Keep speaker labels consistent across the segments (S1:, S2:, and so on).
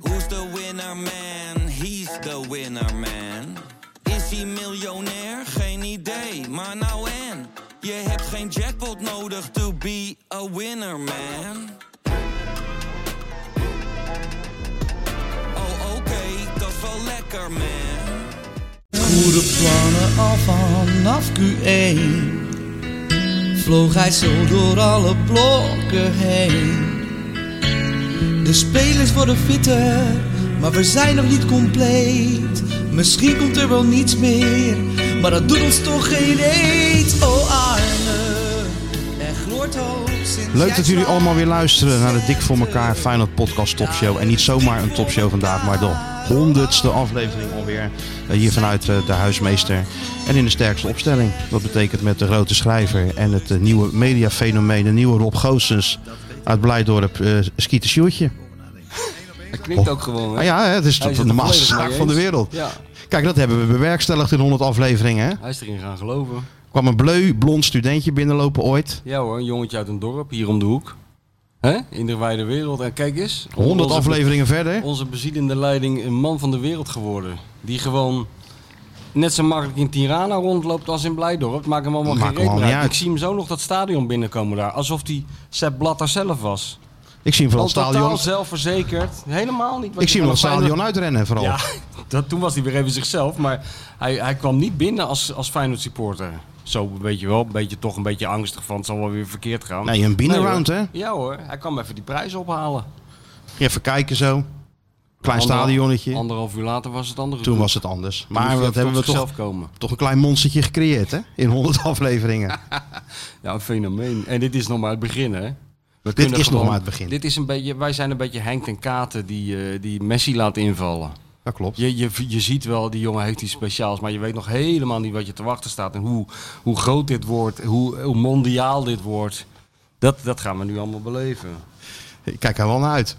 S1: Who's the winner man? He's the winner man. Is hij miljonair? Geen idee, maar nou en. Je hebt geen jackpot nodig to be a winner man. Oh oké, dat is wel lekker man.
S2: Goede plannen al vanaf Q1 Vloog hij zo door alle blokken heen De spelers worden fitter, maar we zijn nog niet compleet Misschien komt er wel niets meer, maar dat doet ons toch geen eet Oh Arne, er gloort hoop sinds
S3: Leuk
S2: jij
S3: dat jullie
S2: kwam.
S3: allemaal weer luisteren naar de Dik voor elkaar Final Podcast Topshow. En niet zomaar een topshow vandaag, maar de honderdste aflevering alweer. Eh, Hier vanuit eh, de huismeester. En in de sterkste opstelling. Dat betekent met de grote schrijver en het eh, nieuwe mediafenomeen, de nieuwe Rob Goossens. Uit Blijdorp, eh Skeeter Sjoertje.
S4: Het klinkt ook gewoon, hè?
S3: Ah ja, hè, het is
S4: Hij is
S3: de
S4: het
S3: normaalste
S4: volledig mee
S3: zaak van de
S4: eens.
S3: wereld.
S4: Ja,
S3: Kijk, dat hebben we bewerkstelligd in 100 afleveringen. Hè?
S4: hij is erin gaan geloven.
S3: kwam een bleu, blond studentje binnenlopen ooit.
S4: Ja hoor, een jongetje uit een dorp, hier om de hoek. hè? In de wijde wereld. En kijk eens.
S3: 100
S4: onze-
S3: afleveringen verder.
S4: Onze bezielende leiding een man van de wereld geworden. Die gewoon net zo makkelijk in Tirana rondloopt als in Blijdorp. Maak hem allemaal
S3: Maakt
S4: geen
S3: hem al
S4: reet meer
S3: niet
S4: uit.
S3: uit.
S4: Ik zie hem zo nog dat stadion binnenkomen daar. Alsof hij Sepp Blatter zelf was.
S3: Ik zie hem van
S4: Al
S3: het
S4: totaal
S3: stadion.
S4: zelfverzekerd. Helemaal niet. wat
S3: Ik
S4: je
S3: zie hem
S4: van
S3: nog het
S4: een
S3: stadion
S4: Feyenoord-
S3: uitrennen vooral.
S4: Ja, dat, toen was hij weer even zichzelf. Maar hij, hij kwam niet binnen als, als Feyenoord supporter. Zo, weet je wel, een beetje, toch een beetje angstig van het zal wel weer verkeerd gaan.
S3: Nee, een binnenround
S4: hoor.
S3: hè.
S4: Ja hoor, hij kwam even die prijs ophalen.
S3: Even kijken zo. Klein
S4: Anderhal-
S3: stadionnetje.
S4: Anderhalf uur later was het andere.
S3: Toen was het anders. Maar
S4: dat
S3: dat hebben we toch,
S4: zelf komen.
S3: toch een klein monstertje gecreëerd hè? In 100 afleveringen.
S4: Ja, een fenomeen. En dit is nog maar het begin, hè? We
S3: Dit
S4: kunnen
S3: is nog maar het begin.
S4: Dit is een beetje, wij zijn een beetje Henk ten Katen die, eh, die Messi laat invallen.
S3: Dat klopt.
S4: Je, je, je ziet wel, die jongen heeft iets speciaals, maar je weet nog helemaal niet wat je te wachten staat. En hoe, hoe groot dit wordt, hoe, hoe mondiaal dit wordt. Dat, dat gaan we nu allemaal beleven.
S3: Ik kijk er wel naar uit.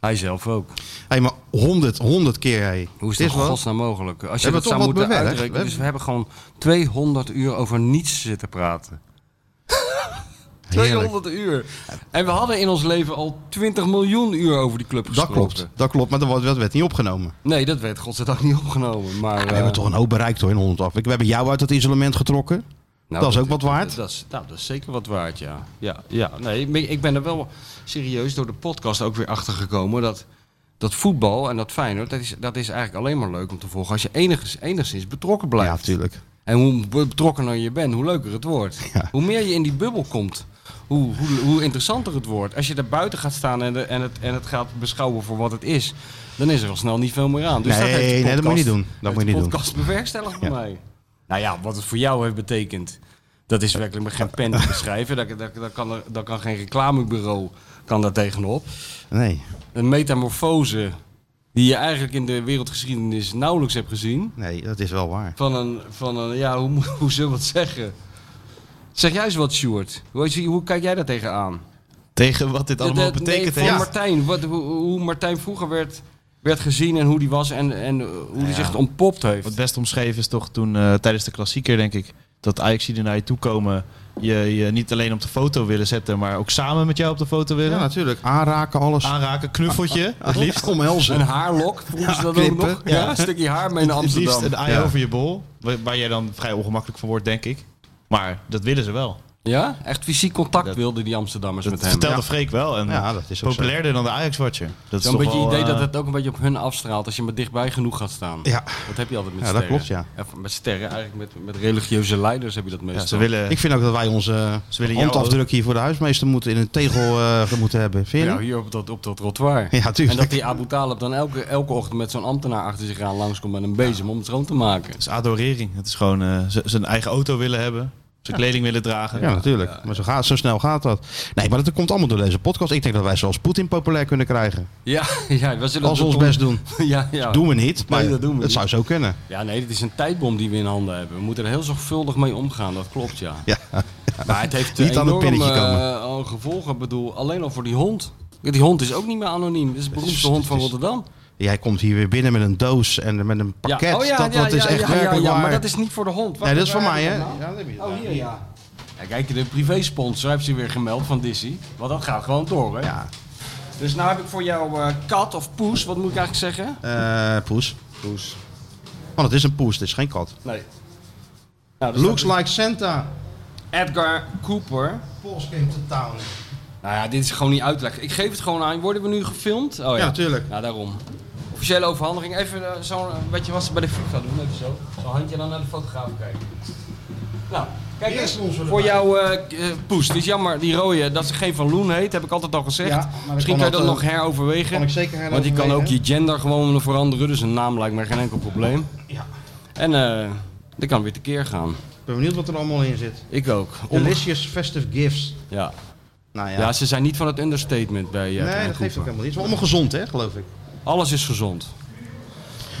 S4: Hij zelf ook.
S3: Hé, maar 100, 100 keer hé.
S4: Hoe is
S3: Dit
S4: dat in
S3: wel-
S4: godsnaam mogelijk? Als je
S3: hebben toch
S4: dat zou
S3: wat
S4: moeten
S3: bewerkt.
S4: uitrekenen.
S3: We
S4: Dus we hebben gewoon 200 uur over niets zitten praten.
S3: Heerlijk.
S4: 200 uur. En we hadden in ons leven al 20 miljoen uur over die club
S3: Dat
S4: gesproken.
S3: klopt, dat klopt. Maar dat wordt- dat werd niet opgenomen.
S4: Nee, dat werd godzijdank niet opgenomen. Maar,
S3: We hebben
S4: eh,
S3: toch een hoop bereikt hoor in 100 afleveringen. We hebben jou uit het isolement getrokken.
S4: Nou,
S3: Dat is ook wat waard.
S4: Dat, is, nou, dat is zeker wat waard, ja. ja, ja. Nee, ik ben- ik ben er wel serieus door de podcast ook weer achter gekomen dat, dat voetbal en dat Feyenoord, dat is, dat is eigenlijk alleen maar leuk om te volgen als je enigszins, enigszins betrokken
S3: Ja,
S4: blijft.
S3: natuurlijk.
S4: en hoe betrokkener je bent, hoe leuker het wordt.
S3: Ja.
S4: Hoe meer je in die bubbel komt, hoe, hoe, hoe interessanter het wordt. Als je daar buiten gaat staan en, de- en, het, en het gaat beschouwen voor wat het is, dan is er al snel niet veel meer aan. Dus dat,
S3: Nee,
S4: heeft de
S3: nee, dat moet je niet doen. Dat
S4: heeft
S3: moet je
S4: de
S3: niet doen.
S4: podcast bewerkstelligd voor
S3: Ja.
S4: mij. Nou ja, wat het voor jou heeft betekend, dat is werkelijk met geen pen te beschrijven. Daar, daar, daar, kan, er, daar kan geen reclamebureau kan daar tegenop.
S3: Nee,
S4: Een metamorfose die je eigenlijk in de wereldgeschiedenis nauwelijks hebt gezien.
S3: nee, dat is wel waar.
S4: Van een, van een ja, hoe, moet- hoe zullen we het zeggen? Zeg jij eens wat, Sjoerd. Hoe, zie- hoe kijk jij daar tegenaan?
S5: Tegen wat dit allemaal
S4: De- de- nee,
S5: betekent
S4: van
S5: heeft.
S4: Martijn, wat, hoe, hoe Martijn vroeger werd, werd gezien en hoe die was en, en eh, hoe die
S5: Ja.
S4: zich ontpopt heeft.
S5: Wat best omschreven is toch toen eh, tijdens de klassieker, denk ik, dat Ajax die er naar je toe komen, je, je niet alleen op de foto willen zetten, maar ook samen met jou op de foto willen.
S3: Ja, natuurlijk. Aanraken, alles.
S5: Aanraken,
S3: Ah,
S5: knuffeltje, het liefst.
S3: Omhelzen.
S4: Een haarlok, vroegen ze dat ook
S3: knippen,
S4: nog? Ja, een stukje haar mee naar
S5: Het liefst
S4: Amsterdam.
S5: een ei
S3: Ja.
S5: over je bol, waar, waar jij dan vrij ongemakkelijk van wordt, denk ik. Maar dat willen ze wel.
S4: Ja, echt fysiek contact
S5: Dat-
S4: wilden die Amsterdammers
S5: Dat
S4: met hem.
S5: vertelde Freek wel. En
S3: Ja, dat is ook zo.
S5: populairder dan de Ajax-watcher. Dat is
S4: Zo'n
S5: toch
S4: beetje
S5: wel,
S4: idee
S5: eh,
S4: dat het ook een beetje op hun afstraalt als je maar dichtbij genoeg gaat staan.
S3: Ja.
S4: Dat heb je altijd met
S3: Ja, dat
S4: sterren.
S3: klopt, ja.
S4: Of Met sterren, eigenlijk met, met religieuze leiders heb je dat
S5: ja,
S4: meestal.
S5: ze willen...
S3: Ik vind ook dat wij onze eh,
S5: Ze willen jou
S3: handafdruk hier voor de huismeester moeten in een tegel eh, moeten hebben. Vind je
S4: Ja,
S3: niet?
S4: hier op dat, op dat trottoir.
S3: Ja,
S4: En
S3: tuurlijk.
S4: dat die Abu Talib dan elke, elke ochtend met zo'n ambtenaar achter zich aan langskomt met een bezem om het schoon te maken.
S5: Het is adorering. Het is gewoon eh, z- zijn eigen auto willen hebben. Zijn kleding willen dragen.
S3: Ja, natuurlijk. Maar zo, gaat, zo snel gaat dat. Nee, maar dat komt allemaal door deze podcast. Ik denk dat wij zelfs Poetin populair kunnen krijgen.
S4: Ja, ja we zullen
S3: als we
S4: dat
S3: ons
S4: doen.
S3: best doen.
S4: Ja, ja.
S3: Doen we niet, maar
S4: dat doen we
S3: het
S4: niet.
S3: zou zo kunnen.
S4: ja, nee, dit is een tijdbom die we in handen hebben. We moeten er heel zorgvuldig mee omgaan, dat klopt, ja.
S3: Ja.
S4: Maar het heeft
S3: Niet aan het
S4: enorme,
S3: pinnetje komen.
S4: eh, gevolgen, ik bedoel, alleen al voor die hond. Die hond is ook niet meer anoniem. Dit is de beroemdste hond van
S3: het is-
S4: Rotterdam.
S3: Jij komt hier weer binnen met een doos en met een pakket.
S4: Oh
S3: dat dat is echt werkelijk waar.
S4: maar dat is niet voor de hond. Wat-
S3: Nee, dat is
S4: waar
S3: van mij,
S4: heb ik
S3: hè?
S4: dat nou? Oh, hier, ja. ja. Kijk, de privé-sponsor heeft ze weer gemeld van Dizzy. Want dat gaat gewoon door, hè?
S3: Ja.
S4: Dus nou heb ik voor jou eh, kat of poes, wat moet ik eigenlijk zeggen?
S3: Eh, poes.
S4: Poes.
S3: Want het is een poes, het is geen kat.
S4: Nee. Nou, dus
S3: Looks
S4: dat
S3: like Santa.
S4: is Edgar Cooper.
S3: Pols came to town.
S4: Nou ja, dit is gewoon niet uitleggen. Ik geef het gewoon aan. Worden we nu gefilmd? Oh, ja.
S3: Ja, natuurlijk.
S4: Ja, daarom. Officiële overhandiging. Even eh, zo'n, eh, weet je wat ze bij de FIFA doen? Even zo. Zo'n handje en dan naar de fotograaf kijken. Nou, kijk eens. Voor jouw eh, k- eh, poes. Het is jammer, die rode, dat ze geen Van Loen heet. Heb ik altijd al gezegd.
S3: Ja, maar dat
S4: Misschien
S3: kan
S4: kan je dat
S3: altijd-
S4: nog heroverwegen.
S3: kan ik zeker heroverwegen.
S4: Want je kan ook je gender gewoon veranderen. Dus een naam lijkt me geen enkel probleem.
S3: Ja.
S4: En eh dat kan weer tekeer gaan.
S3: Ik ben benieuwd wat er allemaal in zit.
S4: Ik ook. Onge-
S3: Delicious festive gifts.
S4: ja.
S3: Nou ja.
S4: Ja. ze zijn niet van het understatement bij eh,
S3: nee, dat
S4: Edwin
S3: geeft ook
S4: Cooper.
S3: helemaal niet. Het is allemaal gezond, hè, geloof ik.
S4: Alles is gezond.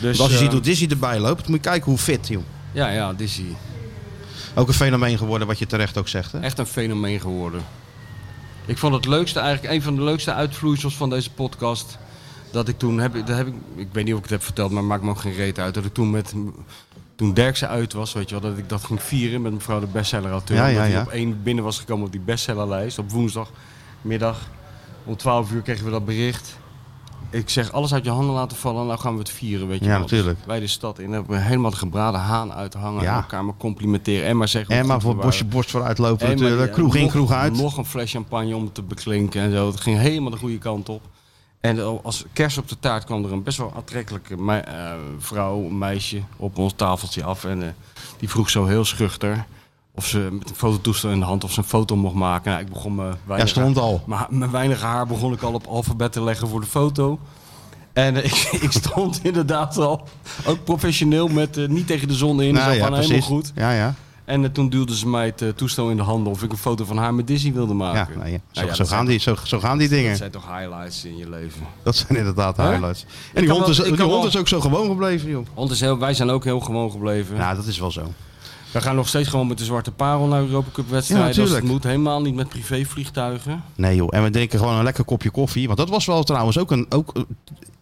S4: Dus,
S3: Dus als je
S4: eh,
S3: ziet hoe Dizzy erbij loopt, moet je kijken hoe fit, joh.
S4: Ja, ja, Dizzy.
S3: Ook een fenomeen geworden, wat je terecht ook zegt, hè?
S4: Echt een fenomeen geworden. Ik vond het leukste, eigenlijk een van de leukste uitvloeisels van deze podcast. Dat ik toen heb, ik- dat heb ik, ik weet niet of ik het heb verteld, maar maakt me ook geen reet uit. Dat ik toen met, toen Derksen uit was, weet je wel, dat ik dat ging vieren met mevrouw de bestseller-auteur.
S3: Ja, ja,
S4: omdat hij
S3: ja.
S4: op één binnen was gekomen op die bestsellerlijst op woensdagmiddag. Om 12 uur kregen we dat bericht. Ik zeg alles uit je handen laten vallen, nou gaan we het vieren, weet je
S3: Ja,
S4: wel.
S3: natuurlijk.
S4: Wij de stad in hebben we helemaal de gebraden haan uithangen.
S3: Ja.
S4: en Elkaar maar complimenteren en maar zeggen hoe
S3: En maar
S4: goed we
S3: voor
S4: waren.
S3: borstje borst vooruit lopen
S4: Hey, maar
S3: natuurlijk.
S4: die-
S3: Kroeg in,
S4: nog-
S3: kroeg uit.
S4: Nog een fles champagne om te beklinken en zo. Het ging helemaal de goede kant op. En eh, als kerst op de taart kwam er een best wel aantrekkelijke me- eh, vrouw, een meisje, op ons tafeltje af. En eh, die vroeg zo heel schuchter of ze met een fototoestel in de hand of ze een foto mocht maken. Nou, ik begon me
S3: Ja, stond al.
S4: maar mijn weinige haar begon ik al op alfabet te leggen voor de foto. En eh, ik, ik stond inderdaad al, ook professioneel, met eh, niet tegen de zon in.
S3: Nou
S4: zo
S3: ja,
S4: van helemaal
S3: precies.
S4: goed.
S3: Ja, ja.
S4: En eh, toen duwde ze mij het eh, toestel in de handen of ik een foto van haar met Disney wilde
S3: ja,
S4: maken.
S3: nou ja. Zo,
S4: Nou ja,
S3: zo,
S4: dat
S3: gaan
S4: zijn-
S3: die, zo, zo gaan die dingen.
S4: Dat zijn toch highlights in je leven?
S3: Dat zijn inderdaad de
S4: Hè?
S3: highlights. En
S4: kan
S3: die hond,
S4: wel-
S3: is,
S4: ik
S3: die
S4: kan
S3: hond
S4: wel-
S3: is ook zo gewoon gebleven, joh.
S4: Want is heel, wij zijn ook heel gewoon gebleven.
S3: Nou, dat is wel zo.
S4: We gaan nog steeds gewoon met de zwarte parel naar Europa Cup
S3: Ja,
S4: wedstrijden. als
S3: natuurlijk.
S4: het moet helemaal niet met privévliegtuigen.
S3: Nee, joh. En we drinken gewoon een lekker kopje koffie. Want dat was wel trouwens ook, een, ook eh,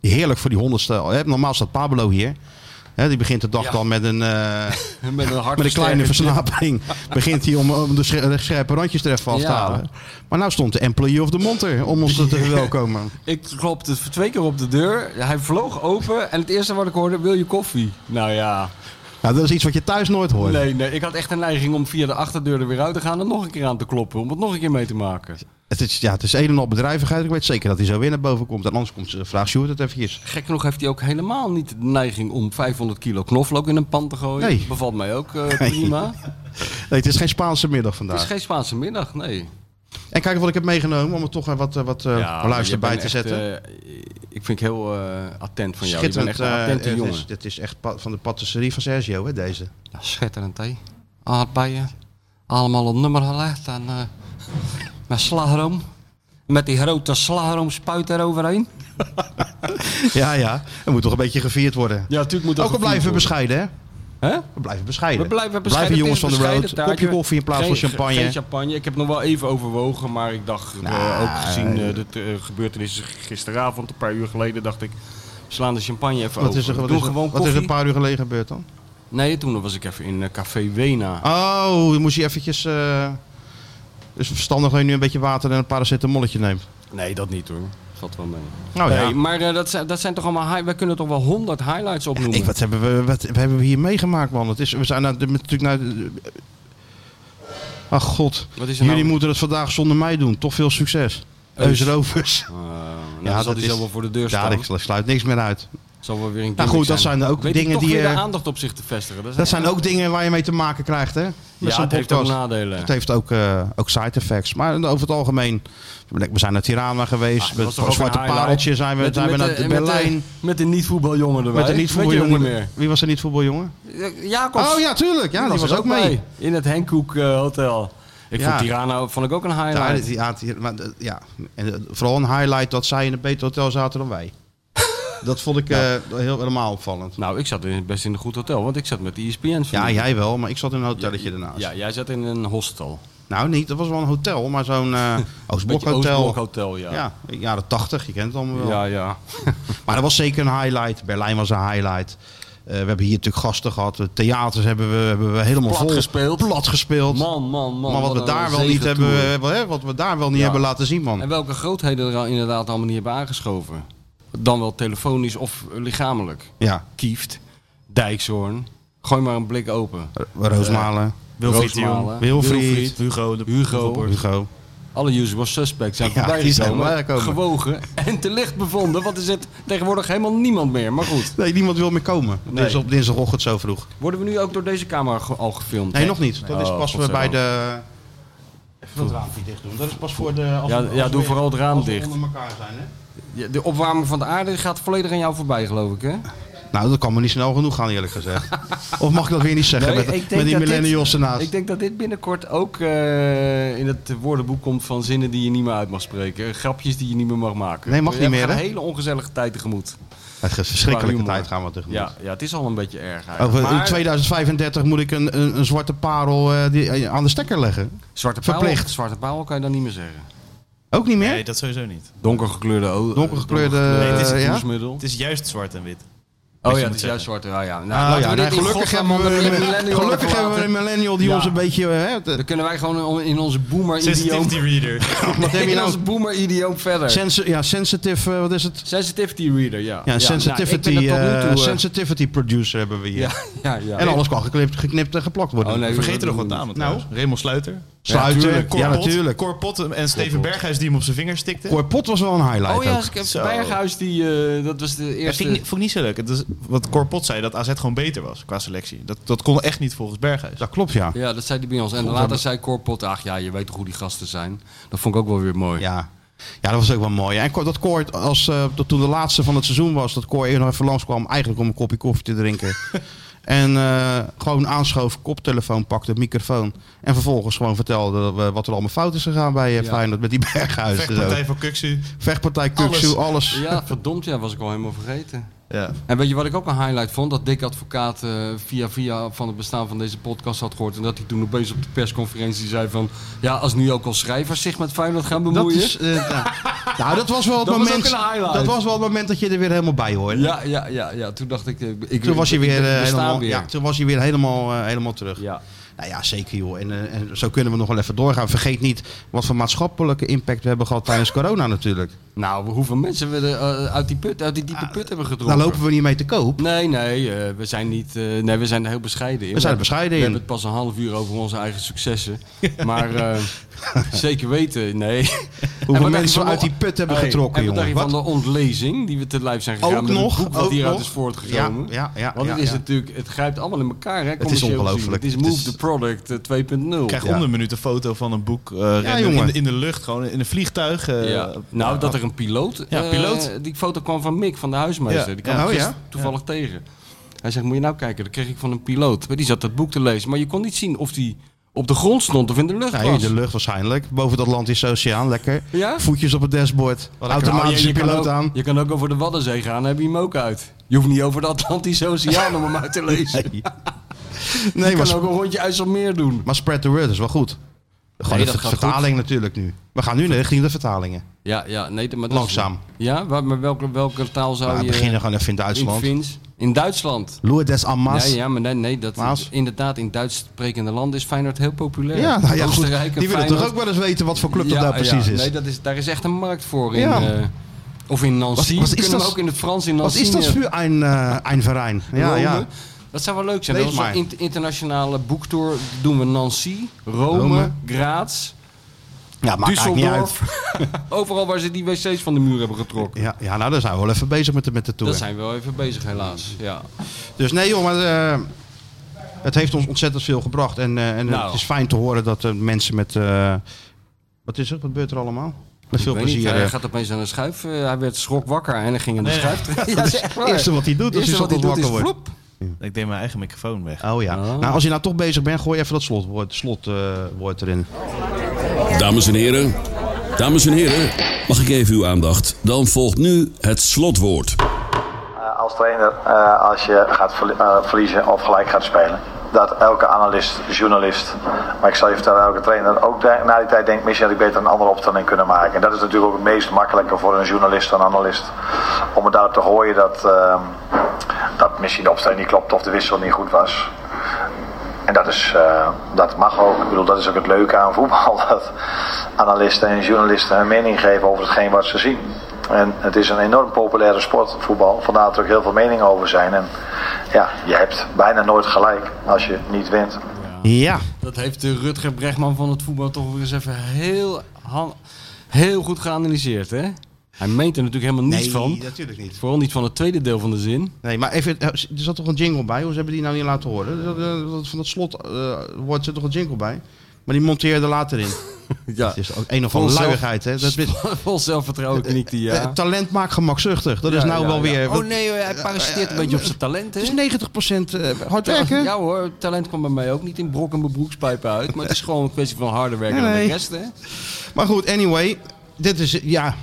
S3: heerlijk voor die honderdste. Hè, Normaal staat Pablo hier. Hè, die begint de dag
S4: Ja.
S3: dan met een, eh,
S4: Met een hart
S3: met een kleine
S4: versterker.
S3: versnapering. Begint hij om, om de scher- de scherpe randjes er even af te
S4: Ja.
S3: halen. Maar nou stond de employee of the month er om ons te verwelkomen.
S4: Ik klopte twee keer op de deur. Hij vloog open en het eerste wat ik hoorde, wil je koffie? Nou ja,
S3: Nou, dat is iets wat je thuis nooit hoort.
S4: nee, nee. Ik had echt een neiging om via de achterdeur er weer uit te gaan en nog een keer aan te kloppen. Om het nog een keer mee te maken.
S3: Het is, ja, het is een en al bedrijvigheid. Ik weet zeker dat hij zo weer naar boven komt. En anders komt ze, vraag Sjoerd het eventjes.
S4: Gek genoeg heeft hij ook helemaal niet de neiging om 500 kilo knoflook in een pan te gooien.
S3: Nee.
S4: Bevalt mij ook eh, prima.
S3: Nee, het is geen Spaanse middag
S4: Het is
S3: vandaag.
S4: geen Spaanse middag, nee.
S3: En kijk wat ik heb meegenomen om er toch eh, wat, eh, wat eh,
S4: maar je
S3: luister bij
S4: bent
S3: te
S4: echt,
S3: zetten.
S4: eh, ik vind het heel eh, attent van jou. Je bent
S3: Schitterend.
S4: echt een
S3: eh,
S4: attente
S3: het
S4: jongen.
S3: is, dit is echt pa- van de patisserie van Sergio, hè, deze.
S4: Ja, Schitterend, hè? Aardbeien. Allemaal op nummer gelegd. En, eh, met slagroom. Met die grote slagroomspuit eroverheen.
S3: ja, ja. Er moet toch een beetje gevierd worden.
S4: Ja, natuurlijk moet
S3: Ook al blijven we bescheiden, hè?
S4: Hè?
S3: We blijven bescheiden.
S4: We blijven bescheiden.
S3: jongens van
S4: Het is
S3: de
S4: een
S3: road.
S4: bescheiden
S3: Kopje
S4: taartje.
S3: koffie in plaats van
S4: Geen-
S3: champagne.
S4: Geen champagne. Ik heb nog wel even overwogen, maar ik dacht, eh,
S3: Nou,
S4: ook gezien eh, de eh, gebeurtenissen gisteravond, een paar uur geleden, dacht ik, slaan de champagne even
S3: wat
S4: open.
S3: is er,
S4: Ik
S3: wat,
S4: doe
S3: is er,
S4: gewoon
S3: wat is er
S4: koffie.
S3: een paar uur geleden gebeurd dan?
S4: Nee, toen was ik even in eh, Café Wena.
S3: Oh, dan moest je eventjes... eh dus verstandig dat je nu een beetje water en een paracetamolletje neemt.
S4: Nee, dat niet hoor. Valt wel mee.
S3: Nou ja.
S4: Nee, maar eh, dat, zijn, dat zijn toch allemaal, high, wij kunnen toch wel honderd highlights opnoemen.
S3: Ik, wat, hebben we, wat, wat hebben we hier meegemaakt, man? Het is, we zijn nou, de- natuurlijk... Nou, de- ach, god.
S4: Wat is er
S3: Jullie
S4: nou?
S3: moeten het vandaag zonder mij doen. Toch veel succes.
S4: Eus.
S3: Eusrovers.
S4: Eh, nou,
S3: Ja,
S4: ja, zal
S3: dat
S4: die
S3: is-
S4: zo wel voor de deur
S3: Ja,
S4: staan.
S3: ik slu- sluit niks meer uit.
S4: Zal wel weer een
S3: Nou
S4: gimmick
S3: goed, dat zijn ook
S4: Weet ik
S3: dingen
S4: toch
S3: die,
S4: weer de
S3: eh,
S4: aandacht op zich te vestigen.
S3: Dat zijn ook dingen waar je mee te maken krijgt, hè? Met
S4: ja,
S3: zo'n
S4: het heeft ook
S3: podcast.
S4: nadelen.
S3: Het heeft ook, eh, ook side effects. Maar over het algemeen, we zijn naar Tirana geweest.
S4: Ah, dat was
S3: met
S4: toch ook
S3: Zwarte
S4: een highlight?
S3: Pareltje zijn we,
S4: Met-
S3: zijn
S4: met
S3: we naar
S4: de-
S3: Berlijn.
S4: Met de, met de niet-voetbaljongen erbij.
S3: met een niet-voetbaljongen. Wie was er niet-voetbaljongen?
S4: Weet je ook niet meer. Jacobs.
S3: Oh ja, tuurlijk. Ja, die was
S4: er
S3: ook mee.
S4: bij. In het Henkoek eh, Hotel. Ik
S3: Ja.
S4: vond Tirana vond ik ook een
S3: Ja,
S4: highlight.
S3: die- ja, die- maar, eh, ja. En eh, vooral een highlight dat zij in een beter hotel zaten dan wij. dat vond ik eh, heel, helemaal opvallend.
S4: Nou, ik zat in, best in een goed hotel, want ik zat met de E ESPN.
S3: Ja, jij wel, maar ik zat in een hotelletje daarnaast.
S4: Ja, jij zat in een hostel.
S3: Nou, niet. Dat was wel een hotel, maar zo'n eh
S4: Beetje
S3: Oostblokhotel.
S4: Oostblokhotel, ja.
S3: Ja, jaren 80, je kent het allemaal wel.
S4: ja. ja.
S3: Maar dat was zeker een highlight. Berlijn was een highlight. we hebben hier natuurlijk gasten gehad. De theaters hebben we, hebben we helemaal
S4: Plat
S3: vol
S4: gespeeld.
S3: Plat gespeeld.
S4: Man, man, man.
S3: maar wat, we
S4: een
S3: daar wel niet hebben,
S4: zegentoer.
S3: hè, wat we daar wel niet
S4: Ja.
S3: hebben laten zien, man.
S4: eh, En welke grootheden er al inderdaad allemaal niet hebben aangeschoven. Dan wel telefonisch of lichamelijk.
S3: Ja,
S4: Kieft, Dijkshoorn. Gooi maar een blik open.
S3: Roosmalen,
S5: Wilfried de Jong,
S4: Roosmalen,
S3: Wilfried,
S5: Hugo, de
S4: Hugo.
S3: Hugo.
S4: Alle usual suspects zijn
S3: Ja,
S4: voorbij
S3: die zijn
S4: gekomen,
S3: voorbijgekomen.
S4: gewogen en te licht bevonden. Want er zit tegenwoordig helemaal niemand meer. Maar goed,
S3: Nee, niemand wil meer komen.
S4: Nee.
S3: Dus op dinsdagochtend zo vroeg.
S4: worden we nu ook door deze camera ge- al gefilmd?
S3: Nee, nog niet. Dat is
S4: Oh,
S3: pas bij
S4: godzijdank.
S3: de... Even dat raampje dicht doen. Dat is pas voor de... als
S4: Ja,
S3: we- als
S4: ja,
S3: we-
S4: doe vooral het raam
S3: als we
S4: dicht.
S3: onder elkaar zijn, hè?
S4: Ja, De opwarming van de aarde gaat volledig aan jou voorbij, geloof ik, hè?
S3: Nou, dat kan me niet snel genoeg gaan, eerlijk gezegd. of mag ik dat weer niet zeggen
S4: Nee,
S3: met,
S4: ik
S3: met
S4: denk
S3: die
S4: dat dit-
S3: millennials ernaast?
S4: Ik denk dat dit binnenkort ook eh, in het woordenboek komt van zinnen die je niet meer uit mag spreken. Grapjes die je niet meer mag maken.
S3: Nee, mag niet meer,
S4: Je gaat
S3: hè?
S4: een hele ongezellige tijd tegemoet.
S3: Het is
S4: Qua
S3: verschrikkelijke
S4: humor.
S3: tijd gaan we tegemoet.
S4: Ja, ja, het is al een beetje erg eigenlijk.
S3: Over in
S4: Maar
S3: 2035 moet ik een, een, een zwarte parel eh, die, eh, aan de stekker leggen.
S4: zwarte paal,
S3: verplicht.
S4: Zwarte paal kan je dan niet meer zeggen.
S3: Ook niet meer?
S5: Nee, dat sowieso niet.
S4: Donkergekleurde ogen.
S3: Donkergekleurde,
S5: Nee, het is een
S3: eh, ja?
S4: voedingsmiddel.
S5: Het is juist zwart en wit.
S4: Oh
S5: moet
S4: ja, het is
S5: zeggen.
S4: juist zwart. Ja, ja. Nou,
S3: Nou,
S4: laten
S3: ja,
S4: we
S3: nee,
S4: dit in
S3: gelukkig
S4: godsnaam
S3: hebben we,
S4: onder de
S3: een-
S4: millennial
S3: gelukkig
S4: laten.
S3: hebben we een millennial die
S4: Ja.
S3: ons een beetje... eh, Hè, de-
S4: Dan kunnen wij gewoon in onze boomer-idioom...
S5: Sensitivity reader.
S3: wat heb je
S4: In
S3: nou?
S4: onze boomer-idioom verder.
S3: Sensi- ja, sensitive... eh, wat is het?
S4: sensitivity reader, ja.
S3: Ja, een
S4: nou, ik ben
S3: sensitivity,
S4: dat tot nu
S3: eh,
S4: toe, eh,
S3: sensitivity producer hebben we hier.
S4: Ja, ja, ja.
S3: En alles kan geknipt, geknipt en geplakt worden.
S4: Oh, nee.
S5: Vergeet er nog wat namen trouwens. Raymond Sluiter.
S3: Sluiten. Ja,
S5: Cor Pot.
S3: natuurlijk.
S5: Cor Pot en Steven Berghuis die hem op zijn vingers tikte.
S3: Cor Pot was wel een highlight
S4: Oh ja,
S3: ook.
S4: ik heb
S5: Zo.
S4: Berghuis, die, eh, dat was de
S5: Dat
S4: eerste...
S5: vind ik, niet- vond ik niet zo leuk. Het is, wat Cor Pot zei, dat AZ gewoon beter was qua selectie. Dat, dat kon echt niet volgens Berghuis.
S3: Dat klopt, ja.
S4: Ja, dat zei die bij ons. En later zei Corpot, ach ja, je weet toch hoe die gasten zijn. Dat vond ik ook wel weer mooi.
S3: Ja. Ja, dat was ook wel mooi. En Cor- dat Cor, als, eh, dat toen de laatste van het seizoen was, dat Cor eerder nog even langskwam eigenlijk om een kopje koffie te drinken. en eh, gewoon aanschoof, koptelefoon pakte, microfoon. En vervolgens gewoon vertelde dat we- wat er allemaal fout is gegaan bij eh,
S4: Ja.
S3: Feyenoord met die Berghuis. en zo.
S5: Vechtpartij van Kuxu.
S3: Vechtpartij, Kuksu, alles.
S4: Ja, verdomd, ja, was ik al helemaal vergeten.
S5: Ja.
S4: En weet je wat ik ook een highlight vond? Dat Dick Advocaat eh, via via van het bestaan van deze podcast had gehoord. En dat hij toen opeens op de persconferentie zei van... Ja, als nu ook al schrijvers zich met Feyenoord gaan
S3: Dat
S4: bemoeien...
S3: is, eh, nou, nou, dat was wel het
S4: Dat was
S3: moment.
S4: ook een highlight.
S3: dat was wel het moment dat je er weer helemaal bij hoorde.
S4: Ja, ja, ja, ja. Toen dacht ik... eh, ik
S3: Toen was hij
S4: ik- ik
S3: weer, eh,
S4: bestaan
S3: helemaal,
S4: weer.
S3: Ja, toen was hij weer helemaal, eh, helemaal terug.
S4: ja.
S3: Nou ja, zeker joh. En, eh, en zo kunnen we nog wel even doorgaan. Vergeet niet wat voor maatschappelijke impact we hebben gehad tijdens corona natuurlijk.
S4: Nou, hoeveel mensen we er eh, uit, die put, uit die diepe put hebben gedronken.
S3: Daar Ah, nou, lopen we niet mee te koop.
S4: Nee, nee, eh, we zijn niet. eh, nee, we zijn er heel bescheiden in.
S3: We zijn er
S4: We-
S3: bescheiden
S4: We
S3: in.
S4: hebben het pas een half uur over onze eigen successen. maar eh, zeker weten, nee.
S3: Hoeveel mensen we uit die put hebben getrokken,
S4: Oh, en wat dacht
S3: jongen.
S4: je van de ontlezing die we te lijf zijn gegaan
S3: Ook
S4: met
S3: nog,
S4: het boek wat
S3: ook
S4: hieruit
S3: nog.
S4: is voortgekomen.
S3: Ja, ja, ja,
S4: Want het
S3: ja,
S4: is
S3: ja.
S4: natuurlijk, het grijpt allemaal in elkaar, hè?
S3: is
S4: commercieel gezien.
S3: ongelooflijk.
S4: Het is
S3: Het
S4: Move
S3: is-
S4: the Product eh, 2.0.
S5: Ik krijg
S3: Ja.
S5: onder een minuut een foto van een boek eh, rennen in,
S3: jongen.
S5: de, in de lucht, gewoon in een vliegtuig. eh,
S4: Ja. Nou, dat er een piloot,
S5: Ja,
S4: eh,
S5: piloot.
S4: die foto kwam van Mick, van de huismeester.
S5: Ja.
S4: Die kwam
S3: Ja, oh
S4: gisteren
S3: ja?
S4: toevallig tegen. Hij zegt, moet je nou kijken, dat kreeg ik van een piloot. Maar Die zat dat boek te lezen, maar je kon niet zien of die op de grond stond of in de lucht
S3: Nee, in
S4: was.
S3: de lucht waarschijnlijk. Boven de Atlantische Oceaan, lekker.
S4: Ja?
S3: Voetjes op het dashboard.
S4: Oh,
S3: Automatische
S4: je- je kan
S3: piloot
S4: ook-
S3: aan.
S4: Je kan ook over de Waddenzee gaan, dan heb je hem ook uit. Je hoeft niet over de Atlantische Oceaan om hem uit te lezen.
S3: Nee,
S4: je
S3: maar,
S4: kan ook een rondje IJsselmeer doen.
S3: maar spread the word is wel goed. Gewoon
S4: Nee,
S3: de
S4: dat
S3: ver-
S4: gaat
S3: vertaling natuurlijk nu. We gaan nu richting de vertalingen.
S4: Ja, ja, nee, maar dat is-
S3: Langzaam.
S4: Ja, waar- maar welke, welke taal zou
S3: Maar we
S4: Oh, je...
S3: beginnen gewoon even in
S4: in
S3: Duitsland.
S4: Fins? In Duitsland.
S3: Loer des Amas.
S4: Nee, ja, maar nee, nee dat
S3: Maas.
S4: inderdaad in Duits sprekende landen is Feyenoord heel populair.
S3: Ja, nou ja, goed.
S4: Oostenrijk en
S3: Die willen toch
S4: Feyenoord.
S3: ook wel eens weten wat voor club dat daar precies
S4: ja.
S3: is.
S4: Nee, dat is, daar is echt een markt voor. In,
S3: Ja.
S4: eh, of in Nancy.
S3: Wat- wat is
S4: We kunnen
S3: dat-
S4: ook in het Frans in
S3: Wat
S4: Nancy.
S3: is dat
S4: eh,
S3: voor een, eh, een verein? Ja,
S4: Rome.
S3: ja.
S4: Dat zou wel leuk zijn.
S3: Lees
S4: Dat is een
S3: maar.
S4: inter- internationale boektour. Doen we Nancy, Rome,
S3: Rome.
S4: Graz,
S3: Ja, maakt eigenlijk niet uit.
S4: Düsseldorf. Overal waar ze die wc's van de muur hebben getrokken.
S3: Ja, ja, nou, daar zijn we wel even bezig met de, met de tour.
S4: Daar zijn we wel even bezig helaas. Ja.
S3: Dus nee, joh, maar eh, het heeft ons ontzettend veel gebracht. En, eh, en
S4: Nou.
S3: het is fijn te horen dat eh, mensen met... eh, wat is er? Wat gebeurt er allemaal? Met veel
S4: Ik weet niet,
S3: plezier.
S4: hij
S3: eh,
S4: gaat opeens aan de schuif. eh, hij werd schrok wakker en hij ging aan de schuif. Ja, dat is echt waar.
S3: het eerste wat hij doet als
S4: Eerste
S3: hij
S4: wat
S3: zo
S4: hij doet
S3: wakker
S4: is
S3: wordt.
S4: vloep.
S5: Ik deed mijn eigen microfoon weg.
S3: Oh ja.
S4: Ah.
S3: Nou, als je nou toch bezig bent, gooi even dat slotwoord slot, eh, woord erin.
S6: Dames en heren, dames en heren, mag ik even uw aandacht? Dan volgt nu het slotwoord.
S7: Eh, Als trainer, eh, als je gaat verli- eh, verliezen of gelijk gaat spelen, dat elke analist, journalist, maar ik zal je vertellen, elke trainer ook de- na die tijd denkt, misschien had ik beter een andere opstelling kunnen maken. En dat is natuurlijk ook het meest makkelijke voor een journalist en analist, om het daarop te gooien dat, ehm, dat misschien de opstelling niet klopt of de wissel niet goed was. En dat, is, eh, dat mag ook. Ik bedoel, dat is ook het leuke aan voetbal. Dat analisten en journalisten hun mening geven over hetgeen wat ze zien. En het is een enorm populaire sport, voetbal. Vandaar dat er ook heel veel meningen over zijn. En ja, je hebt bijna nooit gelijk als je niet wint.
S3: Ja,
S4: Dat heeft de Rutger Bregman van het voetbal toch weer eens even heel, han- heel goed geanalyseerd, hè? Hij meent er natuurlijk helemaal niets van.
S3: natuurlijk niet.
S4: Vooral niet van het tweede deel van de zin.
S3: Nee, maar even, eh, er zat toch een jingle bij? Hoe ze hebben die nou niet laten horen? Dat, eh, dat- van dat slot eh, wordt er toch een jingle bij? Maar die monteerde later in.
S4: Ja,
S3: Het is ook een of andere
S4: Vanzelf-
S3: luigheid, hè? Dat, is-
S4: vol zelfvertrouwen knikt hij, ja.
S3: Eh, Talent maakt gemakzuchtig. Dat is
S4: Ja,
S3: nou
S4: ja,
S3: wel
S4: ja.
S3: weer...
S4: Oh nee, hoor, hij parasiteert een beetje op zijn talent, hè?
S3: Het is 90% eh, hard werken.
S4: Ja hoor, talent kwam bij mij ook niet in brok en mijn broekspijpen uit. Maar het is gewoon een kwestie van harder werken
S3: Nee.
S4: dan de rest, hè?
S3: Maar goed, anyway. Dit is, ja...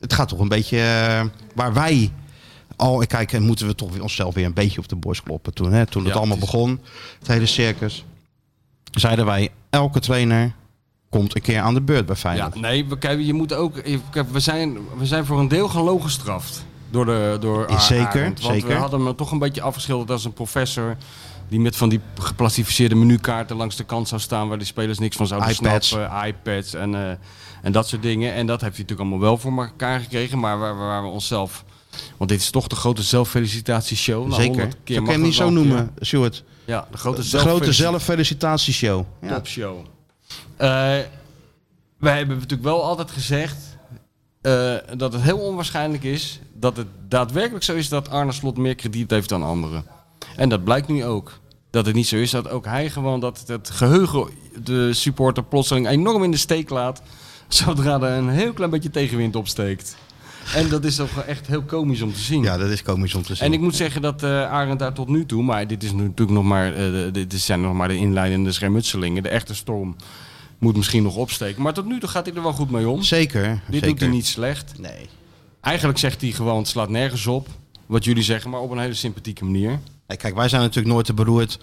S3: Het gaat toch een beetje eh, waar wij... Al, kijk, en moeten we toch weer onszelf weer een beetje op de borst kloppen toen. Hè? Toen het
S4: Ja,
S3: allemaal
S4: het is-
S3: begon, het hele circus. Zeiden wij, elke trainer komt een keer aan de beurt bij
S4: Ja,
S3: Feyenoord.
S4: nee, we, kijk, je moet ook. je- kijk, we, zijn, we zijn voor een deel gelogen gestraft. Door de. Door
S3: Is zeker,
S4: Arend. want
S3: zeker.
S4: We hadden hem toch een beetje afgeschilderd als een professor. Die met van die geplastificeerde menukaarten langs de kant zou staan. Waar de spelers niks van zouden
S3: iPads.
S4: snappen. iPads en, eh, en dat soort dingen. En dat heeft hij natuurlijk allemaal wel voor elkaar gekregen. Maar waar, waar we onszelf. Want dit is toch de grote zelffelicitatieshow. Nou,
S3: Zeker.
S4: 100
S3: Ik
S4: keer
S3: kan
S4: mag
S3: hem niet
S4: dat
S3: zo
S4: wel een
S3: noemen, Stuart.
S4: keer. Ja, de grote,
S3: De grote
S4: zelffelicitatie-
S3: zelffelicitatieshow. Ja.
S4: topshow. Eh, wij hebben natuurlijk wel altijd gezegd eh, dat het heel onwaarschijnlijk is dat het daadwerkelijk zo is dat Arne Slot meer krediet heeft dan anderen. En dat blijkt nu ook. Dat het niet zo is dat ook hij gewoon dat het geheugen de supporter plotseling enorm in de steek laat. Zodra er een heel klein beetje tegenwind opsteekt. En dat is toch echt heel komisch om te zien.
S3: Ja, dat is komisch om te zien.
S4: En ik moet zeggen dat eh Arend daar tot nu toe, maar dit is nu natuurlijk nog maar, eh, de- dit zijn nog maar de inleidende schermutselingen. De echte storm moet misschien nog opsteken. Maar tot nu toe gaat hij er wel goed mee om.
S3: Zeker.
S4: Dit
S3: zeker.
S4: doet hij niet slecht.
S3: Nee.
S4: Eigenlijk zegt hij gewoon, het slaat nergens op. Wat jullie zeggen, maar op een hele sympathieke manier.
S3: Nee, Kijk, wij zijn natuurlijk nooit te beroerd,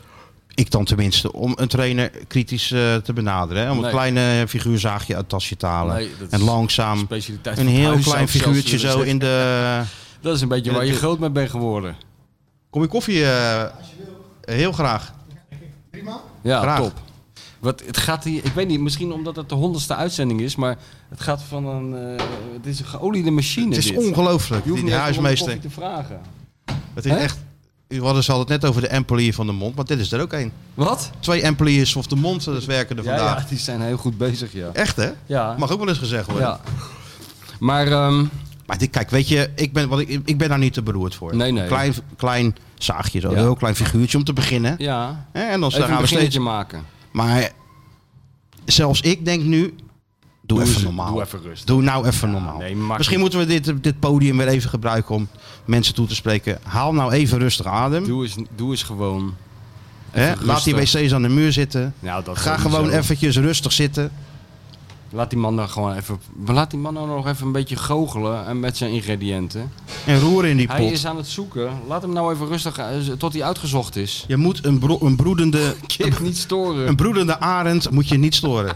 S3: ik dan tenminste, om een trainer kritisch eh, te benaderen. Hè? Om
S4: Nee.
S3: een kleine figuurzaagje uit het tasje te halen.
S4: Nee, dat is
S3: en langzaam
S4: Specialiteit
S3: een
S4: van het
S3: heel
S4: huis,
S3: klein
S4: zou ik zelfs
S3: figuurtje
S4: willen
S3: zo
S4: zeggen.
S3: in de...
S4: Dat is een beetje waar je
S3: Ja,
S4: groot mee bent geworden.
S3: Kom je koffie? eh, heel graag.
S4: Ja,
S3: Graag.
S4: top. Wat, het gaat hier, ik weet niet, misschien omdat het de honderdste uitzending is, maar het gaat van een, eh, het is een geoliede machine
S3: Het is
S4: dit.
S3: ongelooflijk,
S4: Je hoeft
S3: die, die
S4: niet eens om een
S3: huismeester.
S4: koffie te vragen.
S3: Het is
S4: Hè?
S3: echt... U hadden ze al het net over de employee van de mond, maar dit is er ook één.
S4: Wat?
S3: Twee employees of de mond, dat werken er
S4: Ja,
S3: vandaag.
S4: ja, die zijn heel goed bezig, ja.
S3: Echt hè?
S4: Ja.
S3: Mag ook wel eens gezegd worden.
S4: ja. Maar ehm,
S3: Maar dit, kijk, weet je, ik ben, wat ik, ik ben daar niet te beroerd voor.
S4: Nee, nee.
S3: Klein, klein zaagje, zo,
S4: Ja.
S3: een heel klein figuurtje om te beginnen.
S4: ja,
S3: Hè, En dan
S4: even een
S3: Dus gaan we
S4: beginnetje
S3: steeds.
S4: maken.
S3: Maar zelfs ik denk nu. Doe, even
S4: eens-
S3: normaal.
S4: doe even rustig.
S3: Doe nou even normaal.
S4: nee, makkelijk.
S3: Misschien moeten we dit, dit podium weer even gebruiken om mensen toe te spreken. Haal nou even rustig adem.
S4: Doe eens, doe eens gewoon.
S3: hè?
S4: even
S3: Laat die
S4: rustig.
S3: wc's aan de muur zitten.
S4: Nou, dat
S3: Ga
S4: sowieso.
S3: gewoon eventjes rustig zitten.
S4: Laat die man dan gewoon even. Laat die man dan nog even een beetje goochelen en met zijn ingrediënten.
S3: En roer in die pot.
S4: Hij is aan het zoeken. Laat hem nou even rustig eh, tot hij uitgezocht is.
S3: Je moet een, bro- een, broedende,
S4: Kip niet storen.
S3: een broedende arend moet je niet storen.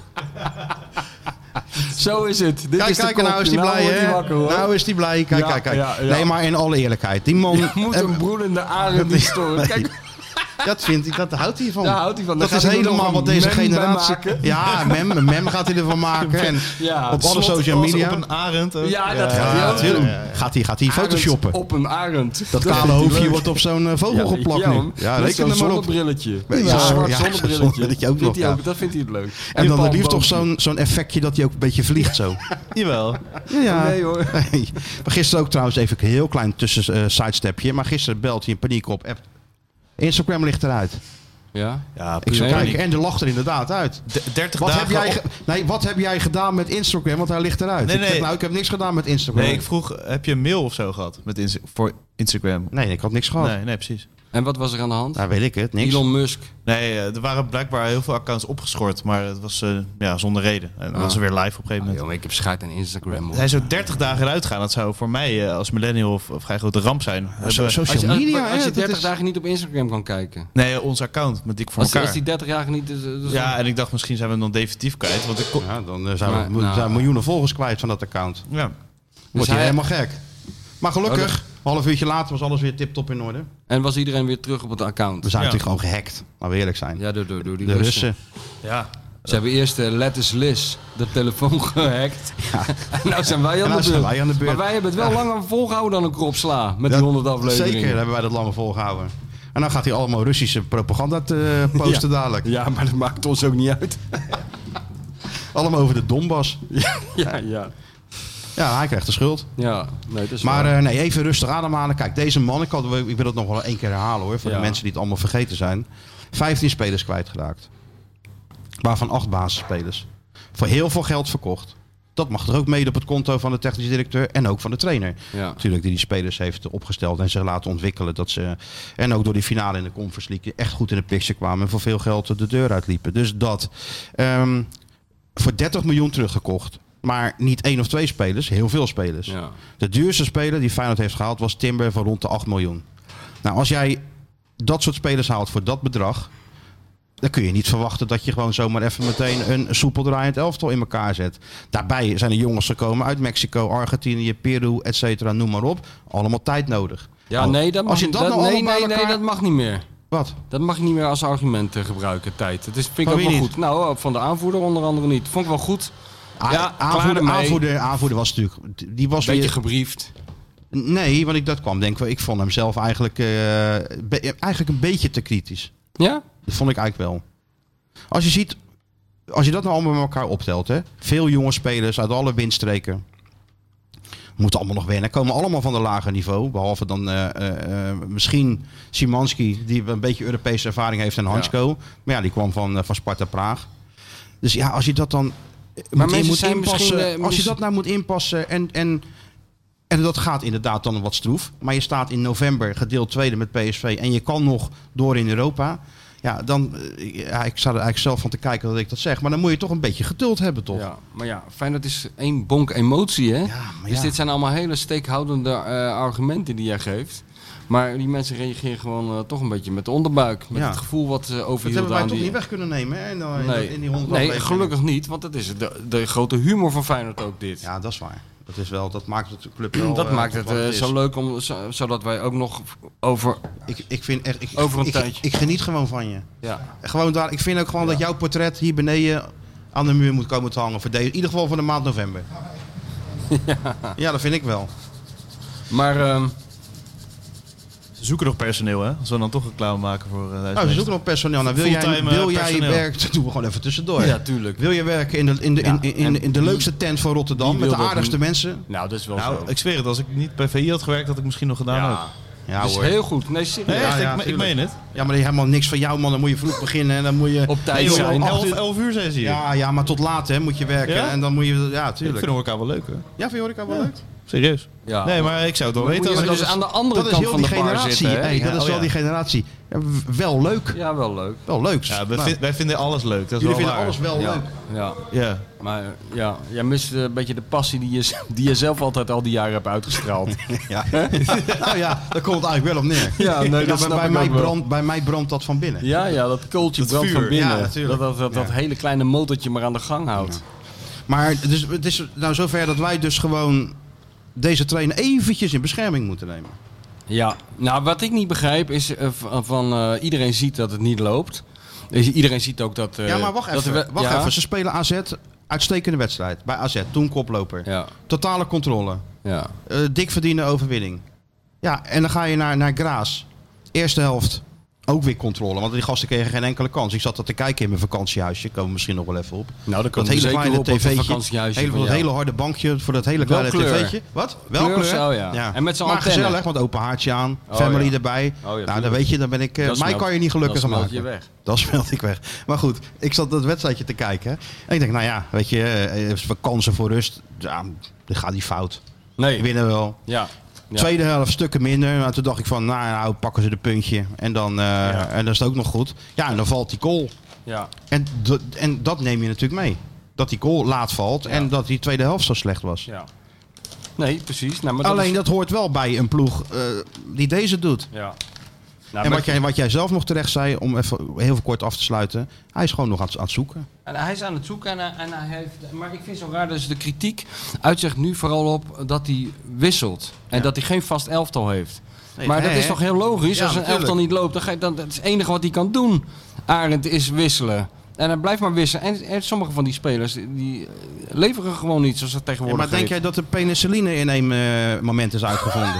S4: Zo is het. Dit
S3: Kijk,
S4: is de
S3: kijk, en nou is
S4: kopje.
S3: die blij,
S4: wordt hij
S3: hè?
S4: wakker, hoor.
S3: Nou is die blij. Kijk,
S4: Ja,
S3: kijk, kijk.
S4: ja, ja.
S3: Nee, maar in alle eerlijkheid. Die man...
S4: Je moet een broedende arend niet storen. Kijk,
S3: Dat vindt hij, dat houdt hij van.
S4: Daar houdt hij van.
S3: Dat
S4: Daar
S3: is
S4: gaat hij er nog
S3: helemaal
S4: een
S3: wat deze
S4: mem bij
S3: generatie...
S4: maken.
S3: Ja, een mem, een mem gaat hij ervan maken. En
S4: Ja,
S3: op alle
S5: Slot
S3: social
S5: als
S3: media.
S5: Op een arend. ook.
S4: ja, dat gaat
S3: Ja,
S4: hij ook
S3: natuurlijk.
S4: doen.
S3: Gaat hij, gaat hij
S4: Arend
S3: photoshoppen.
S4: Op een arend.
S3: dat kale
S4: vindt hij
S3: hoofdje
S4: leuk.
S3: wordt op zo'n eh, vogel geplakt
S4: ja,
S3: nu.
S4: hoor.
S3: Ja,
S4: Met
S3: reken
S4: zo'n
S3: er maar op.
S4: zonnebrilletje.
S3: Ja,
S4: Zo'n
S3: ja,
S4: zwart
S3: ja, zo'n
S4: zonnebrilletje.
S3: brilletje ook
S4: Vindt
S3: nog,
S4: hij
S3: ja.
S4: dat vindt hij het leuk.
S3: En dan het liefst toch
S4: palmboompje.
S3: zo'n zo'n effectje dat hij ook een beetje vliegt zo.
S5: Jawel.
S3: Ja.
S4: Nee hoor.
S3: Nee. Maar gisteren ook trouwens even een heel klein tussen eh, sidestepje. Maar gisteren belt hij in paniek op. App. Instagram ligt eruit.
S4: Ja?
S5: Ja,
S3: Ik zou
S4: Nee.
S3: kijken en er lacht er inderdaad uit.
S5: D- 30
S3: Wat heb,
S5: dagen
S3: jij
S5: op-
S3: ge- nee, wat heb jij gedaan met Instagram? Want hij ligt eruit.
S5: Nee,
S3: Ik, zeg,
S5: nee.
S3: nou, ik heb niks gedaan met Instagram.
S5: Nee, ik vroeg, heb je een mail of zo gehad met Insta- voor Instagram?
S3: nee ik had niks gehad.
S5: Nee, nee, precies.
S4: En wat was er aan de hand?
S3: Nou, weet ik het. Niks.
S4: Elon Musk.
S5: Nee, eh, er waren blijkbaar heel veel accounts opgeschort, maar het was eh, ja, zonder reden. En dan was ze weer live op een gegeven
S4: Ah,
S5: moment.
S4: joh, ik heb scheid aan Instagram. hoor.
S5: Hij zou 30 dagen eruit gaan. Dat zou voor mij eh, als millennial of, of vrij grote ramp zijn.
S3: So-
S5: Hebben-
S4: Als je,
S3: social
S4: als,
S3: media,
S4: als je
S3: hè, dat
S4: 30
S3: is-
S4: dagen niet op Instagram kan kijken.
S5: Nee, ons account met dik voor
S4: Als,
S5: elkaar.
S4: als die 30 dagen niet... Dus, dus
S5: Ja, en ik dacht misschien zijn we hem dan definitief kwijt. Want ik kon-
S3: Ja, dan eh, zijn, we,
S4: Maar,
S3: mo-
S4: nou. Dus
S3: zijn miljoenen volgers kwijt van dat account.
S5: ja.
S3: Word je
S4: hij-
S3: helemaal gek. Maar gelukkig,
S4: Oh,
S3: half uurtje later was alles weer tip-top in orde.
S4: En was iedereen weer terug op het account?
S3: We zijn
S5: Ja.
S3: natuurlijk gewoon gehackt, laten we eerlijk zijn.
S4: Ja, dus, eh, door, door, door die
S3: de
S4: Russen.
S3: Russen.
S5: Ja.
S4: Ze hebben eerst eh, Letters Liz de telefoon gehackt. En nou zijn wij aan,
S3: En nou
S4: de,
S3: zijn
S4: beurt.
S3: wij aan de beurt.
S4: Maar wij hebben het wel langer volgehouden dan een krop sla met die
S3: Dat-
S4: 100 afleveringen.
S3: Zeker hebben wij dat langer volgehouden. En dan gaat hij allemaal Russische propaganda te, eh, posten
S4: Ja.
S3: dadelijk.
S4: Ja, maar dat maakt ons ook niet uit.
S3: Allemaal over de Donbass.
S4: Ja, ja.
S3: Ja, hij krijgt de schuld.
S4: Ja, nee, dat is
S3: Maar
S4: waar.
S3: eh, nee, even rustig ademhalen. Kijk, deze man, ik, had, ik wil het nog wel één keer herhalen hoor. Voor
S4: Ja.
S3: de mensen die het allemaal vergeten zijn. 15 spelers kwijtgeraakt. Waarvan acht basisspelers. Voor heel veel geld verkocht. Dat mag er ook mede op het konto van de technisch directeur en ook van de trainer.
S4: Ja.
S3: Natuurlijk, die die spelers heeft opgesteld en zich laten ontwikkelen. Dat ze, en ook door die finale in de Conference League echt goed in de picture kwamen. En voor veel geld de deur uitliepen. Dus dat. Ehm, voor 30 miljoen teruggekocht. Maar niet één of twee spelers, heel veel spelers.
S4: Ja.
S3: De duurste speler die Feyenoord heeft gehaald was Timber van rond de 8 miljoen. Nou, als jij dat soort spelers haalt voor dat bedrag... dan kun je niet verwachten dat je gewoon zomaar even meteen... een soepel draaiend elftal in elkaar zet. Daarbij zijn er jongens gekomen uit Mexico, Argentinië, Peru, et cetera, noem maar op. Allemaal tijd nodig.
S4: Ja,
S3: Nou,
S4: nee, dat mag,
S3: als je
S4: niet.
S3: dat nou
S4: nee,
S3: allemaal
S4: nee,
S3: bij
S4: nee,
S3: elkaar-
S4: dat mag niet meer.
S3: Wat?
S4: Dat mag niet meer als argument eh, gebruiken, tijd. Het is, vind ik
S3: Van
S4: ook
S3: wie
S4: wel
S3: niet?
S4: goed. Nou, van de aanvoerder onder andere niet. Vond ik wel goed. Ja,
S3: Ja,
S4: klaar
S3: aanvoerder,
S4: ermee.
S3: aanvoerder, aanvoerder was natuurlijk... Die was
S4: Beetje
S3: weer,
S4: gebriefd.
S3: Nee, want ik, dat kwam denk ik wel. Ik vond hem zelf eigenlijk, eh, be- eigenlijk een beetje te kritisch.
S4: Ja?
S3: Dat vond ik eigenlijk wel. Als je ziet, als je dat nou allemaal met elkaar optelt, hè, veel jonge spelers uit alle windstreken. Moeten allemaal nog wennen. Komen allemaal van een lager niveau. Behalve dan eh, eh, eh, misschien Simanski, die een beetje Europese ervaring heeft. En Hansko. Maar ja, die kwam van, eh, van Sparta Praag. Dus ja, als je dat dan eh, moet,
S4: mensen
S3: in- moet
S4: zijn
S3: inpassen.
S4: misschien, eh,
S3: als je
S4: mis-
S3: dat nou moet inpassen en, en en dat gaat inderdaad dan wat stroef. Maar je staat in november gedeeld tweede met PSV. En je kan nog door in Europa. Ja, dan, eh, ja, ik sta er eigenlijk zelf van te kijken dat ik dat zeg. Maar dan moet je toch een beetje geduld hebben, toch?
S4: Ja, maar ja, Feyenoord is één bonk emotie, hè?
S3: maar
S4: Dus
S3: ja.
S4: dit zijn allemaal hele steekhoudende eh, argumenten die jij geeft. Maar die mensen reageren gewoon eh, toch een beetje met de onderbuik. Met
S3: Ja.
S4: het gevoel wat ze
S3: dat
S4: overhield
S3: hebben wij
S4: aan
S3: toch
S4: die...
S3: niet weg kunnen nemen, hè? In, de- in
S4: Nee,
S3: de- in die honderd
S4: nee
S3: afleveringen.
S4: gelukkig niet, want dat is de, de grote humor van Feyenoord ook dit.
S3: Ja, dat is waar. Dat, is wel, dat maakt het club wel...
S4: dat
S3: eh,
S4: maakt
S3: tot
S4: het
S3: wat
S4: eh,
S3: is.
S4: zo leuk, om, zo- zodat wij ook nog over...
S3: Ik, ik vind echt... Ik,
S4: Over een
S3: ik,
S4: tijdje.
S3: Ik, geniet gewoon van je.
S4: Ja,
S3: Gewoon daar, ik vind ook gewoon dat jouw portret hier beneden aan de muur moet komen te hangen. Voor deze, in ieder geval voor de maand november. Ja, dat vind ik wel.
S4: maar... ehm,
S5: Ze zoeken nog personeel, hè? Als we dan toch reclame maken voor... eh
S3: Nou,
S5: Duitsland.
S3: ze zoeken nog personeel. Nou, wil jij,
S5: Fulltime, eh,
S3: wil jij
S5: personeel.
S3: werken? Dat doen we gewoon even tussendoor.
S4: Ja, tuurlijk.
S3: Wil je werken in de, in de, in, in, in, de leukste tent van Rotterdam
S4: wie
S3: met de
S4: wil dat
S3: aardigste
S4: niet?
S3: mensen?
S4: nou, dat is wel zo.
S5: Nou, ik zweer het. Als ik niet bij VI had gewerkt, had ik misschien nog gedaan ook.
S4: ja,
S3: Ja, nou,
S4: dat is
S3: hoor.
S4: heel goed. Nee, serieus.
S5: Nee, echt,
S3: ja,
S5: ik, ik
S3: tuurlijk.
S5: meen het.
S3: Ja, maar die helemaal niks van jou, man. Dan moet je vroeg beginnen en dan moet je...
S4: Op tijd
S5: Nee, joh,
S4: zijn.
S5: om
S3: acht
S5: elf,
S3: uur-
S5: elf uur zijn ze hier.
S3: Ja, ja, maar tot laat hè, moet je werken.
S5: Ja?
S3: En dan moet je... Ja,
S5: ik
S3: tuurlijk.
S5: vind elkaar wel leuk, hè?
S3: Ja, vind je Horeca wel
S5: Ja.
S3: leuk?
S5: Serieus.
S4: Ja.
S5: Nee, maar ik zou het wel
S4: Moet
S5: weten als
S4: je
S5: ik dat...
S4: dus aan de andere
S3: dat is
S4: kant
S3: heel
S4: van
S3: die
S4: de bar
S3: generatie.
S4: zitten. hè?
S3: Hey, dat
S5: Ja,
S3: is
S5: oh
S3: wel
S5: ja.
S3: die generatie. Ja, w- wel leuk.
S4: Ja, wel leuk.
S3: Wel leuk.
S5: Ja, we
S3: Nou,
S5: vind- wij vinden alles leuk. Dat
S3: jullie
S5: is wel
S3: vinden
S5: waar.
S3: alles wel
S4: ja,
S3: leuk.
S4: Ja,
S5: Ja.
S4: maar eh, ja, jij mist eh, een beetje de passie die je, z- die je zelf altijd al die jaren hebt uitgestraald.
S3: Ja. nou ja, daar komt het eigenlijk wel op neer.
S4: Ja, nee, dat snap
S3: bij,
S4: ik
S3: mij
S4: ook wel.
S3: brandt, bij mij brandt dat van binnen.
S4: ja, ja, dat kooltje brandt
S3: vuur,
S4: van binnen.
S3: ja, natuurlijk.
S4: dat dat, dat, dat
S3: Ja.
S4: hele kleine motortje maar aan de gang houdt.
S3: Maar het is, het is nou zover dat wij dus gewoon deze trainer eventjes in bescherming moeten nemen.
S4: Ja, nou wat ik niet begrijp is eh, van, van, eh, iedereen ziet dat het niet loopt. Dus iedereen ziet ook dat... eh,
S3: ja, maar wacht
S4: dat
S3: even.
S4: we-
S3: wacht
S4: ja,
S3: even. Ze spelen AZ. Uitstekende wedstrijd. Bij AZ. Toen koploper.
S4: Ja,
S3: Totale controle.
S4: ja.
S3: Eh, dik verdiende overwinning. Ja, en dan ga je naar, naar Graas. Eerste helft. Ook weer controle. Want die gasten kregen geen enkele kans. Ik zat dat te kijken in mijn vakantiehuisje. Komen we misschien nog wel even op.
S4: Nou, daar
S3: Dat
S4: komen we
S3: hele
S4: zeker
S3: kleine
S4: op, op een
S3: tv'tje.
S4: vakantiehuisje
S3: Hele,
S4: van
S3: dat
S4: jou.
S3: hele harde bankje voor dat hele
S4: Wel
S3: kleine
S4: kleur.
S3: tv'tje. Wat? Wel
S4: Kleur
S3: kleur?
S4: of zo, ja. En met z'n
S3: Maar
S4: antenne.
S3: gezellig, want open haartje aan.
S4: Oh,
S3: family
S4: ja.
S3: erbij. nou, dan
S4: tuurlijk.
S3: weet je, dan ben ik... eh,
S4: Dat
S3: mij
S4: smelt-
S3: kan je niet gelukkig
S4: dat
S3: aan
S4: smelt
S3: maken.
S4: je weg.
S3: Dat smelt ik weg. Maar goed, ik zat dat wedstrijdje te kijken. En ik denk, nou ja, weet je, eh, eh, vakantie voor rust. Ja, dan gaat die fout.
S4: Nee,
S3: Winnen wel.
S4: ja. ja.
S3: Tweede helft stukken minder. Maar toen dacht ik van, nou, nou pakken ze de puntje. En dan, eh, en dan is het ook nog goed. Ja, en dan valt die goal.
S4: Ja.
S3: En, dat- en dat neem je natuurlijk mee. Dat die goal laat valt en dat die tweede helft zo slecht was.
S4: ja. Nee, precies. Nou, maar dat
S3: Alleen
S4: is-
S3: dat hoort wel bij een ploeg eh, die deze doet.
S4: Ja. Nou,
S3: en
S4: maar-
S3: wat jij, wat jij zelf nog terecht zei, om even heel kort af te sluiten. Hij is gewoon nog aan, het- aan het zoeken.
S4: En hij is aan het zoeken en hij, en hij heeft. Maar ik vind het zo raar dat dus de kritiek uitzicht nu vooral op dat hij wisselt. En dat hij geen vast elftal heeft. maar dat
S3: hè,
S4: is
S3: hè?
S4: toch heel logisch?
S3: Ja,
S4: Als een
S3: natuurlijk.
S4: elftal niet loopt, dan, ga je, dan dat is het enige wat hij kan doen. Arend is wisselen. En hij blijft maar wisselen. En, en sommige van die spelers die eh, leveren gewoon niet, zoals dat
S3: Ja,
S4: tegenwoordig
S3: maar denk
S4: heet.
S3: jij dat de penicilline in een eh, moment is uitgevonden?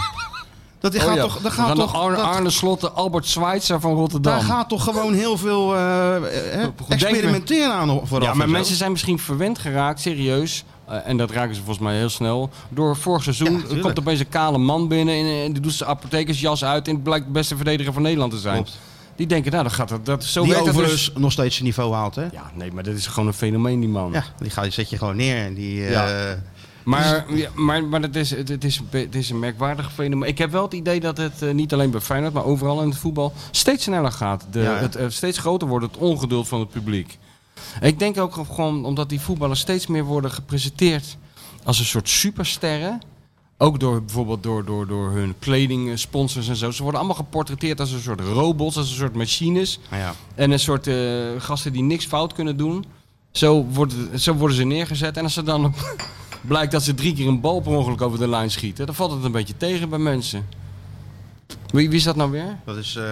S3: Dat
S4: Oh
S3: gaat
S4: ja,
S3: toch,
S4: we
S3: dat gaat
S4: gaan
S3: toch,
S4: nog Arne,
S3: dat-
S4: Arne Slotte, Albert Schweitzer van Rotterdam.
S3: daar gaat toch gewoon heel veel eh, eh,
S4: Goed denken.
S3: experimenteren aan vooraf.
S4: Ja, maar
S3: en zo.
S4: mensen zijn misschien verwend geraakt, serieus. eh, en dat raken ze volgens mij heel snel. Door vorig
S3: Ja,
S4: seizoen
S3: tuurlijk.
S4: komt opeens een kale man binnen. En, en die doet zijn apothekersjas uit. En het blijkt de beste verdediger van Nederland te zijn.
S3: Klopt.
S4: Die denken, nou, dat gaat dat, dat, zo
S3: Die
S4: werkt dat
S3: overigens
S4: dus.
S3: nog steeds zijn niveau haalt, hè?
S4: Ja, nee, maar dat is gewoon een fenomeen, die man.
S3: Ja, die ga je, zet je gewoon neer en die... eh,
S4: Ja. Maar, ja, maar, maar het, is, het, het is, een be- het is een merkwaardig fenomeen. Ik heb wel het idee dat het eh, niet alleen bij Feyenoord, maar overal in het voetbal steeds sneller gaat. De,
S3: Ja, hè?
S4: het, eh, steeds groter wordt het ongeduld van het publiek. En ik denk ook gewoon omdat die voetballers steeds meer worden gepresenteerd als een soort supersterren. Ook door bijvoorbeeld door, door, door hun kleding, eh, sponsors en zo. Ze worden allemaal geportretteerd als een soort robots, als een soort machines.
S3: nou ja.
S4: En een soort eh, gasten die niks fout kunnen doen. Zo, wordt, het- zo worden ze neergezet. En als ze dan op- blijkt dat ze drie keer een bal per ongeluk over de lijn schieten, dan valt het een beetje tegen bij mensen. Wie, wie is dat nou weer?
S3: Dat is eh,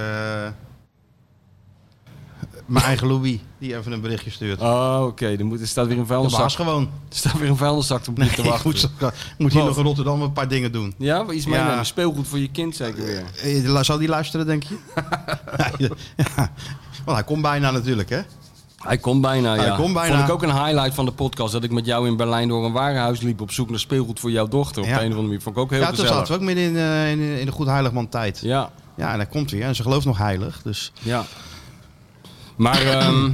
S3: mijn eigen Louis die even een berichtje stuurt.
S4: Oh, oké. Dan moet- Er staat weer een
S3: de
S4: vuilniszak,
S3: baas gewoon.
S4: er staat weer een vuilniszak op te
S3: Ik
S4: wachten.
S3: moet, moet hier nog in Rotterdam een paar dingen doen.
S4: Ja, iets
S3: Ja.
S4: meenemen. Speelgoed voor je kind zeker weer.
S3: Eh, la- Zal die luisteren, denk je? ja. Want hij komt bijna natuurlijk, hè?
S4: Hij komt bijna, ja.
S3: Hij komt bijna.
S4: Vond ik ook een highlight van de podcast. Dat ik met jou in Berlijn door een warenhuis liep op zoek naar speelgoed voor jouw dochter. Op
S3: Ja.
S4: de een of andere manier. Vond ik ook heel
S3: ja, toen
S4: gezellig.
S3: zaten we ook midden in, eh, in, in de Goed Heiligman tijd. Ja.
S4: Ja,
S3: en hij komt weer. En ze gelooft nog heilig. Dus
S4: Ja. Maar, ehm,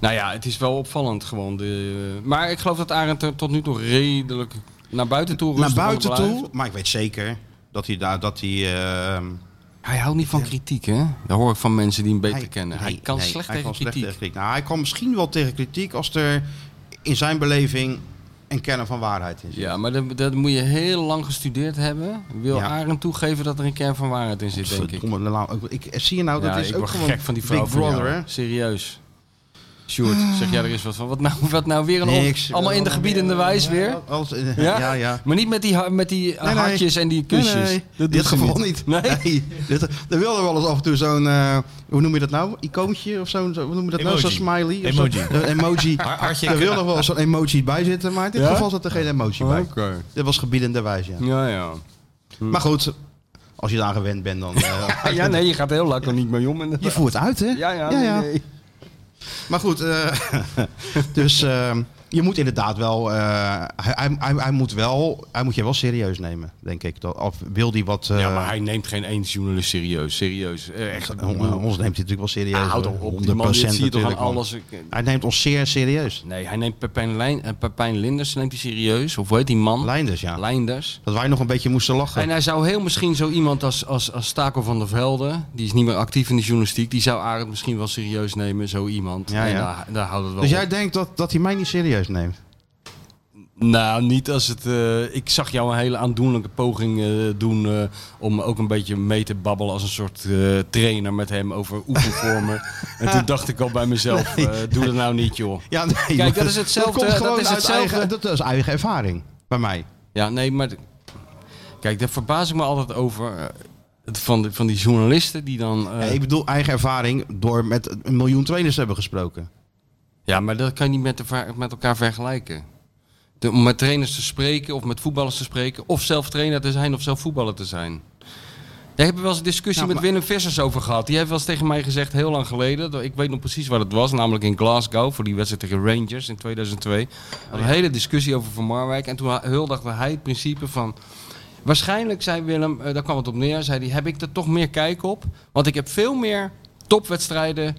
S4: nou ja, het is wel opvallend gewoon. De, maar ik geloof dat Arend er tot nu toe redelijk naar buiten toe
S3: naar
S4: rustig aan
S3: buiten
S4: blijft.
S3: toe. Maar ik weet zeker dat hij daar... Dat hij, ehm,
S4: Hij houdt niet van kritiek, hè? Dat hoor ik van mensen die hem beter
S3: hij-
S4: kennen.
S3: nee,
S4: Hij kan
S3: nee,
S4: slecht
S3: hij
S4: tegen
S3: kan slecht
S4: kritiek.
S3: tegen kritiek. Nou, hij kan misschien wel tegen kritiek als er in zijn beleving een kern van waarheid is.
S4: Ja, maar dat, dat moet je heel lang gestudeerd hebben. Wil
S3: Ja.
S4: Arend toegeven dat er een kern van waarheid in zit, denk ik.
S3: Verdomme, nou, ik, ik- zie je nou, dat
S4: ja,
S3: is
S4: ik
S3: ook
S4: word
S3: gewoon
S4: gek van die vrouw
S3: Big
S4: van jou.
S3: Brother, hè?
S4: Serieus. Sjoerd, zeg jij er is wat van. Wat nou, wat nou weer een...
S3: Niks.
S4: on- allemaal in de gebiedende wijs weer.
S3: Als-
S4: Ja?
S3: ja, ja.
S4: Maar niet met die, ha- met die eh,
S3: Nee, nee.
S4: hartjes en die kusjes.
S3: Nee, nee.
S4: Dat
S3: dit
S4: doet ze
S3: geval niet.
S4: Nee?
S3: Dit, er wilde wel eens af en toe zo'n, eh, hoe noem je dat nou? Icoontje of zo'n, zo, hoe noem je dat nou?
S5: Emoji.
S3: Zo'n smiley? of
S5: Emoji.
S3: zo'n- Een emoji.
S5: hartje.
S3: er wil nog wel zo'n emoji bij zitten, maar in dit
S4: Ja?
S3: geval zat er geen emoji bij.
S4: Oké.
S3: Dit was gebiedende wijs, ja.
S4: Ja, ja.
S3: Maar goed, als je daar gewend bent, dan... eh,
S4: Ja, nee, je gaat er heel lekker niet mee om. En
S3: Je voert uit, hè?
S4: Ja, ja, nee, nee.
S3: Maar goed, eh, dus eh, je moet inderdaad wel, eh, hij, hij, hij- hij moet wel, hij moet je wel serieus nemen, denk ik. Dat, of wil die wat? eh,
S4: Ja, maar hij neemt geen één journalist serieus. Serieus. Eh, Echt. ik
S3: on-
S4: bedoel,
S3: ons neemt hij natuurlijk wel serieus.
S4: ah, houd
S3: hoor.
S4: toch op. Die man, dit
S3: 100%
S4: zie je toch aan
S3: natuurlijk, man.
S4: alles. Ik-
S3: Hij neemt ons zeer serieus.
S4: Nee, hij neemt Pepijn, Lijn, eh, Pepijn Linders neemt hij serieus. Of hoe heet die man?
S3: Leinders, ja.
S4: Leinders.
S3: Dat wij nog een beetje moesten lachen.
S4: En hij zou heel misschien zo iemand als, als, als Taco van der Velde, die is niet meer actief in de journalistiek, die zou Arend misschien wel serieus nemen, zo iemand.
S3: Ja,
S4: En
S3: ja.
S4: daar, daar houdt het wel
S3: Dus
S4: op.
S3: jij denkt dat, dat hij mij niet serieus neemt?
S4: Nou, niet als het. eh, ik zag jou een hele aandoenlijke poging eh, doen eh, om ook een beetje mee te babbelen als een soort eh, trainer met hem over oefenvormen. en toen dacht ik al bij mezelf, eh, doe dat nou niet, joh.
S3: Ja, nee.
S4: Kijk,
S3: maar
S4: dat is hetzelfde,
S3: komt
S4: dat
S3: gewoon
S4: is
S3: uit
S4: hetzelfde.
S3: Eigen, dat eh, is eigen ervaring bij mij.
S4: Ja, nee, maar. d- Kijk, daar verbaas ik me altijd over. eh, het van, de- van die journalisten die dan. eh,
S3: ik bedoel eigen ervaring door met een miljoen trainers te hebben gesproken.
S4: Ja, maar dat kan je niet met, de ver- met elkaar vergelijken. De- om met trainers te spreken of met voetballers te spreken... of zelf trainer te zijn of zelf voetballer te zijn. Daar hebben we wel eens een discussie
S3: Nou,
S4: met Willem Vissers over gehad. Die heeft wel eens tegen mij gezegd, heel lang geleden... dat- ik weet nog precies waar het was, namelijk in Glasgow... voor die wedstrijd tegen Rangers in 2002. We
S3: Oh,
S4: hadden een hele discussie over Van Marwijk... en toen huldigde hij het principe van... Waarschijnlijk, zei Willem, eh, daar kwam het op neer, zei hij, heb ik er toch meer kijk op? Want ik heb veel meer topwedstrijden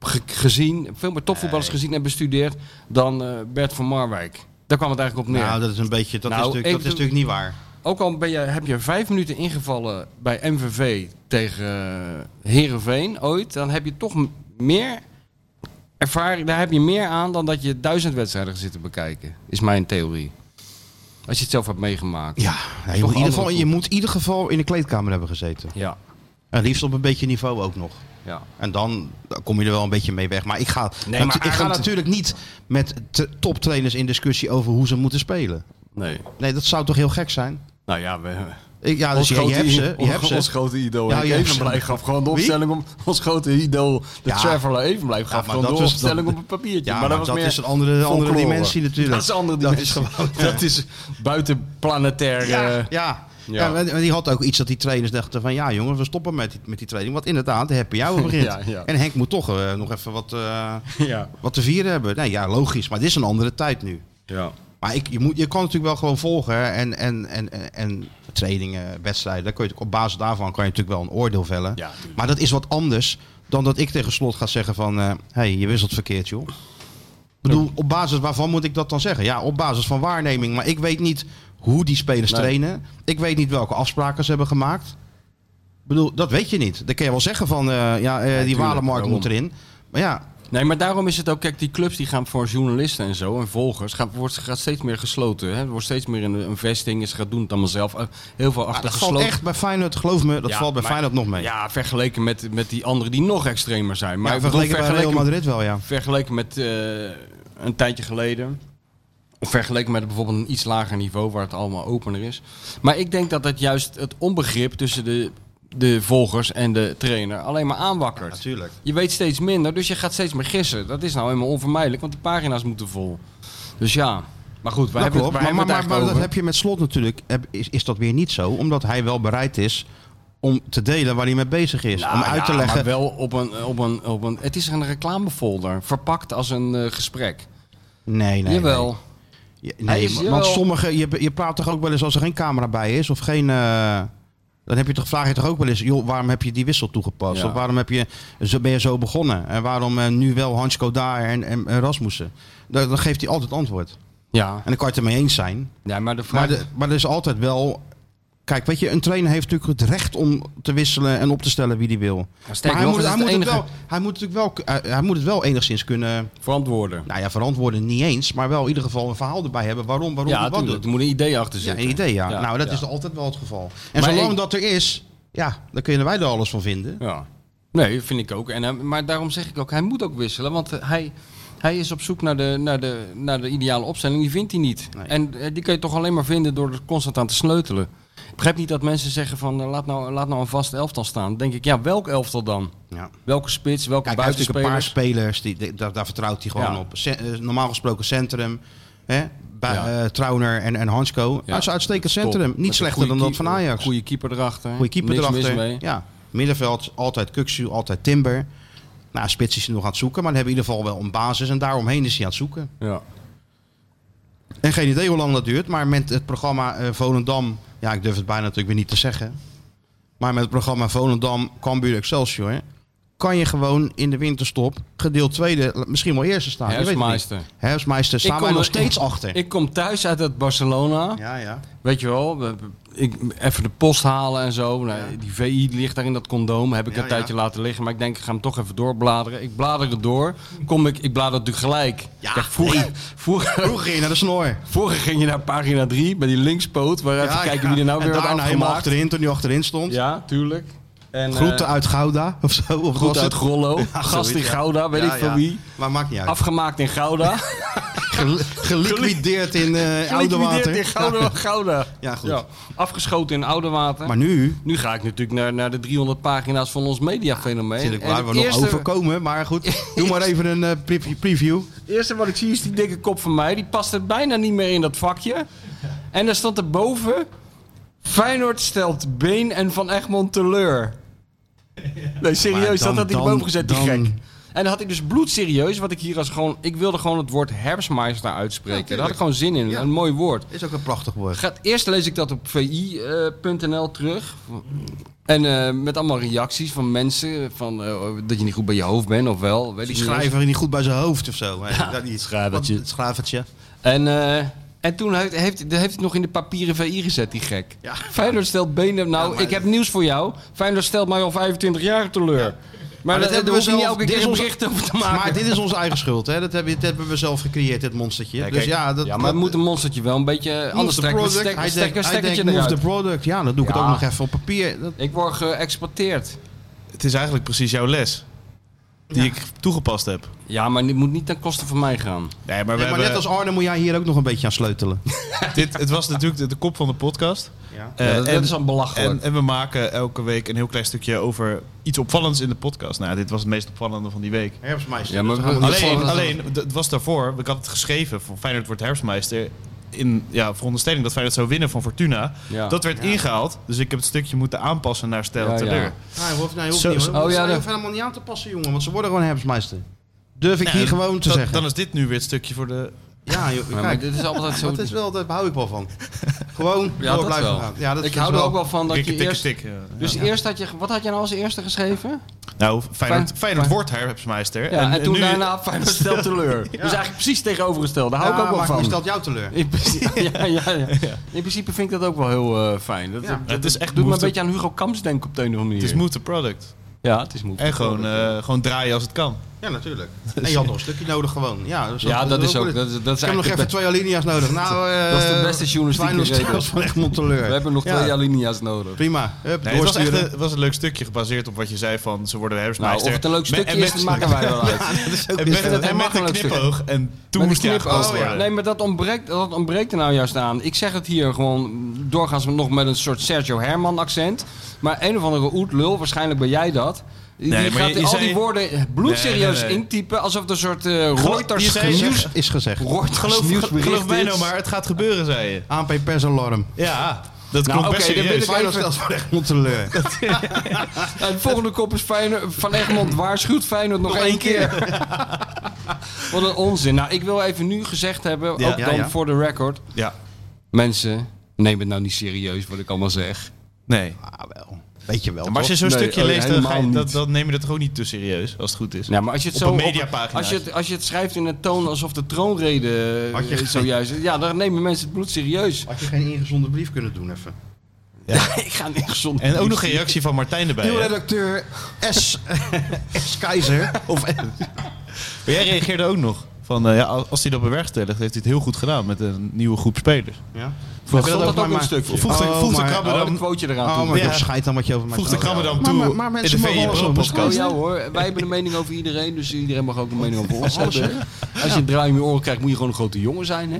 S4: ge- gezien, veel meer topvoetballers gezien en bestudeerd dan eh, Bert van Marwijk. Daar kwam het eigenlijk op neer.
S3: Nou, dat is een beetje, dat,
S4: Nou,
S3: is, natuurlijk,
S4: ik
S3: dat is
S4: bedoel-
S3: natuurlijk niet waar.
S4: Ook al ben je, heb je vijf minuten ingevallen bij MVV tegen eh, Heerenveen ooit, dan heb je toch m- meer ervaring, daar heb je meer aan dan dat je duizend wedstrijden zit te bekijken, is mijn theorie. Als je het zelf hebt meegemaakt.
S3: Ja, nee, je,
S4: Toch
S3: moet in ieder
S4: andere
S3: geval, je
S4: groep.
S3: moet in ieder geval in de kleedkamer hebben gezeten.
S4: Ja.
S3: En liefst op een beetje niveau ook nog.
S4: Ja.
S3: En dan kom je er wel een beetje mee weg. Maar ik ga,
S4: Nee, maar
S3: natu- ik ga
S4: Arend-
S3: natuurlijk niet met te- toptrainers in discussie over hoe ze moeten spelen.
S4: Nee.
S3: Nee, dat zou toch heel gek zijn?
S4: Nou ja, we...
S3: Ik, ja, dus
S4: Ons
S3: je, je
S4: grote
S3: hebt
S4: i-
S3: ze. Je
S4: ons-
S3: hebt ze.
S4: Ons grote idool.
S3: Ja,
S4: Ja,
S3: je hebt ze. ze.
S4: Evenblij gaf gewoon de
S3: Wie?
S4: opstelling om... Ons grote idool, de
S3: Ja.
S4: Traveler Evenblij,
S3: Ja,
S4: gaf
S3: maar
S4: gewoon
S3: dat
S4: de
S3: was-
S4: opstelling
S3: dat-
S4: op een papiertje.
S3: Ja,
S4: maar dat, was meer
S3: is een andere, andere
S4: folklore.
S3: dimensie natuurlijk.
S4: Dat is een andere
S3: Dat is
S4: dimensie.
S3: gewoon-
S4: Dat is buitenplanetair...
S3: Ja,
S4: eh,
S3: ja.
S4: ja.
S3: Ja, maar die- maar die had ook iets dat die trainers dachten van... ja jongen, we stoppen met die, met die training. Want inderdaad, de happy hour begint.
S4: Ja, ja.
S3: En Henk moet toch eh, nog even wat, eh,
S4: ja.
S3: wat te vieren hebben. Nee, ja, logisch. Maar dit is een andere tijd nu.
S4: ja.
S3: Maar ik, je, moet, je kan natuurlijk wel gewoon volgen. hè. En, en, en, en, en trainingen, wedstrijden. Daar kun je, natuurlijk- op basis daarvan kan je natuurlijk wel een oordeel vellen.
S4: Ja, tuurlijk.
S3: maar dat is wat anders dan dat ik tegen slot ga zeggen van... eh hey, je wisselt verkeerd, joh. Ik bedoel, op basis waarvan moet ik dat dan zeggen? Ja, op basis van waarneming. Maar ik weet niet hoe die spelers
S4: Nee.
S3: trainen. Ik weet niet welke afspraken ze hebben gemaakt. Ik bedoel, dat weet je niet. Dan kun je wel zeggen van... eh, ja, eh, die
S4: tuurlijk, Ah,
S3: Walenmarkt
S4: daarom.
S3: moet erin. Maar ja,
S4: Nee, maar daarom is het ook, kijk, die clubs die gaan voor journalisten en zo en volgers, gaan, wordt, gaat steeds meer gesloten. Hè? Er wordt steeds meer een, een vesting, en ze gaat doen het allemaal zelf. Eh, Heel veel
S3: maar
S4: achter
S3: dat valt
S4: gesloten.
S3: echt bij Feyenoord, geloof me, dat
S4: Ja,
S3: valt bij
S4: maar-
S3: Feyenoord nog mee. Ja,
S4: Ja, vergeleken met, met die anderen die nog extremer zijn. Maar ik bedoel,
S3: vergeleken bij Real Madrid wel, ja.
S4: vergeleken met eh, een tijdje geleden. Of vergeleken met bijvoorbeeld een iets lager niveau waar het allemaal opener is. Maar ik denk dat dat juist het onbegrip tussen de, de volgers en de trainer alleen maar aanwakkert.
S3: Natuurlijk.
S4: Je weet steeds minder, dus je gaat steeds meer gissen. Dat is nou helemaal onvermijdelijk, want de pagina's moeten vol. Dus ja, maar goed,
S3: Dat
S4: wij hebben
S3: klopt,
S4: het, wij
S3: maar, maar, maar,
S4: hebben het
S3: maar
S4: eigenlijk
S3: dat
S4: over.
S3: heb je met slot natuurlijk. heb- Is, is dat weer niet zo? Omdat hij wel bereid is om te delen waar hij mee bezig is.
S4: Nou
S3: om uit te
S4: ja,
S3: leggen.
S4: Maar wel op een, op, een, op een. Het is een reclamefolder, verpakt als een eh, gesprek.
S3: Nee, nee.
S4: Jawel.
S3: nee. Je-
S4: Hij
S3: Nee,
S4: is
S3: maar-
S4: hier
S3: want
S4: wel-
S3: sommige, je, je praat toch ook wel eens als er geen camera bij is of geen. eh, dan heb je toch, vraag je toch ook wel eens, joh, waarom heb je die wissel toegepast?
S4: Ja.
S3: Of waarom heb je, zo, ben je zo begonnen? En waarom eh, nu wel Hansko daar en, en, en Rasmussen? Dan, dan geeft hij altijd antwoord.
S4: Ja.
S3: En dan kan je het ermee eens zijn.
S4: ja, maar de vraag.
S3: Maar, de, maar er is altijd wel. Kijk, weet je, een trainer heeft natuurlijk het recht om te wisselen en op te stellen wie die wil.
S4: sterker
S3: Maar hij
S4: nog,
S3: moet,
S4: is
S3: hij,
S4: het
S3: moet het
S4: enige-
S3: wel, hij moet natuurlijk wel, eh, hij moet het wel enigszins kunnen,
S4: verantwoorden.
S3: nou ja, verantwoorden niet eens, maar wel in ieder geval een verhaal erbij hebben waarom, waarom
S4: Ja,
S3: hij wat
S4: natuurlijk.
S3: doet.
S4: Er moet een idee achter
S3: Ja,
S4: zitten.
S3: een idee, ja. nou, dat
S4: ja.
S3: is altijd wel het geval. En
S4: Maar
S3: zolang
S4: ik-
S3: dat er is, ja, dan kunnen wij er alles van vinden.
S4: Ja. Nee, vind ik ook. En, hij- maar daarom zeg ik ook, hij moet ook wisselen. Want eh, hij, hij is op zoek naar de, naar, de, naar de ideale opstelling. Die vindt hij niet.
S3: Nee.
S4: En eh, die kun je toch alleen maar vinden door er constant aan te sleutelen. Ik begrijp niet dat mensen zeggen van, eh, laat, nou, laat nou een vast elftal staan. Dan denk ik, ja, welk elftal dan?
S3: Ja.
S4: Welke spits, welke
S3: Kijk, hij heeft natuurlijk een paar
S4: buitenspelers?
S3: spelers, die, die- daar, daar vertrouwt hij gewoon
S4: Ja.
S3: op. Ce- eh, normaal gesproken centrum, hè, bij,
S4: Ja.
S3: eh, Trauner en, en Hansko. Nou, dat is een uitstekend
S4: Top.
S3: centrum,
S4: Met
S3: niet
S4: een
S3: slechter
S4: goede
S3: dan dat
S4: keeper-
S3: van Ajax.
S4: Goede keeper erachter.
S3: Goeie keeper
S4: Niks mis
S3: erachter.
S4: mee.
S3: Ja. Middenveld, altijd Kuksu, altijd Timber. Nou, spits is hij nog aan het zoeken, maar dan hebben we in ieder geval wel een basis. En daaromheen is hij aan het zoeken.
S4: Ja.
S3: En geen idee hoe lang dat duurt, maar met het programma eh, Volendam... Ja, ik durf het bijna natuurlijk weer niet te zeggen. Maar met het programma Volendam, Cambuur, Excelsior... kan je gewoon in de winterstop gedeeld tweede, misschien wel eerste staan. Je weet het niet.
S4: Herfstmeister.
S3: Herfstmeister staan
S4: Ik
S3: wij
S4: kom
S3: nog
S4: er-
S3: steeds achter.
S4: Ik kom thuis uit dat Barcelona.
S3: ja, ja.
S4: Weet je wel, we- we- ik, even de post halen en zo. Nou, Die VI ligt daar in dat condoom. Heb ik
S3: Ja,
S4: een tijdje
S3: ja.
S4: laten liggen. Maar ik denk, ik ga hem toch even doorbladeren. Ik blader het door. Kom ik, ik blader het natuurlijk gelijk.
S3: Ja,
S4: Kijk, vroeger,
S3: nee.
S4: vroeger,
S3: Vroeger ging je naar de snor.
S4: vroeger ging je naar pagina 3 bij die linkspoot. Waar even kijken wie er nou
S3: en
S4: weer had
S3: daarna helemaal
S4: afgemaakt.
S3: achterin, toen hij achterin stond.
S4: Ja, tuurlijk. En, eh,
S3: Groeten uit Gouda of zo. Of was
S4: groeten uit
S3: het?
S4: Grollo.
S3: Ja,
S4: Gast in
S3: zoiets, ja.
S4: Gouda, weet
S3: Ja,
S4: ik van
S3: ja.
S4: wie.
S3: Maar maakt niet uit.
S4: Afgemaakt in Gouda.
S3: Gel- geliquideerd in eh oude
S4: Geliquideerd in
S3: water.
S4: Gouda. Gouda.
S3: Ja, goed.
S4: Afgeschoten in Oudewater.
S3: Maar nu
S4: Nu ga ik natuurlijk naar, naar de 300 pagina's van ons mediafenomeen.
S3: zit ik
S4: En
S3: waar
S4: het
S3: we nog
S4: eerste-
S3: overkomen. Maar goed, doe maar even een eh, pre- preview.
S4: Het eerste wat ik zie is die dikke kop van mij. Die past er bijna niet meer in dat vakje. En daar stond erboven... Feyenoord stelt Been en Van Egmond teleur. Nee, serieus,
S3: Maar dan-
S4: dat had hij
S3: dan-
S4: erboven gezet, die
S3: dan-
S4: gek. En dan had ik dus bloedserieus, wat ik hier als gewoon... Ik wilde gewoon het woord herbstmeister uitspreken.
S3: Ja, tuurlijk.
S4: daar had ik gewoon zin in,
S3: Ja.
S4: een mooi woord.
S3: Is ook een prachtig woord.
S4: Gaat, eerst lees ik dat op vi.nl terug. En eh, met allemaal reacties van mensen. Van, eh, dat je niet goed bij je hoofd bent of wel. Weet
S3: Die
S4: ik niet eens.
S3: schrijver niet goed bij zijn hoofd of zo. hè. Dat niet.
S4: schrijvertje.
S3: Want- Het schrijvertje.
S4: En, eh, en toen heeft, heeft, heeft hij het nog in de papieren VI gezet, die gek.
S3: Ja.
S4: Feyenoord stelt benen... Nou,
S3: Ja, maar-
S4: ik heb nieuws voor jou. Feyenoord stelt mij al 25 jaar teleur. Maar dat
S3: dat
S4: hebben
S3: hebben
S4: we
S3: we
S4: zelf, niet
S3: zelf-
S4: elke
S3: dit
S4: keer
S3: is
S4: een
S3: ons-
S4: bericht over te maken.
S3: Maar dit is onze eigen schuld, hè? Dat, hebben, dat hebben we zelf gecreëerd, dit monstertje.
S5: kijk,
S3: dus ja, dat,
S4: ja, maar het
S3: dat-
S4: moet een monstertje wel een beetje...
S3: move
S4: Anders
S3: the
S4: trekken we
S3: product.
S4: stek-
S3: Hij
S4: stek-
S3: denkt- hij
S4: stekkertje
S3: denkt, move
S4: eruit.
S3: the product. Ja, dan doe ik
S4: Ja.
S3: het ook nog even op papier. Dat,
S4: Ik word geëxporteerd.
S5: Het is eigenlijk precies jouw les. Die ik toegepast heb.
S4: Ja, maar dit moet niet ten koste van mij gaan.
S5: Nee, maar, we
S3: Ja, maar
S5: hebben,
S3: net als Arne moet jij hier ook nog een beetje aan sleutelen.
S5: dit, het was natuurlijk de, de kop van de podcast.
S3: Ja.
S5: Eh,
S4: Ja, dat, dat
S5: en-
S4: is al belachelijk.
S5: En, en we maken elke week een heel klein stukje over iets opvallends in de podcast. Nou, dit was het meest opvallende van die week.
S3: Herfstmeister.
S4: Ja, maar
S3: Dat gaan we
S4: we-
S3: niet
S5: Alleen,
S3: voor-
S5: alleen d- het was daarvoor, ik had het geschreven van Feyenoord wordt herfstmeister. In ja, veronderstelling dat Feyenoord zou winnen van Fortuna.
S4: Ja.
S5: Dat werd ingehaald, dus ik heb het stukje moeten aanpassen naar Stel
S4: Ja,
S5: Teleur.
S4: ja.
S3: Nee, hoeft, nee, hoeft
S5: Zo-
S3: niet.
S5: zo-
S3: hoor.
S4: oh, ja,
S3: je
S4: dat-
S3: hoeft helemaal niet aan te passen, jongen. Want ze worden gewoon herfstmeister. Durf ik
S5: Nou,
S3: hier gewoon te
S5: dan-
S3: zeggen.
S5: Dan is dit nu weer het stukje voor de...
S3: Ja, joh,
S4: Ja, maar
S3: kijk.
S4: dit is altijd zo...
S3: Dat is wel, daar hou ik wel van. Gewoon
S4: ja,
S3: door
S4: dat
S3: blijven
S4: wel.
S3: gaan. Ja, dat
S4: ik
S3: is dus
S4: hou er ook wel van dat
S5: Rikke,
S4: je
S5: tikke,
S4: eerst...
S5: tik, ja.
S4: Dus eerst had je... Wat had je nou als eerste geschreven?
S5: Nou, Feyenoord,
S4: Fijn-
S5: Feyenoord wordt herfstmeister.
S4: Ja, en, toen
S5: nu-
S4: daarna Feyenoord stelt teleur. Dus eigenlijk precies tegenovergesteld. Daar hou
S3: Ja,
S4: ik ook wel
S3: maar wie
S4: van.
S3: stelt jou teleur?
S4: In principe, ja, ja, ja. In principe vind ik dat ook wel heel eh, fijn. Dat,
S3: Ja.
S4: dat-
S5: Het is echt
S4: doet me een
S5: behoefte-
S4: beetje aan Hugo Kamps denken op de een of andere
S5: Het
S4: manier.
S5: is move the product.
S4: ja, het is moe.
S5: En gewoon, eh, gewoon draaien als het kan.
S3: Ja, natuurlijk. En je had nog een stukje nodig gewoon. Ja, dus
S4: ja, dat is ook.
S3: wel-
S4: Dat, is- dat is
S3: Ik heb nog
S4: eigenlijk
S3: even
S4: de
S3: twee alinea's nodig. Nou, eh,
S4: Dat is de beste journalistieke
S3: Feyenoord
S4: regel.
S3: stelt van Egmond teleur.
S4: be- we hebben nog
S3: Ja,
S4: twee alinea's nodig.
S3: Prima. Hup,
S5: Nee, het was echt
S3: doorsturen.
S5: een, het was een leuk stukje gebaseerd op wat je zei van ze worden
S4: Nou,
S5: herfstmeister.
S4: of het een leuk
S5: Met-
S4: stukje
S5: en
S4: is,
S5: met-
S4: dat maken wij wel uit.
S5: En met,
S4: dat
S5: en
S4: mag
S5: met
S4: een
S5: een
S4: leuk stukje.
S5: knipoog. En toen
S4: Met een
S5: moest je
S4: knip-
S5: aangepast
S3: oh, ja.
S5: worden.
S4: Nee, maar dat ontbreekt, dat ontbreekt er nou juist aan. Ik zeg het hier gewoon doorgaans nog met een soort Sergio Herman accent. Maar een of andere oetlul, waarschijnlijk ben jij dat. Die,
S5: Nee,
S4: die
S5: maar
S4: gaat
S5: je- je
S4: al
S5: zei-
S4: die woorden bloedserieus
S5: Nee, nee, nee.
S4: intypen. Alsof het een soort eh
S5: je
S4: Reuters
S5: zei-
S4: nieuws...
S3: is gezegd.
S4: Reuters
S5: Geloof,
S4: nieuwsbericht
S5: geloof mij
S4: is.
S5: nou maar, het gaat gebeuren, zei je.
S3: ANP persalarm.
S5: Ja, dat
S4: Nou,
S5: klonk best
S4: oké, dan ben
S5: serieus.
S4: ik-
S3: Feyenoord
S4: even-
S3: stelt van Egmond teleur.
S4: En de volgende kop is Feyenoord, Van Egmond waarschuwt Feyenoord nog, één keer. Wat een onzin. Nou, ik wil even nu gezegd hebben,
S5: Ja,
S4: ook
S3: ja,
S4: dan
S3: ja.
S4: voor de record.
S5: Ja,
S4: Mensen, neem het nou niet serieus wat ik allemaal zeg.
S5: nee.
S3: Ah, wel. Weet je wel,
S5: Maar als je
S3: toch?
S5: zo'n
S4: Nee,
S5: stukje
S4: oh ja,
S5: leest, dan, ga je-
S4: helemaal
S5: dat,
S4: niet.
S5: dan neem je dat toch ook niet te serieus, als het goed is.
S4: Nou, maar als je het
S5: Op
S4: zo
S5: een mediapagina.
S4: Als je, het, als je het schrijft in een toon alsof de troonrede eh,
S3: Had je geen-
S4: zojuist... Ja, dan nemen mensen het bloed serieus.
S3: Had je geen ingezonde brief kunnen doen even?
S4: ik ga niet gezond.
S5: En ook nog een reactie van Martijn erbij.
S3: Uw
S5: hè?
S3: redacteur S. S. Keizer. Of
S5: Maar jij reageerde ook nog. Van, eh, ja, als hij dat bewerkstelligt, heeft hij het heel goed gedaan met een nieuwe groep spelers.
S3: ja.
S5: Vroeg,
S4: Stond dat ook een stukje?
S5: Voeg,
S3: Oh,
S5: voeg de
S3: maar-
S5: krabben
S4: Oh,
S5: dan,
S4: een quoteje eraan
S3: Oh,
S4: toe.
S3: maar ik
S5: Ja.
S3: heb scheid aan wat je over mij
S5: voeg de krabben dan toe
S3: maar- maar
S5: in de
S3: mensen mogen
S5: VE
S3: alles
S5: Pro
S3: op
S4: Oh
S5: podcast.
S4: ja hoor, wij hebben een mening over iedereen, dus iedereen mag ook een mening over ons hebben. Als je een draai in je oren krijgt, moet je gewoon een grote jongen zijn, hè?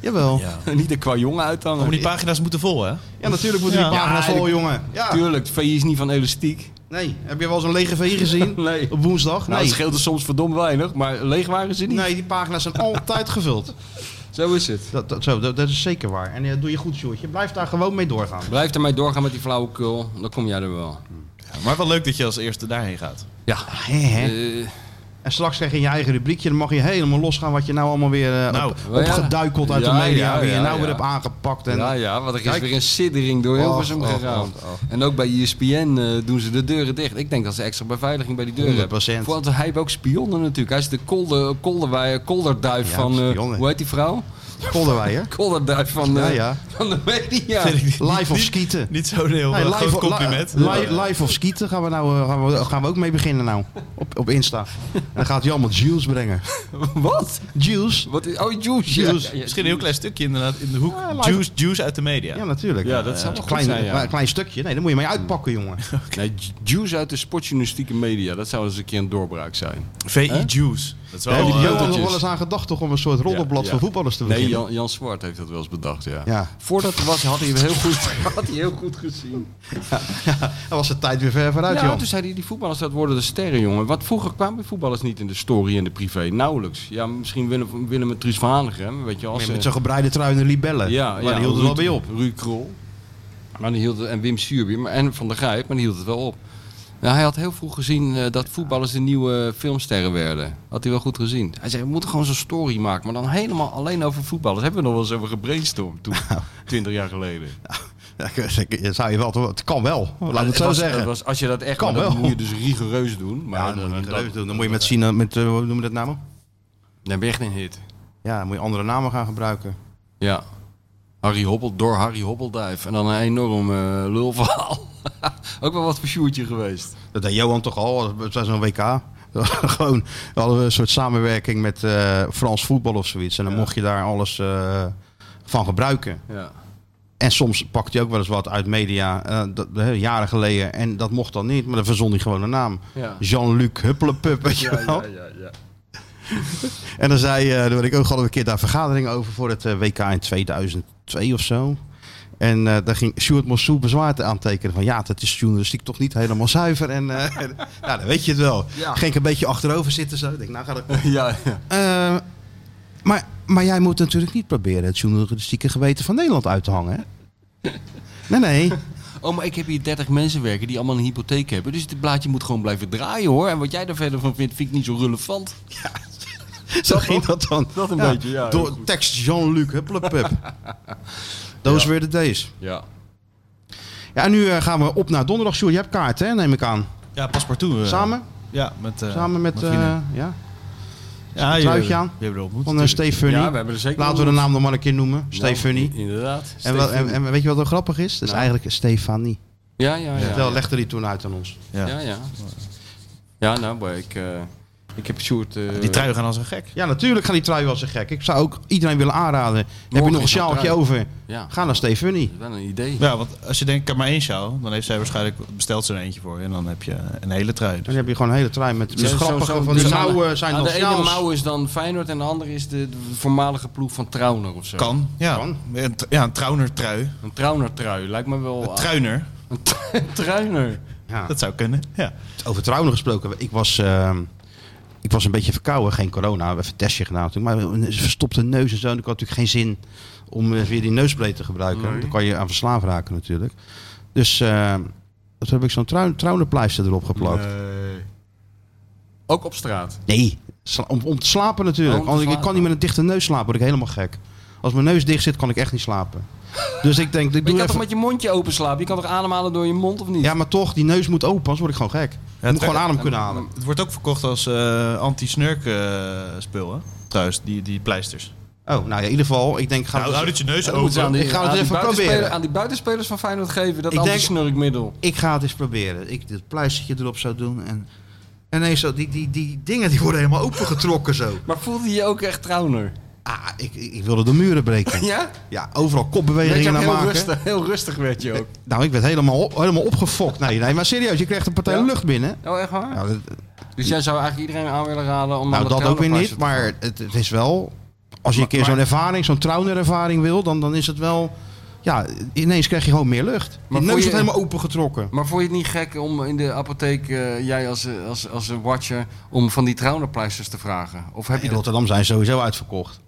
S3: Jawel. Ja,
S5: Ja.
S4: Niet een qua jongen uithangen.
S5: Maar die pagina's moeten vol, hè?
S3: natuurlijk moeten die
S5: Ja.
S3: pagina's
S4: Ja,
S3: vol, jongen. Ja.
S4: Tuurlijk, de VI is niet van elastiek. Nou,
S3: Nee, heb je wel eens een lege VE gezien?
S4: Nee.
S3: Op woensdag?
S4: Nou, het
S3: Nee.
S4: scheelt er soms verdomd weinig, maar leeg waren ze niet.
S3: Nee, die pagina's zijn altijd gevuld.
S4: Zo is het.
S3: Dat, dat, zo, dat, dat is zeker waar. En eh, doe je goed, Sjoerdje. Blijf daar gewoon mee doorgaan.
S4: Blijf ermee doorgaan met die flauwekul, dan kom jij er wel.
S5: Ja, maar wel leuk dat je als eerste daarheen gaat.
S4: Ja.
S3: Hè, hè?
S4: Eh,
S3: En straks krijg je je eigen rubriekje. Dan mag je helemaal losgaan wat je nou allemaal weer eh,
S5: Nou,
S3: op,
S4: wel ja.
S3: opgeduikeld uit
S4: Ja,
S3: de media.
S4: ja,
S3: wie je
S4: ja,
S3: nou weer
S4: ja.
S3: hebt aangepakt. En,
S4: ja, ja, want er is
S3: Kijk.
S4: weer een siddering door
S3: Och,
S4: Hilversum
S3: och,
S4: gegaan.
S3: och, och.
S4: En ook bij ESPN eh, doen ze de deuren dicht. Ik denk dat ze extra beveiliging bij die deuren hebben.
S3: 100%.
S4: Want hij heeft ook spionnen natuurlijk. Hij is de kolder, kolderwij- kolderduif
S3: Ja,
S4: van... eh,
S3: spionnen.
S4: hoe heet die vrouw?
S3: Kolderwij, hè?
S4: Kolderduif van, eh,
S3: Ja, ja.
S4: van de media.
S3: Live of skieten.
S5: Niet zo'n heel
S3: Nee,
S5: eh,
S3: live
S5: groot
S3: of- li-
S5: compliment.
S3: li- live of skieten gaan we, nou, eh, gaan, we, gaan we ook mee beginnen nou. Op, op Insta. Dan gaat hij allemaal Jules brengen.
S4: Wat?
S3: Jules?
S4: Wat is, oh, Juice. ja.
S5: Juice.
S4: Ja, ja,
S5: Eh, Misschien een heel klein stukje inderdaad in de hoek.
S3: live-
S5: juice, juice uit de media.
S3: Ja, natuurlijk.
S4: Ja, dat zou wel
S3: een
S4: goed
S3: klein,
S4: zijn, ja. Hmm.
S3: maar een klein stukje. Nee, daar moet je mee uitpakken, jongen.
S4: Nee, Ju- Juice uit de sportjournalistieke media. Dat zou eens een keer een doorbraak zijn.
S5: VI Juice. Dat is wel
S3: Daar hebben
S5: eh,
S3: die Johan nog
S5: dat
S3: Oh, wel eens aan gedacht toch om een soort roddelblad
S4: dus. Ja,
S3: voor
S4: ja.
S3: voetballers te
S4: Nee,
S3: beginnen.
S4: Jan, Jan Zwart heeft dat wel eens bedacht, ja.
S3: Ja.
S4: Voordat hij was, had hij heel goed, had hij heel goed gezien.
S3: Dan was de tijd weer ver vooruit,
S4: Ja, dus
S3: Jan.
S4: Nou, toen zei hij, die voetballers, dat worden de sterren, jongen. Want vroeger kwamen voetballers niet in de story en de privé. Nauwelijks. Ja, misschien Willem, Willem en Truus van Hanegem, weet je. Als,
S3: Met-
S4: eh,
S3: Met zo'n gebreide trui en een libellen.
S4: ja,
S3: maar
S4: ja,
S3: die hield er
S4: Ruud-
S3: wel bij op.
S4: Ruud Krol. Maar die hield, het- en Wim Suurby maar- en Van der Grijp, maar die hield het wel op. Nou, hij had heel vroeg gezien eh, dat voetballers de nieuwe filmsterren werden. Had hij wel goed gezien. Hij zei, we moeten gewoon zo'n story maken, maar dan helemaal alleen over voetballers. Hebben we nog wel eens over gebrainstormd toen,
S3: Nou.
S4: twintig jaar geleden.
S3: Ja, dat zou je wel, toch- het kan wel. Laat
S4: Maar
S3: het zo
S4: was-
S3: zeggen.
S4: het was- als je dat echt
S3: Kan
S4: kan, dan
S3: wel.
S4: moet je dus rigoureus doen. Maar
S3: ja,
S4: dan,
S3: dan,
S4: dan,
S3: moet je dat doen. dan moet je met Sina, met, eh, hoe noemen we dat namen?
S4: dan ben je echt een hit.
S3: Ja, dan moet je andere namen gaan gebruiken.
S4: Ja. Harry Hobbel door Harry Hobbelduif. En dan een enorm eh, lulverhaal Ook wel wat voor Sjoertje geweest.
S3: Dat deed Johan toch al, het was zo'n WK. Gewoon, we hadden we een soort samenwerking met eh, Frans voetbal of zoiets. En dan mocht je daar alles eh, van gebruiken.
S4: Ja.
S3: En soms pakt hij ook wel eens wat uit media, eh, dat, hè, jaren geleden. En dat mocht dan niet, maar dan verzon hij gewoon een naam.
S4: Ja.
S3: Jean-Luc Huppelepup, weet je
S4: Ja,
S3: wel.
S4: ja, ja, ja.
S3: En dan zei, eh, daar ben ik ook hadden we een keer daar vergadering over voor het eh, WK in 2002 of zo. En eh, daar ging Sjoerd Mossou bezwaar te aantekenen van ja, dat is journalistiek toch niet helemaal zuiver. En eh, nou, dan weet je het wel.
S4: Ja.
S3: Ging ik een beetje achterover zitten zo. Ik denk, nou gaat het.
S4: ja, ja.
S3: Eh, maar, maar jij moet natuurlijk niet proberen het journalistieke geweten van Nederland uit te hangen. Hè? Nee, nee.
S4: Oh, maar ik heb hier 30 mensen werken die allemaal een hypotheek hebben. Dus dit blaadje moet gewoon blijven draaien hoor. En wat jij daar verder van vindt, vind ik niet zo relevant.
S3: Zo ging dat dan.
S4: Dat een beetje, ja, heel
S3: Door
S4: goed.
S3: tekst Jean-Luc Huppelepup. Those were the days.
S4: Ja.
S3: Ja, en nu eh, gaan we op naar donderdag. Sjoerd, je hebt kaart, hè? Neem ik aan.
S5: Ja, paspartout. eh,
S3: Samen?
S5: Ja, met... eh,
S3: Samen met...
S5: vrienden.
S3: eh, ja,
S5: ja, je-
S3: truitje aan.
S5: Je hebt er ontmoet.
S3: van eh,
S5: natuurlijk.
S3: Steve Funny.
S4: Ja, we hebben er zeker
S3: Laten we de naam nog maar een keer noemen. Steve Funny.
S4: Inderdaad.
S3: En, wel- en, en weet je wat er grappig is? Dat is eigenlijk Stefanie.
S4: Ja, ja, Nou. ja.
S3: Vertel, legde die toen uit aan ons.
S5: ja.
S4: Ja, ja. Ja, nou, maar ik, eh, ik heb Sjoerd... eh,
S5: Die truien gaan als een gek.
S3: Ja, natuurlijk gaan die trui wel zo gek. Ik zou ook iedereen willen aanraden. Heb je nog een
S4: is dat
S3: sjaaltje
S4: trui.
S3: over?
S4: Ja,
S3: Ga naar Steve Funny.
S4: wel een idee.
S5: Ja, want als je denkt, ik heb maar één sjaal, dan heeft zij waarschijnlijk besteld ze er eentje voor. En dan heb je een hele trui. Dus
S3: Dan heb je gewoon een hele trui met, met
S4: Zo-
S3: grappige
S4: zo- zo-
S3: van die
S4: dus
S3: mouwen
S4: aan-
S3: zijn
S4: aan
S3: dan
S4: De ene
S3: sjaals.
S4: mouw is dan Feyenoord en de andere is de, de voormalige ploeg van Trauner of zo.
S5: kan. Ja,
S3: Kan.
S5: Een, tr- ja, een trouwner trui.
S4: Een Trauner-trui, lijkt me wel...
S5: Een truiner.
S4: Een tr- een truiner.
S3: Ja.
S5: Dat zou kunnen. Ja.
S3: Over trouwen gesproken. Ik was, eh, ik was een beetje verkouden. Geen corona. We hebben even een testje gedaan natuurlijk. Maar een verstopte neus en zo. En ik had natuurlijk geen zin om eh, weer die neusbleed te gebruiken. Dan kan je aan verslaafd raken natuurlijk. Dus eh wat heb ik zo'n trou trouwenpleister erop geplakt.
S5: Eh,
S4: Ook op straat.
S3: Nee, sla- om, om te slapen natuurlijk.
S4: Oh, om te
S3: Anders, Ik
S4: slapen.
S3: kan niet met een dichte neus slapen. Word ik helemaal gek. Als mijn neus dicht zit, kan ik echt niet slapen. Dus ik denk, ik
S4: Maar je
S3: doe
S4: kan toch
S3: even...
S4: met je mondje open slapen? Je kan toch ademhalen door je mond of niet?
S3: Ja, maar toch, die neus moet open, anders word ik gewoon gek. Ik moet
S5: het-
S3: gewoon adem kunnen
S4: Mm.
S3: halen.
S5: Het wordt ook verkocht als eh, anti-snurk eh, spul, hè? Trouwens, die, die pleisters.
S3: Oh, nou ja, in ieder geval, ik denk... Ga dus-
S5: Nou, houd het je neus
S4: Dan moeten ze
S5: open.
S4: aan die-
S3: Ik ga het
S4: aan die
S3: even
S4: buitenspeler-
S3: proberen.
S4: Aan die buitenspelers van Feyenoord geven, dat
S3: Ik denk-
S4: antisnurkmiddel.
S3: Ik ga het eens proberen. Ik dit pleistertje erop zou doen en... En ineens zo, die, die, die dingen die worden helemaal opengetrokken zo.
S4: Maar voelde je je ook echt trauner?
S3: Ah, ik, ik ik wilde de muren breken.
S4: Ja?
S3: Ja, overal
S4: Werd je
S3: kopbewegingen
S4: ook
S3: naar
S4: heel
S3: maken.
S4: rustig, heel rustig werd je ook.
S3: Nou, ik werd helemaal, op- helemaal opgefokt. Nee, nee, maar serieus, je kreeg een partij
S4: Ja?
S3: lucht binnen.
S4: Oh, echt waar?
S3: Nou, dat,
S4: Dus jij zou eigenlijk iedereen aan willen raden om aan
S3: nou,
S4: de
S3: dat ook weer
S4: traunerpleister
S3: niet,
S4: te
S3: maar het, het is wel... Als je een keer zo'n ervaring, zo'n traunerervaring wil, dan, dan is het wel... Ja, ineens krijg je gewoon meer lucht. Die
S4: Maar
S3: neus
S4: voel
S3: wordt
S4: je-
S3: helemaal opengetrokken.
S4: Maar vond je het niet gek om in de apotheek, eh, jij als, eh, als, als een watcher, om van die traunerpleisters te vragen? Of heb je
S3: In
S4: dat?
S3: Rotterdam zijn ze sowieso uitverkocht.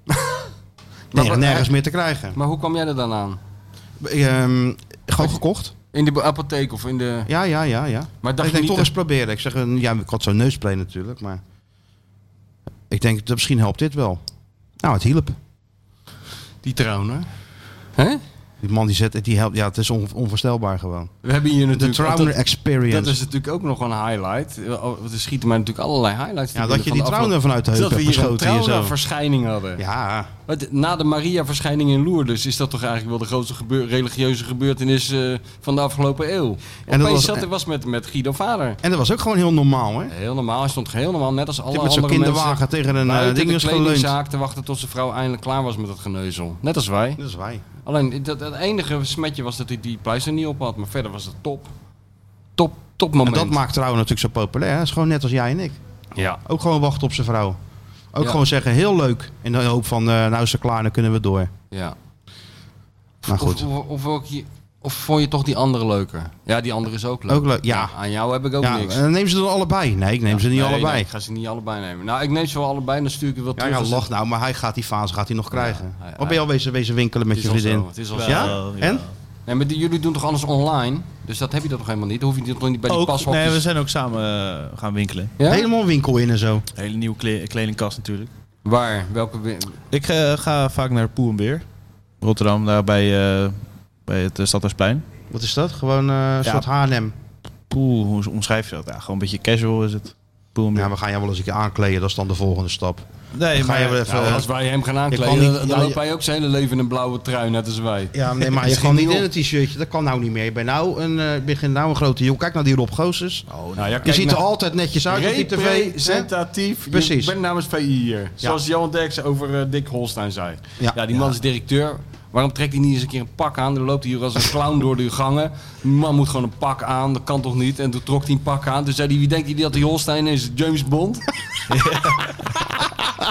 S3: Nerg-
S4: wat-
S3: nergens meer te krijgen.
S4: Maar hoe kwam jij er dan aan?
S3: Ehm, gewoon gekocht.
S4: In de apotheek of in de...
S3: Ja, ja, ja, ja.
S4: Maar dacht
S3: ik
S4: je
S3: denk
S4: niet
S3: toch
S4: dat-
S3: eens proberen. Ik zeg, een- ja, ik had zo'n neuspleen natuurlijk, maar ik denk dat misschien helpt dit wel. Nou, het hielp.
S4: die trauner? Hè?
S3: Die man die zet, die helpt. Ja, het is on- onvoorstelbaar gewoon.
S4: We hebben hier
S3: De
S4: natuurlijk...
S3: Trauner
S4: dat,
S3: Experience.
S4: dat is natuurlijk ook nog een highlight. Eh, oh, Er schieten mij natuurlijk allerlei highlights te
S3: ja, dat
S4: binnen
S3: je
S4: van
S3: die
S4: de
S3: Trauner
S4: afgelopen-
S3: vanuit de heup
S4: Dat we
S3: hebt
S4: hier een
S3: geschoten hier zo.
S4: Trauner-verschijning hadden.
S3: Ja,
S4: Wat, Na de Maria-verschijning in Lourdes is dat toch eigenlijk wel de grootste gebeur- religieuze gebeurtenis eh, van de afgelopen eeuw. En
S3: dat
S4: Opeens
S3: was-
S4: zat er was met, met Guido Vader.
S3: en dat was ook gewoon heel normaal, hè?
S4: Heel normaal, hij stond heel normaal, net als alle
S3: Dit met zo'n
S4: andere mensen.
S3: kinderwagen tegen een eh,
S4: Buiten
S3: ding
S4: de
S3: is geleund.
S4: kledingzaak te wachten tot zijn vrouw eindelijk klaar was met het geneuzel. Net als wij.
S3: Dat is wij.
S4: Alleen dat, het enige smetje was dat hij die pleister niet op had. Maar verder was het top. Top, top moment.
S3: En dat maakt trouwen natuurlijk zo populair. hè? Het is gewoon net als jij en ik.
S4: Ja.
S3: Ook gewoon wachten op zijn vrouw. Ook
S4: Ja.
S3: gewoon zeggen, heel leuk. In de hoop van, eh, nou is ze klaar, dan kunnen we door.
S4: ja.
S3: Maar goed.
S4: Of, of, of, welk je- of vond je toch die andere leuker? Ja, die andere is ook leuk.
S3: Ook leuk, ja.
S4: Aan jou heb ik ook
S3: ja,
S4: niks.
S3: en dan neem ze dan allebei. Nee, ik neem ze niet
S4: Nee,
S3: allebei.
S4: nee, ik ga ze niet allebei nemen. Nou, ik neem ze wel allebei en dan stuur ik het wel
S3: ja,
S4: terug.
S3: ja,
S4: als
S3: lach nou, maar hij gaat die fase gaat hij nog krijgen.
S4: hij-
S3: of ben je al wezen, wezen winkelen met
S4: het,
S3: je
S4: het is al
S3: vriendin?
S4: zo. Het is al zo.
S3: Ja?
S5: Wel, ja.
S3: En?
S4: Nee, maar die- jullie doen toch alles online? Dus dat heb je dat toch helemaal niet? Dan hoef je toch niet bij die
S5: Ook,
S4: pashokjes...
S5: nee, we zijn ook samen eh, gaan winkelen.
S4: Ja?
S3: Helemaal winkel in en zo.
S5: Hele nieuwe kle- kledingkast natuurlijk.
S4: Waar? Welke... wi-
S5: Ik eh, ga vaak naar Poe en Beer. Rotterdam, daar bij, eh, bij het uh, Stadhuisplein.
S3: Wat is dat? Gewoon eh, een
S5: Ja.
S3: soort H&M.
S5: Poe, hoe omschrijf je dat? Ja, gewoon een beetje casual is het. Boom.
S3: Ja, we gaan jou wel eens een keer aankleden. Dat is dan de volgende stap.
S5: Nee,
S3: Dan ga je
S5: maar
S3: wel even...
S4: Nou, als wij hem gaan
S3: eh, Ik kan
S4: aankleden,
S3: niet-
S4: dan
S3: nou,
S4: loopt
S3: je-
S4: hij ook zijn hele leven in een blauwe trui, net als wij.
S3: Ja, nee, maar je
S4: Misschien
S3: kan niet
S4: niet
S3: in een t-shirtje. Dat kan nou niet meer. Je bent nou een, eh, begin nou een grote jongen. Kijk naar die Rob
S5: Oh,
S3: Goossens.
S4: Nou, ja,
S3: je
S4: kijk
S3: ziet er
S4: nou.
S3: altijd netjes uit op die tv. hè?
S4: Representatief.
S3: Precies.
S4: Ik ben namens VI hier. Zoals Johan Derks over eh, Dick Holstein zei.
S3: Ja.
S4: Ja, die man is directeur. Waarom trekt hij niet eens een keer een pak aan? Dan loopt hij hier als een clown door de gangen. Die man moet gewoon een pak aan. Dat kan toch niet? En toen trok hij een pak aan. Toen zei hij, wie denkt hij dat die Holstein is? James Bond?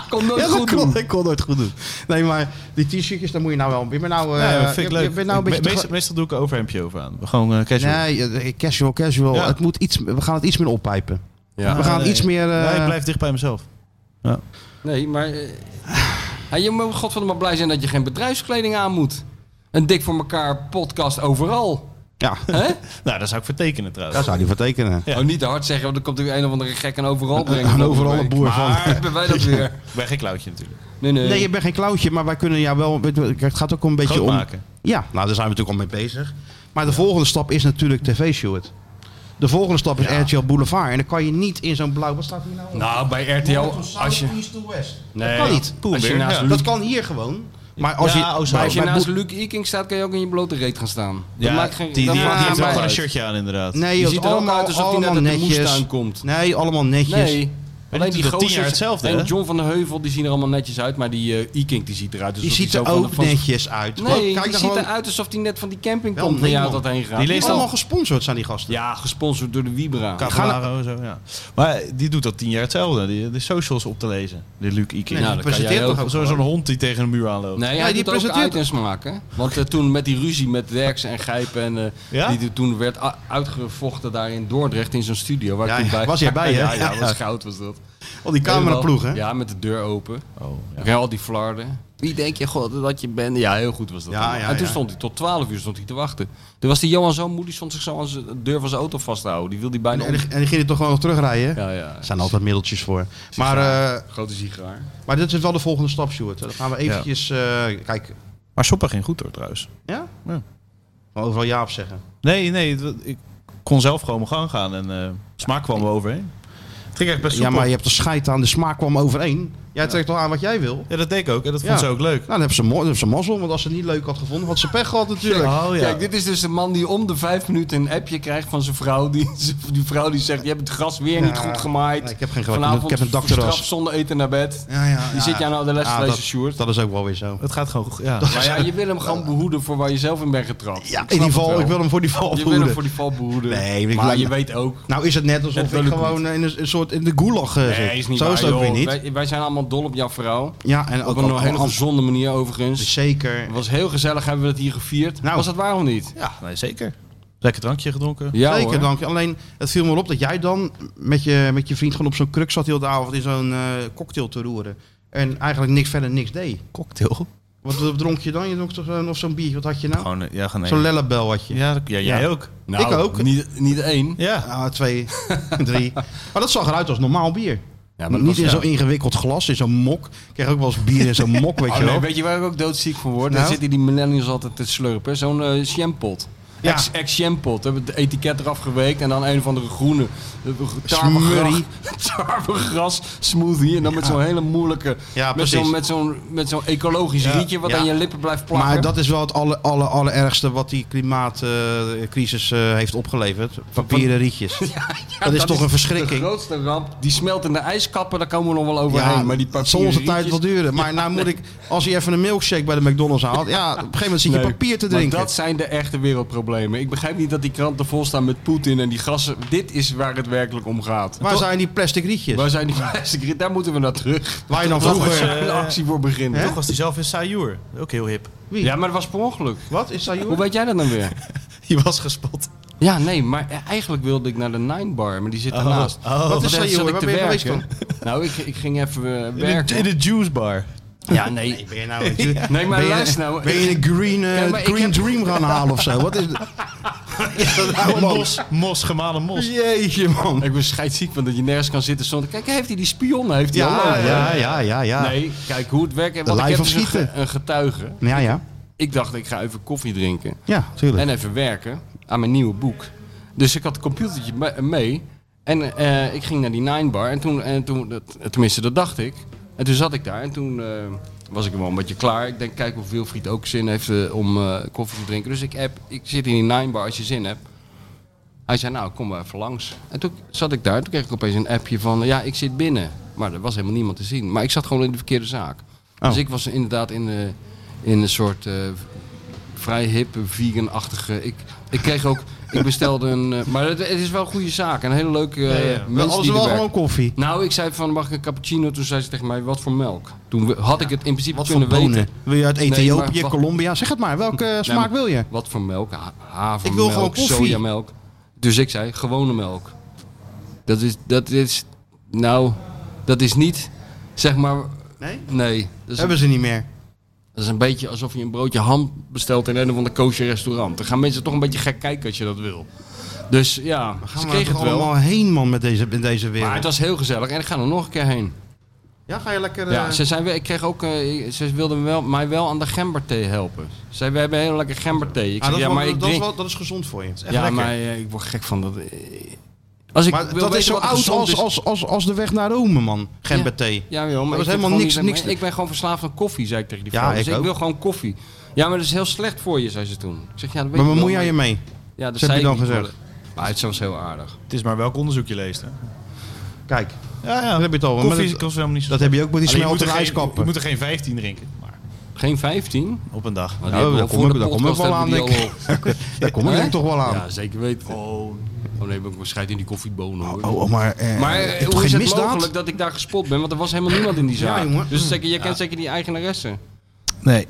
S4: Kom nooit
S3: Ja, dat
S4: goed
S3: kon,
S4: doen.
S3: dat kon nooit goed doen. Nee, maar die t-shirtjes, daar moet je nou wel... Je bent nou, eh,
S5: Nee, dat vind ik
S3: je-
S5: leuk.
S3: Je bent nou een beetje...
S5: Me-
S3: te-
S5: meestal, meestal doe ik een overhemdje over aan. Gewoon eh, casual.
S3: Nee, eh, casual, casual.
S5: Ja.
S3: Het moet iets, we gaan het iets meer oppijpen.
S4: Ja.
S3: we gaan iets meer... eh,
S5: Nee, ik blijf dicht bij mezelf.
S4: Nee, maar... eh, hey, je moet godverdomme maar blij zijn dat je geen bedrijfskleding aan moet. Een dik voor elkaar podcast overal.
S3: Ja,
S4: Hè?
S5: Nou, daar zou ik voor tekenen trouwens.
S3: daar zou die voor tekenen.
S4: Oh, niet te hard zeggen, want dan komt er een of andere gek en overal brengen.
S3: En overal een boer van.
S4: Maar hebben wij dat weer.
S5: Ik ben geen klauwtje natuurlijk.
S4: Nee, nee.
S3: Nee, je bent geen klauwtje, maar wij kunnen jou wel... Kijk, het gaat ook een beetje
S5: Groot
S3: om...
S5: maken.
S3: Ja, nou daar zijn we natuurlijk al mee bezig. Maar de volgende stap is natuurlijk tv, Stuart. De volgende stap is RTL Boulevard. En dan kan je niet in zo'n blauw... Wat staat hier nou? op?
S4: Nou, bij RTL, als je...
S3: East to West. dat
S4: Nee,
S3: kan niet.
S4: als je
S5: weer.
S4: naast,
S3: Ja,
S4: Luc,
S3: dat kan hier gewoon. Maar als
S5: Ja,
S3: je...
S5: oh, zo.
S3: bij-
S4: als je
S3: bij
S4: naast
S3: Boel-
S4: Luc Iking staat, kan je ook in je blote reet gaan staan. Dat
S5: Ja,
S4: maakt geen,
S5: die, die,
S4: dat
S5: die
S4: maakt geen
S5: heeft wel
S4: mij
S5: gewoon een
S4: uit.
S5: shirtje aan inderdaad.
S3: Nee,
S4: Je
S3: joh,
S4: ziet er ook
S3: allemaal-
S4: uit alsof hij net
S3: allemaal
S4: uit de
S3: netjes.
S4: moestuin komt.
S3: Nee, allemaal netjes.
S4: Nee. Alleen
S5: doet
S4: die
S5: dat tien
S4: gozer
S5: jaar hetzelfde,
S4: En
S5: hè?
S4: John van der Heuvel, die zien er allemaal netjes uit. Maar die eh Iking, die ziet eruit
S3: Je
S4: alsof hij
S3: ziet
S4: zo
S3: er
S4: van...
S3: ook
S4: van
S3: netjes uit.
S4: Nee,
S3: Kijk
S4: die
S3: dan
S4: ziet
S3: gewoon...
S4: eruit alsof hij net van die camping
S3: Wel,
S4: komt. waar
S3: nee,
S4: jou
S3: man.
S4: dat heen gaat.
S5: Die leest
S3: Allemaal
S5: al.
S3: gesponsord zijn die gasten.
S4: Ja, gesponsord door de Vibra.
S5: Cavalaro, zo, ja. Maar die doet dat tien jaar hetzelfde. Die, de socials op te lezen. Die Luc Iking.
S3: Nee,
S4: Nou,
S3: die
S4: dat kan jij
S3: presenteert
S4: ook.
S3: toch ook
S5: Zo-
S3: gewoon?
S5: Zo'n hond die tegen een muur aanloopt.
S4: Nee,
S3: Ja,
S4: hij
S3: die
S4: doet ook
S3: presenteert-
S4: items maken. Want eh, toen met die ruzie met Derksen en Gijpen... En, eh,
S5: Ja?
S4: die, die toen werd a- uitgevochten daar in Dordrecht in zo'n studio. Waar
S3: Ja,
S4: ik toen
S3: ja,
S4: bij...
S3: was jij bij, hè?
S4: Ja, ja,
S3: Ja.
S4: was goud was dat.
S3: Al die cameraploeg, hè?
S4: Ja, met de deur open.
S5: Oh, ja.
S4: Rel die flarden. Wie denk je god, dat je bent? Ja, heel goed was dat.
S3: Ja,
S4: allemaal.
S3: ja,
S4: en toen
S3: ja.
S4: stond hij tot 12 uur stond hij te wachten. Toen was die Johan zo moe, die stond zich zo aan zijn- de deur van zijn auto vast te houden. Die wilde hij
S3: En,
S4: bijna...
S3: en,
S4: om-
S3: en die gingen toch gewoon nog terugrijden?
S4: Ja, ja.
S3: Er zijn altijd middeltjes voor. Maar,
S4: Sigaar.
S3: eh,
S4: Grote sigaar.
S3: maar dit is wel de volgende stap, Stuart. Dan gaan we eventjes... eh, kijk,
S5: Maar Soppa ging goed door trouwens.
S3: ja?
S5: Ja.
S3: Gewoon Overal ja op zeggen.
S5: Nee, nee. het wa- ik kon zelf gewoon mijn gang gaan. En eh smaak kwam er overheen. Het ging echt best
S3: Ja,
S5: soepel.
S3: maar je hebt de scheid aan. De smaak kwam overeen. Jij trekt toch aan wat jij wil?
S5: Ja, dat deed ik ook. En dat vond
S3: Ja.
S5: ze ook leuk.
S3: Nou, dan hebben ze, mo- dan hebben ze mazzel. Want als ze het niet leuk had gevonden, had ze pech gehad natuurlijk.
S5: Oh ja.
S4: Kijk, dit is dus de man die om de vijf minuten een appje krijgt van zijn vrouw. Die, die vrouw die zegt, je hebt het gras weer niet goed gemaaid.
S3: Nee, ik heb geen gras.
S4: Vanavond
S3: Ik heb een dakterras.
S4: verstraft zonder eten naar bed.
S3: Ja, ja,
S4: Die
S3: ja,
S4: zit
S3: ja.
S4: jou nou de les te
S3: Ah,
S4: lezen,
S3: dat-
S4: Sjoerd.
S3: Dat is ook wel weer zo.
S5: Het gaat gewoon... go- Ja.
S4: Maar ja, je wil hem gewoon behoeden voor waar je zelf in bent
S3: Ja,
S4: getrapt.
S3: in
S4: Ik snap
S3: ieder
S4: het
S3: geval,
S4: wel.
S3: ik wil hem voor die val
S4: Je wil hem
S3: behoeden.
S4: voor die val behoeden.
S3: Nee, ik
S4: maar
S3: laat-
S4: je weet ook...
S3: Nou is het net
S4: Het
S3: alsof
S4: wil
S3: ik
S4: ik
S3: gewoon in een, een soort in de gulag eh,
S4: Nee,
S3: zit.
S4: is niet
S3: Zo
S4: waar,
S3: is het ook
S4: joh.
S3: weer niet.
S4: Wij, wij zijn allemaal dol op jouw vrouw.
S3: Ja, en
S4: Op
S3: ook
S4: een
S3: al
S4: hele
S3: heel
S4: gezonde manier overigens.
S3: Zeker.
S4: Het was heel gezellig, hebben we dat hier gevierd.
S3: Nou.
S4: Was dat waarom niet?
S5: Ja, nee, zeker. Lekker drankje gedronken.
S4: Ja
S3: Zeker,
S4: hoor.
S3: dank je. Alleen, het viel me op dat jij dan met je, met je vriend gewoon op zo'n kruk zat heel de avond in zo'n eh, cocktail te roeren. En eigenlijk niks verder niks deed.
S5: Cocktail.
S3: Wat wat dronk je dan? Je dronk toch zo'n- of zo'n bier? Wat had je nou?
S5: Gewoon, eh, ja, gewoon
S3: Zo'n
S5: één.
S3: lellebel had je.
S5: Ja, dat- ja, jij
S3: Ja.
S5: ook.
S4: Nou,
S3: Ik ook.
S4: Niet, niet één.
S5: Ja.
S3: Ah, twee, drie. Maar dat zag eruit als normaal bier.
S4: Ja,
S3: niet
S4: dat was-
S3: in
S4: ja.
S3: zo'n ingewikkeld glas, in zo'n mok. Ik kreeg ook wel eens bier in zo'n mok, weet
S4: Oh,
S3: je
S4: nee,
S3: wel.
S4: weet je waar ik ook doodziek van word? Dan
S3: Nou?
S4: zitten die millennials altijd te slurpen. Zo'n eh shampot.
S3: Ja.
S4: Ex, ex shampot. Hebben het etiket eraf geweekt en dan een van de groene eh,
S3: Smurrie.
S4: tarwegras- tarwegras smoothie. En dan met zo'n hele moeilijke,
S3: Ja,
S4: met
S3: precies.
S4: zo'n met zo'n met zo'n ecologisch rietje wat
S3: Ja.
S4: aan je lippen blijft plakken.
S3: Maar dat is wel het aller, aller, allerergste wat die klimaatcrisis eh, heeft opgeleverd. Papieren rietjes.
S4: Ja,
S3: dat is toch een verschrikking?
S4: De grootste ramp. Die smeltende ijskappen, daar komen we nog wel overheen. maar die
S3: het
S4: papieren
S3: zal onze tijd
S4: rietjes-
S3: wel duren. Maar nou moet ik, als je even een milkshake bij de McDonald's haalt, ja, op een gegeven moment zit je
S4: Nee,
S3: papier te
S4: maar
S3: drinken.
S4: dat zijn de echte wereldproblemen. Ik begrijp niet dat die kranten vol staan met Poetin en die gassen. Dit is waar het werkelijk om gaat.
S3: Waar zijn die plastic rietjes?
S4: Waar zijn die plastic rieten? Daar moeten we naar terug.
S3: Waar je dan
S4: Daar moet
S3: vroeger... eh,
S4: je een actie voor beginnen.
S5: Toch was hij zelf in Sayur. Ook heel hip.
S3: Wie?
S4: Ja, maar dat was per ongeluk.
S3: Wat is dat,
S4: Hoe
S3: joh?
S4: weet jij dat dan weer?
S5: Die was gespot.
S4: Ja, nee, maar eigenlijk wilde ik naar de Nine Bar, maar die zit daarnaast.
S5: oh.
S3: Wat is
S4: Want
S3: dat,
S4: zat
S3: joh?
S4: ik
S3: Waar
S4: te
S3: ben je
S4: werken.
S3: geweest dan?
S4: Nou, ik, ik ging even eh,
S5: In de,
S4: werken.
S5: in de juice bar.
S4: Ja, nee.
S3: Ben je nou een,
S4: Nee, maar
S3: ben je-
S4: luister nou.
S3: Ben je een green, eh,
S4: Ja, maar ik
S3: green
S4: heb-
S3: dream gaan halen of zo? Wat is Is dat nou, man?
S5: Mos, mos, gemalen mos.
S3: Jeetje, man.
S4: Ik ben scheidsziek van dat je nergens kan zitten zonder... Kijk, heeft hij die spion? Heeft hij
S3: Ja,
S4: al?
S3: ja, ja, ja, ja.
S4: Nee, kijk hoe het werkt.
S3: De
S4: Want ik
S3: lijf
S4: heb
S3: of
S4: dus een, ge-
S3: schieten.
S4: een getuige.
S3: Ja, ja.
S4: Ik dacht, ik ga even koffie drinken.
S3: Ja, tuurlijk.
S4: En even werken aan mijn nieuwe boek. Dus ik had het computertje me- mee. En eh, ik ging naar die Nine Bar en toen, en toen dat, tenminste dat dacht ik. En toen zat ik daar en toen eh, was ik wel een beetje klaar. Ik denk, kijk of Wilfried ook zin heeft eh, om eh, koffie te drinken. Dus ik app, ik zit in die Nine Bar als je zin hebt. Hij zei, nou kom maar even langs. En toen zat ik daar en toen kreeg ik opeens een appje van, ja ik zit binnen. Maar er was helemaal niemand te zien. Maar ik zat gewoon in de verkeerde zaak.
S3: Oh.
S4: Dus ik was inderdaad in, eh, in een soort eh, vrij hip, vegan-achtige. Ik, ik kreeg ook. Ik bestelde een. eh, maar het, het is wel een goede zaak. en Een hele leuke eh, mensen
S3: Alles
S4: die
S3: wel
S4: er werken.
S3: gewoon koffie.
S4: Nou, ik zei van mag ik een cappuccino? Toen zei ze tegen mij wat voor melk. Toen we- had ik het in principe
S3: Wat voor
S4: kunnen
S3: bonen?
S4: weten.
S3: Wil je uit
S4: Nee,
S3: Ethiopië,
S4: maar wacht.
S3: Colombia? Zeg het maar, welke smaak
S4: maar-
S3: wil je?
S4: Wat voor melk? Ha-
S3: Ik wil gewoon
S4: Havermelk,
S3: koffie.
S4: sojamelk. Dus ik zei gewone melk. Dat is dat is nou dat is niet zeg maar
S3: Nee?
S4: nee. Dat is een
S3: Hebben ze niet meer.
S4: Dat is een beetje alsof je een broodje ham bestelt in een of ander koosje restaurant. Dan gaan mensen toch een beetje gek kijken als je dat wil. Dus ja, ze
S3: Gaan we
S4: kregen
S3: er
S4: het wel.
S3: allemaal heen, man, met deze, met deze wereld.
S4: Maar het was heel gezellig en ik ga er nog een keer heen.
S3: Ja, ga je lekker...
S4: Ja,
S3: eh,
S4: ze, zijn, wel- ik kreeg ook, eh, ze wilden me wel, mij wel aan de gemberthee helpen. Ze zei, we hebben heel lekker gemberthee. Ik
S3: ah, dat,
S4: zei, ja,
S3: is wel-
S4: maar ik
S3: dat, is
S4: drink...
S3: wel, dat is gezond voor je. Dat is echt
S4: ja,
S3: lekker.
S4: maar eh, ik word gek van dat. eh, Als ik
S3: Maar
S4: wil
S3: dat
S4: weten
S3: is zo
S4: wat er
S3: oud
S4: gezond
S3: als,
S4: is-
S3: als, als, als de weg naar Rome, man. Gember thee.
S4: Ja, joh,
S3: was
S4: maar ik vind
S3: helemaal
S4: gewoon
S3: niks-
S4: niet- maar
S3: niks-
S4: Ik ben gewoon verslaafd aan koffie, zei ik tegen die
S3: Ja,
S4: vrouw.
S3: ik
S4: dus ik
S3: ook.
S4: wil gewoon koffie. Ja, maar dat is heel slecht voor je, zei ze toen. Ik zeg, ja, dat weet
S3: Maar
S4: ik wel,
S3: bemoei jij
S4: maar-
S3: je mee?
S4: Ja, dat
S3: Ze heb
S4: zei
S3: je
S4: ik
S3: dan
S4: niet,
S3: gezegd?
S4: maar- Maar het was heel aardig.
S5: Het is maar welk onderzoek je leest. Hè?
S3: Kijk,
S5: Ja, ja.
S3: dan heb je het al. Maar
S5: Koffie
S3: dat-
S5: kost helemaal niet zo.
S3: Dat heb je ook met die
S5: Alleen, je moet
S3: smelter
S5: er geen-
S3: ijskappen.
S5: Je moet er geen 15 drinken. Maar
S4: Geen 15?
S5: op een dag.
S4: Maar
S3: Ja,
S4: die hebben we
S3: daar
S4: al
S3: kom
S4: voor
S3: ik-
S4: de
S3: daar kom ik
S4: podcast
S3: wel
S4: hebben
S3: aan,
S4: die al-
S3: Daar kom ik
S4: Hè?
S3: denk toch wel aan.
S4: Ja, zeker weten. Oh, nee, ben ik waarschijnlijk in die koffiebonen hoor.
S3: Oh, oh, maar... eh,
S4: Maar
S3: eh,
S4: eh,
S3: toch
S4: hoe is
S3: geen
S4: het
S3: misdaad?
S4: mogelijk dat ik daar gespot ben? Want er was helemaal niemand in die
S3: Ja,
S4: zaak.
S3: jongen.
S4: dus zeker, je kent zeker die eigenaresse.
S5: Nee.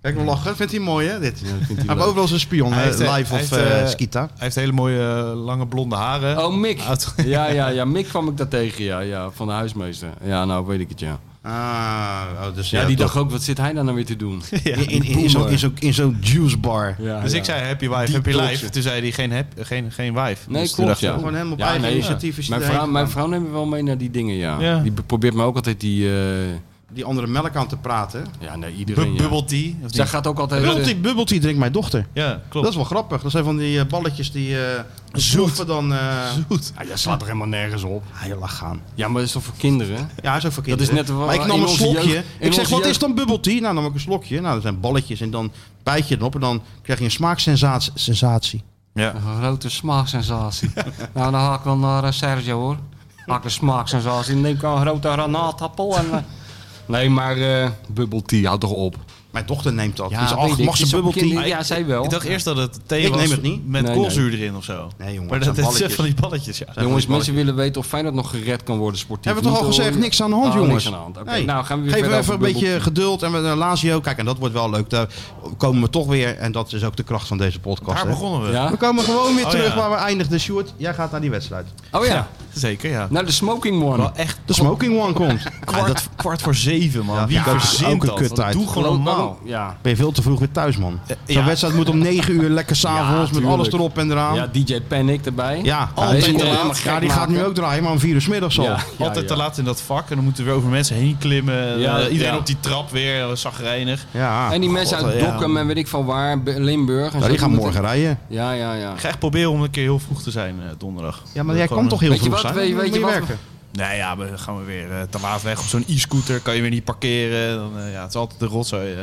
S3: Kijk, we lachen. Vindt hij mooi, hè, dit?
S4: Dat vindt
S3: We
S4: hij
S3: hebben
S4: leuk.
S3: overal zijn spion,
S5: Hij
S3: hè,
S5: heeft, eh,
S3: live
S5: hij
S3: of
S5: heeft,
S3: eh,
S5: eh,
S3: Skita.
S5: Hij heeft hele mooie eh, lange blonde haren.
S4: Oh, Mick.
S5: Oud-
S4: Ja, ja, ja, Mick kwam ik daar tegen, ja, ja, van de huismeester. Ja, nou weet ik het, ja.
S3: Ah, oh, dus
S4: Ja, die
S3: toch.
S4: dacht ook, wat zit hij daar nou weer te doen?
S5: Ja.
S3: In, in, in, in zo'n in zo'n- in zo'n juice bar.
S4: Ja,
S5: Dus
S4: ja.
S5: ik zei happy wife, happy life. Toen zei hij geen, hap- geen, geen wife.
S4: Nee,
S5: dus toen
S4: klopt,
S5: dacht ik,
S4: ja.
S5: oh,
S3: Gewoon helemaal op
S4: Ja,
S3: eigen
S4: nee, ja.
S3: initiatief is hij
S4: Mijn
S3: erheen
S4: vrouw, mijn
S3: gegaan.
S4: vrouw neemt me wel mee naar die dingen, ja.
S5: Ja.
S4: Die be- probeert me ook altijd die... eh,
S3: Die andere melk aan te praten.
S4: ja, nee,
S5: bu-
S4: iedereen, ja.
S5: Bubble tea. Of
S4: Zij
S5: niet?
S4: gaat ook altijd...
S3: Bubbeltje, bubbeltje drinkt mijn dochter.
S5: Ja, klopt.
S4: Oh.
S3: Dat is wel grappig. Dat zijn van die eh, balletjes die eh zoeven dan... eh
S5: goed.
S4: Ja, dat slaat toch helemaal nergens op?
S3: Ah, je lacht gaan.
S4: eh, Ja, maar dat is toch voor kinderen?
S3: Ja, hij is ook voor
S4: is
S3: kinderen.
S4: net wel-
S3: Maar ik nam
S4: in
S3: een
S4: onze
S3: slokje.
S4: jeugd- in
S3: ik zeg,
S4: onze
S3: wat is
S4: jeugd-
S3: dan bubbeltje? Nou, nam ik een slokje. Nou, dat zijn balletjes. En dan bijt je erop en dan krijg je een smaaksensatie. sensatie.
S5: Ja.
S4: Een grote smaaksensatie. nou, dan haak ik wel naar eh, Sergio hoor. Haak ik een smaaksensatie. Dan neem ik een grote granaatappel. En, eh, Nee, maar eh bubble tea, houd toch op.
S3: Mijn dochter neemt dat.
S4: Ja,
S3: Die zegt,
S4: weet
S3: ach,
S4: ik.
S3: mag
S4: Het
S3: ze
S4: is ook
S3: bubbeltje?
S4: kinder- Ja, zij wel.
S5: Ik dacht eerst dat het thee
S3: Ik
S5: was
S3: neem het niet.
S5: met
S4: Nee,
S5: koolzuur erin of zo.
S3: Nee, jongen,
S5: maar
S3: het
S5: dat,
S3: zijn
S5: dat zijn
S3: balletjes.
S5: van die balletjes. Ja.
S4: Jongens, mensen willen weten of Feyenoord nog gered kan worden sportief.
S3: Hebben we toch
S4: Niet
S3: al gezegd,
S4: door-
S3: niks aan de hand,
S4: Oh, niks
S3: jongens.
S4: aan de hand. Oké,
S3: Nee.
S4: Nou, gaan we weer
S3: Geef
S4: verder
S3: even een
S4: over
S3: beetje
S4: bubble
S3: geduld. En we eh, naar Lazio. Kijk, en dat wordt wel leuk. Daar eh, komen we toch weer. En dat is ook de kracht van deze podcast.
S5: Daar
S3: hè.
S5: begonnen we.
S4: tea.
S3: We komen gewoon weer
S5: Oh,
S3: terug
S5: ja.
S3: waar we eindigden. Sjoerd, jij gaat naar die wedstrijd.
S4: Ja? Oh ja,
S5: Ja, zeker, ja.
S4: naar de smoking one.
S5: Wel echt
S3: De smoking one komt.
S4: Nou,
S5: kwart, kwart voor zeven, man.
S3: Ja,
S5: Wie
S3: ja, ook-
S5: verzint
S3: ook een
S5: dat?
S3: kuttijd.
S5: Doe gewoon normaal. Eh,
S4: Ja.
S3: Ben je veel te vroeg weer thuis, man. Zo'n
S5: ja.
S3: wedstrijd moet om 9 uur lekker s'avonds
S4: Ja,
S3: met
S4: tuurlijk.
S3: alles erop en eraan.
S4: ja,
S3: Ja,
S4: DJ Panic erbij.
S3: altijd
S4: die
S3: te
S4: helemaal
S3: laat.
S4: gek
S3: Ja, die gaat nu
S4: maken.
S3: ook draaien, maar om 4 uur 's middags al.
S4: Ja.
S5: Altijd te laat in dat vak en dan moeten we over mensen heen klimmen.
S4: Ja,
S5: Eh, iedereen
S4: ja.
S5: op die trap weer, eh, zagrijnig.
S3: Ja.
S4: En die mensen
S5: God,
S4: uit
S5: ja.
S4: Dokkum en weet ik van waar, Be- Limburg. En
S3: Ja,
S4: zo,
S3: die gaan
S4: moeten-
S3: morgen rijden.
S4: Ja, ja, ja.
S5: Ik ga echt proberen om een keer heel vroeg te zijn eh, donderdag.
S3: Ja, maar
S5: Eh,
S3: jij
S5: gewoon
S3: kan toch heel
S4: Weet je
S3: vroeg
S4: wat,
S3: zijn?
S4: weet je-
S3: Dan
S4: weet je
S3: moet
S4: wat?
S3: werken.
S5: Nee, ja, we gaan we weer eh, te laat weg op zo'n e-scooter. Kan je weer niet parkeren. Dan, eh, ja, het is altijd de rotzooi. eh.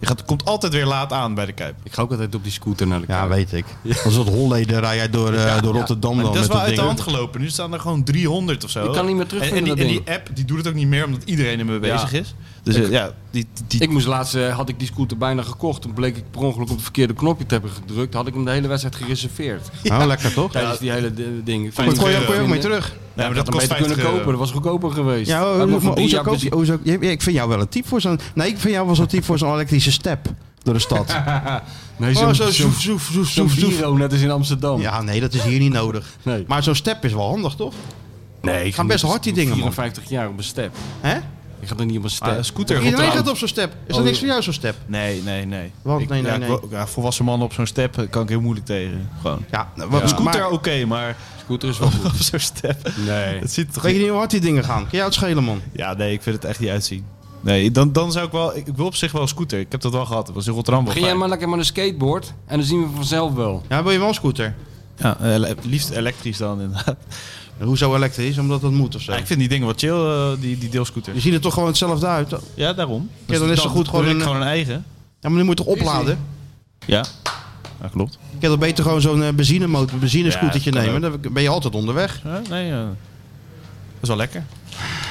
S5: Je gaat, komt altijd weer laat aan bij de Kuip.
S4: Ik ga ook altijd op die scooter naar de
S3: Ja,
S4: Kuip.
S3: weet ik. Als dat Holleden rij jij door, eh, door Rotterdam
S5: Maar
S3: dan
S5: dat is
S3: met dat
S5: wel uit de
S3: ding.
S5: hand gelopen. Nu staan er gewoon 300 of zo.
S4: Ik kan niet meer terugvinden,
S5: En, en, die,
S4: dat
S5: en
S4: ding.
S5: die app die doet het ook niet meer omdat iedereen ermee
S4: Ja.
S5: bezig is. Dus eh, ja, die, die,
S4: Ik moest laatst, eh, had ik die scooter bijna gekocht. Toen bleek ik per ongeluk op het verkeerde knopje te hebben gedrukt. Had ik hem de hele wedstrijd gereserveerd.
S3: Nou, lekker toch?
S4: Tijdens die hele eh, ding.
S3: Maar kon je
S5: €50
S3: kon je ook mee terug.
S5: nee,
S4: Dat
S5: maar dat
S4: had hem
S5: kost
S4: beter kunnen
S5: 50
S4: kopen.
S5: euro.
S4: Dat was goedkoper geweest.
S3: Ja,
S4: Had ik nog
S3: hoe-
S4: voor
S3: maar
S4: drie
S3: hoezo
S4: jaar
S3: koop je-
S4: bezit-
S3: hoezo- je- Ik vind jou wel een type voor zo'n... Nee, ik vind jou wel zo'n type voor zo'n elektrische step door de stad.
S4: Nee,
S3: Oh,
S4: zo'n
S3: zo
S4: zo, zo,
S3: zoef, zoef, zoef, zoef, zoef.
S4: net als in Amsterdam.
S3: Ja, nee, dat is hier niet nodig.
S4: Nee.
S3: Maar zo'n step is wel handig, toch?
S4: Nee, ik
S3: Gaan best hard die dingen, man.
S4: 54 jaar op een step.
S3: Hè?
S4: Je gaat er niet op een step.
S5: Ah, een scooter
S3: Iedereen
S5: getrouwd.
S3: gaat op zo'n step. Is dat
S4: Oh,
S3: niks voor jou, zo'n step?
S5: Nee, nee, nee.
S3: Want-
S5: Ik-
S3: nee, nee,
S5: ja,
S3: nee.
S5: ik wou- ja, volwassen mannen op zo'n step eh, kan ik heel moeilijk tegen. Gewoon.
S3: Ja,
S5: Een scooter
S3: maar-
S5: oké, maar
S4: scooter is wel
S5: op
S4: goed.
S5: zo'n step.
S4: Nee.
S5: Het ziet er toch
S3: Weet je niet hoe hard die dingen gaan? Kun jij het schelen, man?
S5: Ja, nee, ik vind het echt niet uitzien. Nee, dan, dan zou ik wel... Ik, ik wil op zich wel een scooter. Ik heb dat wel gehad. Dat was in Rotterdam wel
S4: Ga jij
S5: fijn.
S4: maar lekker met een skateboard en dan zien we vanzelf wel.
S3: Ja, wil je wel een scooter?
S5: Ja, eh, le- liefst elektrisch dan inderdaad.
S3: Hoezo elektrisch? Omdat dat moet of zo.
S5: Ja, ik vind die dingen wat chill, eh, die, die deelscooters.
S3: Je ziet er toch gewoon hetzelfde uit.
S5: Ja, daarom.
S3: dan is het goed gewoon
S5: wil ik
S3: een-
S5: gewoon een eigen.
S3: Ja, maar nu moet je toch opladen?
S5: Ja. Ja, klopt.
S3: Je kan toch beter gewoon zo'n eh, benzinemotor, benzinescootertje
S5: Ja, dat kan
S3: nemen. Dan ben je altijd onderweg.
S5: Ja, nee, eh. ja. dat is wel lekker.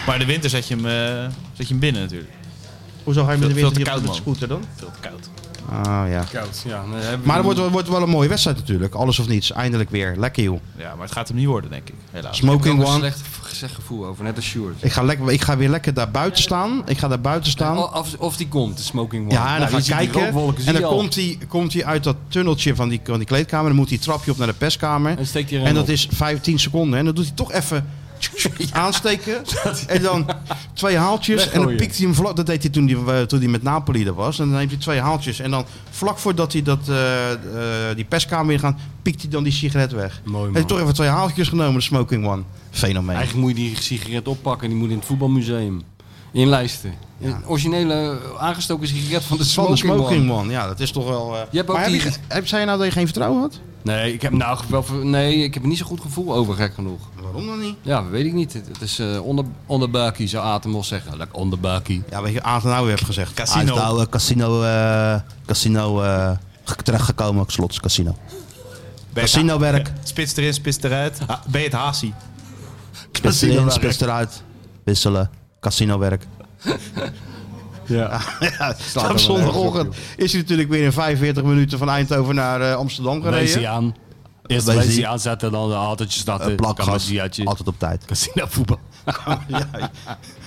S5: Maar in de winter zet je hem, eh, zet je hem binnen natuurlijk.
S3: Hoezo ga je met de
S5: Veel- veel
S3: winter
S5: te
S3: hier op
S5: koud,
S3: de
S5: man.
S3: scooter dan?
S5: Veel te koud.
S3: Ah ja.
S4: Koud, ja. dan hebben we
S3: Maar het
S4: een-
S3: wordt, wordt wel een mooie wedstrijd natuurlijk. Alles of niets. Eindelijk weer. Lekker joh.
S5: Ja, maar het gaat hem niet worden, denk ik. Helaas.
S4: Ik heb
S3: Smoking
S4: er een
S3: one.
S4: slecht v- slecht gevoel over, net als Sjoerd.
S3: Ik ga, lekker, ik ga weer lekker daar buiten staan. Ik ga daar buiten staan.
S4: Of, of die komt, de smoking one.
S3: Ja, en dan
S4: Nou,
S3: ga ik
S4: je ziet die
S3: kijken.
S4: rookwolken, zie
S3: En
S4: je
S3: dan
S4: al.
S3: komt hij komt hij uit dat tunneltje van die, van die kleedkamer. Dan moet hij trapje op naar de perskamer.
S4: En steekt hij er
S3: En
S4: een
S3: dat
S4: op.
S3: is 15 seconden. En dan doet hij toch even aansteken. En dan twee haaltjes. En dan
S4: Weggooien.
S3: pikt hij hem vlak. Dat deed hij toen hij, eh, toen hij met Napoli er was. En dan heeft hij twee haaltjes. En dan vlak voordat hij dat, eh, eh, die perskamer in gaat, pikt hij dan die sigaret weg.
S4: Mooi, man.
S3: Hij heeft toch even twee haaltjes genomen, de Smoking One. Fenomeen.
S4: Eigenlijk moet je die sigaret oppakken en die moet in het voetbalmuseum. In lijsten. Een originele eh, aangestoken sigaret van de
S3: Van
S4: smoking,
S3: de Smoking
S4: one.
S3: One. Ja, dat is toch wel... eh,
S4: Je hebt ook
S3: maar
S4: die-
S3: heb, je, ge- heb, zei je nou dat je geen vertrouwen had?
S4: Nee, ik heb nou ge- wel, ver- nee, ik heb er niet zo'n goed gevoel over, gek genoeg.
S3: Waarom dan niet?
S4: Ja, weet ik niet. Het, het is eh onder, onderbuikie, zou Atemos zeggen. Lekker onderbuikie.
S3: Ja, weet je, Atenau heeft gezegd.
S5: Casino.
S3: Atenau, eh, casino, eh, casino eh, ge- terechtgekomen, slots, casino.
S5: Ben je-
S3: Casinowerk.
S5: Spits erin, spits eruit. Ha, ben je het Hasi?
S3: Spits erin, spits eruit. Wisselen. Casinowerk.
S4: Ja.
S3: Ja, op zondagochtend is hij natuurlijk weer in 45 minuten van Eindhoven naar eh, Amsterdam gereden.
S4: aan. Eerst
S3: Wees die-
S4: aanzetten, dan de autootje starten.
S3: Eh, Plakgas,
S4: Kamaziyatje.
S3: altijd op tijd.
S4: Casino voetbal.
S3: Oh,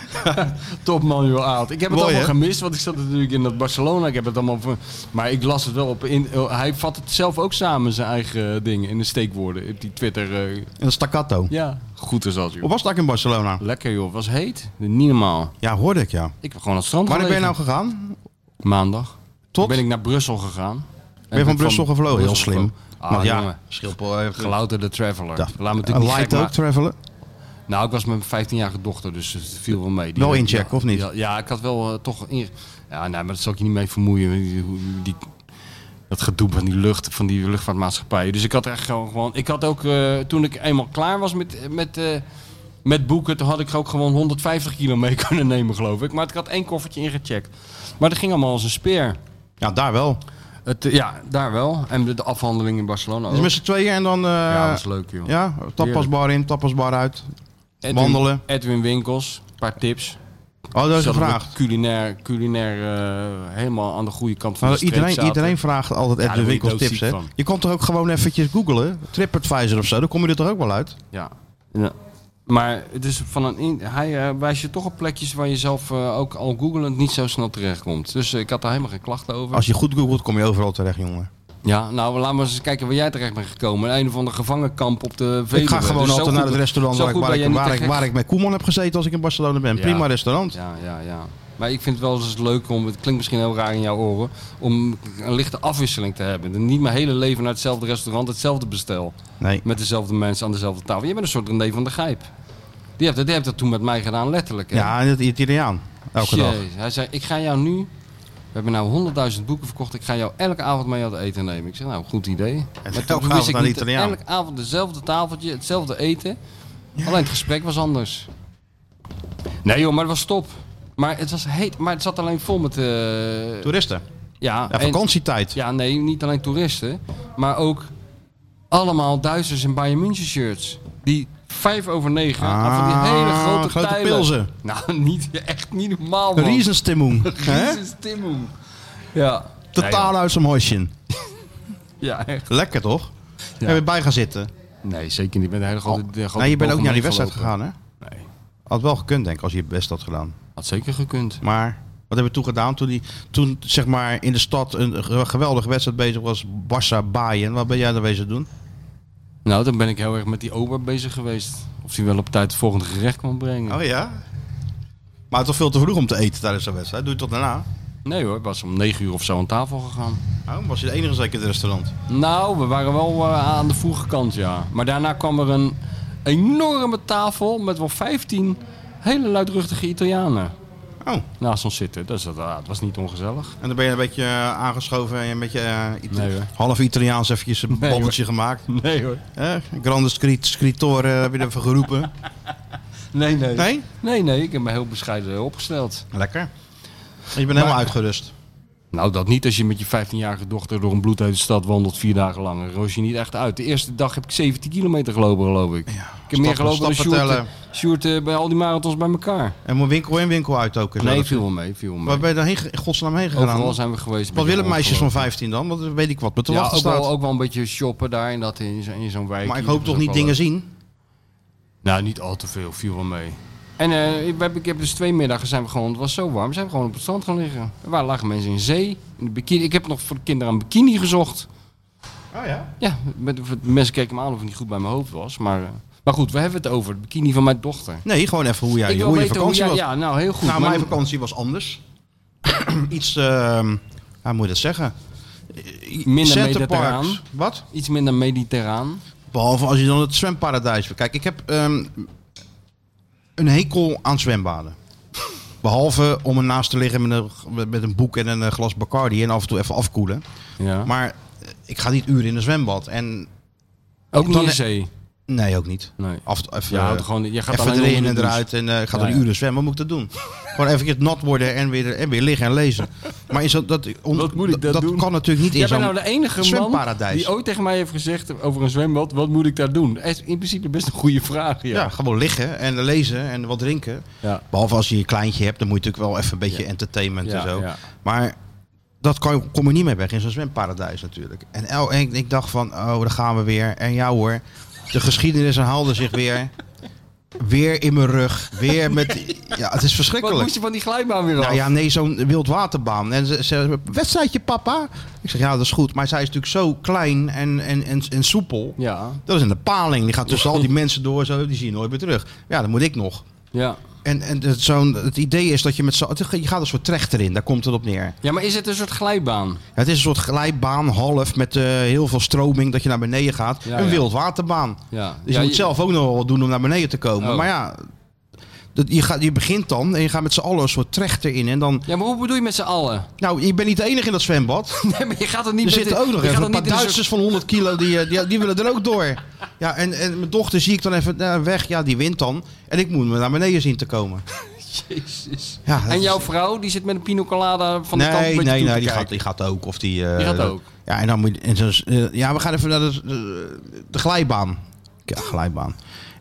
S4: Topman, joh, Aad. Ik heb het
S3: Mooi,
S4: allemaal
S3: hè?
S4: gemist, want ik zat natuurlijk in dat Barcelona. Ik heb het allemaal... ver- Maar ik las het wel op... In, eh, hij vat het zelf ook samen, zijn eigen eh, dingen. In de steekwoorden. Op die Twitter... eh,
S3: En een staccato.
S4: ja, goed is dat,
S3: Hoe
S4: joh.
S3: was dat in Barcelona?
S4: Lekker, joh. Het was heet. Niet normaal.
S3: Ja, hoorde ik, ja.
S4: Ik heb gewoon aan het strand
S3: Wanneer ben je nou
S4: gelegen.
S3: gegaan?
S4: Maandag.
S3: Tot?
S4: ben ik naar Brussel gegaan.
S3: Ben je van Brussel gevlogen? Heel
S4: Brussel
S3: slim.
S4: gevlogen. Ah,
S3: Want ja,
S4: jongen. eh,
S3: Schilpel heeft...
S4: Gelouterde traveler.
S3: Ja.
S4: Laat me
S3: Een
S4: natuurlijk niet gek
S3: light ook
S4: maken.
S3: travelen?
S4: Nou, ik was met mijn 15-jarige dochter, dus het viel wel mee.
S3: Wel
S4: in
S3: inchecken,
S4: check,
S3: of niet?
S4: Ja, ja, ik had wel eh, toch... In... Ja, nee, maar dat zal ik je niet mee vermoeien. Die, die- dat gedoe van die lucht, van die luchtvaartmaatschappijen. Dus ik had echt gewoon... gewoon ik had ook, eh, toen ik eenmaal klaar was met, met, eh, met boeken... toen had ik ook gewoon 150 kilo mee kunnen nemen, geloof ik. Maar ik had één koffertje ingecheckt. Maar dat ging allemaal als een speer.
S3: Ja, daar wel.
S4: Het, eh, ja, daar wel. En de, de afhandeling in Barcelona
S3: Dus
S4: ook.
S3: met z'n tweeën en dan... eh,
S4: Ja, dat is leuk, joh.
S3: Ja, tapasbar in, tapasbar uit.
S4: Edwin,
S3: wandelen.
S4: Edwin Winkels, een paar tips.
S3: Oh, dat is
S4: Zodat we
S3: gevraagd.
S4: Culinair, culinair eh, helemaal aan de goede kant van
S3: Nou,
S4: de streep
S3: iedereen,
S4: zaten.
S3: iedereen vraagt altijd
S4: Ja,
S3: Edwin
S4: daar word je
S3: Winkels tips. Hè?
S4: doodziek van.
S3: Je kan toch ook gewoon eventjes googlen, TripAdvisor of zo, dan kom je er toch ook wel uit.
S4: Ja. ja. Maar het is van een in- hij eh, wijst je toch op plekjes waar je zelf eh, ook al googelend niet zo snel terechtkomt. Dus eh, ik had daar helemaal geen klachten over.
S3: Als je goed googelt, kom je overal terecht, jongen.
S4: Ja, nou laten we eens kijken waar jij terecht bent gekomen. Een of ander gevangenkamp op de Veluwe.
S3: ik ga gewoon
S4: Dus zo
S3: altijd
S4: goed-
S3: naar het restaurant
S4: zo
S3: waar ik,
S4: goed
S3: waar, ik,
S4: ben jij
S3: waar,
S4: niet
S3: ik,
S4: terecht-
S3: waar ik met Koeman heb gezeten als ik in Barcelona ben.
S4: Ja.
S3: Prima restaurant.
S4: Ja, ja, ja. Maar ik vind het wel eens leuk om, het klinkt misschien heel raar in jouw oren, om een lichte afwisseling te hebben. En niet mijn hele leven naar hetzelfde restaurant, hetzelfde bestel.
S3: Nee.
S4: Met dezelfde mensen aan dezelfde tafel. Je bent een soort René van der Gijp. Die heeft, dat, die heeft dat toen met mij gedaan, letterlijk. hè?
S3: Ja, en dat Italiaan. Elke dag.
S4: Jezus. Hij zei, ik ga jou nu... We hebben nou 100.000 boeken verkocht. Ik ga jou elke avond mee uit eten nemen. Ik zeg, nou, goed idee.
S3: En
S4: Maar
S3: elke
S4: wist
S3: avond
S4: ik
S3: aan
S4: niet-
S3: Italiaan.
S4: Elke avond dezelfde tafeltje, hetzelfde eten. Alleen het gesprek was anders. Nee joh, maar het was top. Maar het was heet, maar het zat alleen vol met... eh,
S3: Toeristen.
S4: ja,
S3: Ja,
S4: en-
S3: vakantietijd.
S4: ja, nee, niet alleen toeristen, maar ook allemaal Duitsers in Bayern München shirts. Die vijf over negen
S3: Ah,
S4: aan van die hele grote,
S3: grote
S4: tijlen.
S3: pilsen.
S4: Nou, niet, echt niet normaal, man.
S3: Riesenstimmung. hè?
S4: Rieses Timmoen. Ja.
S3: Totaal uit zijn hoosje.
S4: Ja, echt.
S3: Lekker toch? Daar ben je bij gaan zitten.
S4: Nee, zeker niet. Ik ben de hele grote, de grote
S3: Nee, Oh. Nou, je bent
S4: boog
S3: ook niet naar die
S4: omheen
S3: wedstrijd
S4: gelopen.
S3: gegaan, hè?
S4: Nee,
S3: Had wel gekund, denk ik, als je je best had gedaan.
S4: had zeker gekund.
S3: Maar wat hebben we toen gedaan? Toen, die, toen zeg maar in de stad een ge- geweldige wedstrijd bezig was. Barça Bayern. Wat ben jij daar wezen doen?
S4: Nou, dan ben ik heel erg met die ober bezig geweest. Of die wel op tijd het volgende gerecht kwam brengen.
S3: Oh, ja? Maar toch veel te vroeg om te eten tijdens zo'n wedstrijd. Doe je tot daarna?
S4: Nee hoor, ik was om negen uur of zo aan tafel gegaan.
S3: Oh, was je de enige zeker in het restaurant?
S4: Nou, we waren wel eh, aan de vroege kant, ja. Maar daarna kwam er een enorme tafel met wel 15 hele luidruchtige Italianen.
S3: Oh.
S4: naast ons zitten. Dus dat ah, het was niet ongezellig.
S3: En dan ben je een beetje eh, aangeschoven en een beetje eh, Ita-
S4: Nee, hoor.
S3: half Italiaans eventjes een
S4: Nee,
S3: babbeltje gemaakt.
S4: Nee hoor.
S3: Eh, grande scrit- scrittore heb je ervoor geroepen.
S4: Nee, nee. Nee,
S3: Nee?
S4: nee. ik heb me heel bescheiden opgesteld.
S3: Lekker. En Je bent helemaal uitgerust.
S4: Nou, dat niet als je met je 15-jarige dochter door een bloedhete stad wandelt vier dagen lang. Dan roos je niet echt uit. De eerste dag heb ik 17 kilometer gelopen, geloof ik. ik heb meer gelopen dan
S3: stappen
S4: Sjoerd,
S3: tellen.
S4: eh, Sjoerd eh, bij al die marathons bij elkaar.
S3: En moet winkel in, winkel uit ook. en zo.
S4: Nee,
S3: Dat-
S4: viel wel mee, viel wel mee.
S3: Waar ben je dan heen, ge- in godsnaam heen gegaan?
S4: Overal zijn we geweest.
S3: Wat willen meisjes van
S4: ongelooflijk.
S3: 15 dan? Want dan weet ik wat me te
S4: Ja,
S3: wachten
S4: ook
S3: staat.
S4: wel, ook wel een beetje shoppen daar in, dat, in, zo- in zo'n wijk.
S3: maar ik
S4: Dat
S3: hoop
S4: is
S3: toch
S4: ook
S3: niet
S4: wel
S3: dingen
S4: leuk.
S3: zien?
S4: Nou, niet al te veel, viel wel mee. En eh, ik, heb, ik heb dus twee middagen zijn we gewoon, het was zo warm, zijn we gewoon op het strand gaan liggen. Er waren lagen mensen in zee, in de bikini. Ik heb nog voor de kinderen een bikini gezocht.
S3: Oh ja?
S4: Ja, met, de mensen keken me aan of het niet goed bij mijn hoofd was. Maar, eh, maar goed, we hebben het over de bikini van mijn dochter.
S3: Nee, gewoon even hoe, jij,
S4: ik wil
S3: hoe je
S4: weten
S3: vakantie
S4: jij-
S3: was.
S4: Ja, nou heel goed.
S3: nou,
S4: Maar-
S3: mijn vakantie was anders. Iets, ehm hoe moet je dat zeggen?
S4: Minder
S3: Centerparks.
S4: mediterraan.
S3: Wat?
S4: Iets minder mediterraan.
S3: Behalve als je dan het zwemparadijs bekijkt. Ik heb ehm, een hekel aan zwembaden. Behalve om ernaast te liggen met een, met een boek en een eh, glas Bacardi en af en toe even afkoelen.
S4: Ja.
S3: Maar eh, ik ga niet uren in een zwembad. En
S4: ook niet
S3: dan-
S4: in zee.
S3: nee, ook niet.
S4: Nee.
S3: Af, en toe even,
S4: Je, houdt
S3: eh,
S4: gewoon, je gaat
S3: even
S4: alleen
S3: erin
S4: onder
S3: en
S4: de douche.
S3: eruit en eh, ik ga
S4: Ja,
S3: er
S4: ja.
S3: uren zwemmen. Wat moet ik dat doen? Gewoon even nat worden en weer, en weer liggen en lezen. Maar is dat, dat, on-
S4: Wat moet ik dat doen?
S3: kan natuurlijk niet in
S4: Jij bent
S3: zo'n
S4: nou de enige man
S3: zwemparadijs.
S4: die ooit tegen mij heeft gezegd over een zwembad, wat moet ik daar doen? Dat is in principe best een goede vraag,
S3: Ja,
S4: ja.
S3: gewoon liggen en lezen en wat drinken.
S4: Ja.
S3: Behalve als je je kleintje hebt, dan moet je natuurlijk wel even een beetje entertainment
S4: Ja,
S3: en zo.
S4: ja.
S3: Maar dat kan, kom je niet meer weg in zo'n zwemparadijs natuurlijk. En, el, en ik, ik dacht van, oh, daar gaan we weer. En ja hoor, de geschiedenis herhaalde zich weer. Weer in mijn rug. Weer met... Ja, het is
S4: Wat
S3: verschrikkelijk.
S4: moest je van die glijbaan weer af?
S3: Nou ja, nee, zo'n wildwaterbaan. En ze, ze wedstrijdje papa. Ik zeg, ja, dat is goed. Maar zij is natuurlijk zo klein en, en, en, en soepel.
S4: ja,
S3: Dat is in de paling. Die gaat tussen al die mensen door. Zo, die zie je nooit meer terug. Ja, dan moet ik nog.
S4: ja.
S3: En, en het, zo'n, het idee is dat je met zo, Je gaat een soort trechter in. Daar komt het op neer.
S4: Ja, maar is het een soort glijbaan?
S3: Het is een soort glijbaan, half, met eh, heel veel stroming. Dat je naar beneden gaat.
S4: Ja,
S3: een
S4: ja.
S3: wildwaterbaan.
S4: Ja.
S3: Dus
S4: ja,
S3: je moet zelf ook nog wel wat doen om naar beneden te komen.
S4: Oh.
S3: Maar ja... dat- Je, gaat, je begint dan en je gaat met z'n allen een soort trechter in. En dan,
S4: Ja, maar hoe bedoel je met z'n allen?
S3: nou, je bent niet de enige in dat zwembad.
S4: Nee, maar je gaat er niet
S3: Er
S4: met
S3: zitten
S4: de-
S3: ook nog
S4: je gaat
S3: even
S4: er
S3: een
S4: niet
S3: paar
S4: in een
S3: Duitsers van 100 kilo, die, eh, die, die willen er ook door. Ja, en, en mijn dochter zie ik dan even eh, weg. Ja, die wint dan. En ik moet me naar beneden zien te komen.
S4: soort- Jezus.
S3: Ja, dat
S4: En
S3: is-
S4: jouw vrouw, die zit met een pina colada van de kant
S3: nee,
S4: een beetje
S3: nee,
S4: toe
S3: nee,
S4: te
S3: die
S4: kijken.
S3: gaat, die gaat ook. Of die, eh,
S4: Die gaat
S3: dat-
S4: ook.
S3: Ja, en dan moet je- en zo, is, eh, ja, we gaan even naar de, de, de glijbaan. Ja, glijbaan.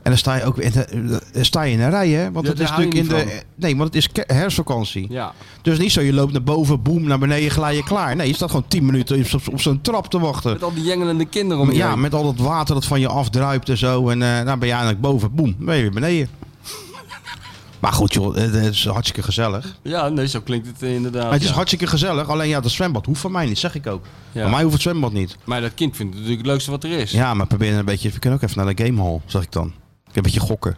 S3: En dan sta je ook weer- en dan- dan sta je in een rij, hè? Want
S4: Ja,
S3: het
S4: daar
S3: is
S4: hou je
S3: natuurlijk in
S4: niet
S3: de. Nee, want het is ke- herfstvakantie.
S4: Ja.
S3: Dus niet zo, je loopt naar boven, boem, naar beneden, glij je klaar. Nee, je staat gewoon 10 minuten op, op zo'n trap te wachten.
S4: Met al die jengelende kinderen om je
S3: Ja,
S4: heen.
S3: met al dat water dat van je afdruipt en zo. En eh dan ben je eindelijk boven. Boem, ben je weer beneden. maar goed joh, het is hartstikke gezellig.
S4: Ja, nee, zo klinkt het eh, inderdaad.
S3: Maar het is
S4: ja.
S3: hartstikke gezellig. Alleen ja, dat zwembad hoeft van mij niet, zeg ik ook.
S4: Ja.
S3: Van mij hoeft het zwembad niet.
S4: Maar dat kind vindt het natuurlijk het leukste wat er is.
S3: Ja, maar probeer een beetje... We kunnen ook even naar de gamehall, zeg ik dan. Ik heb een beetje gokken.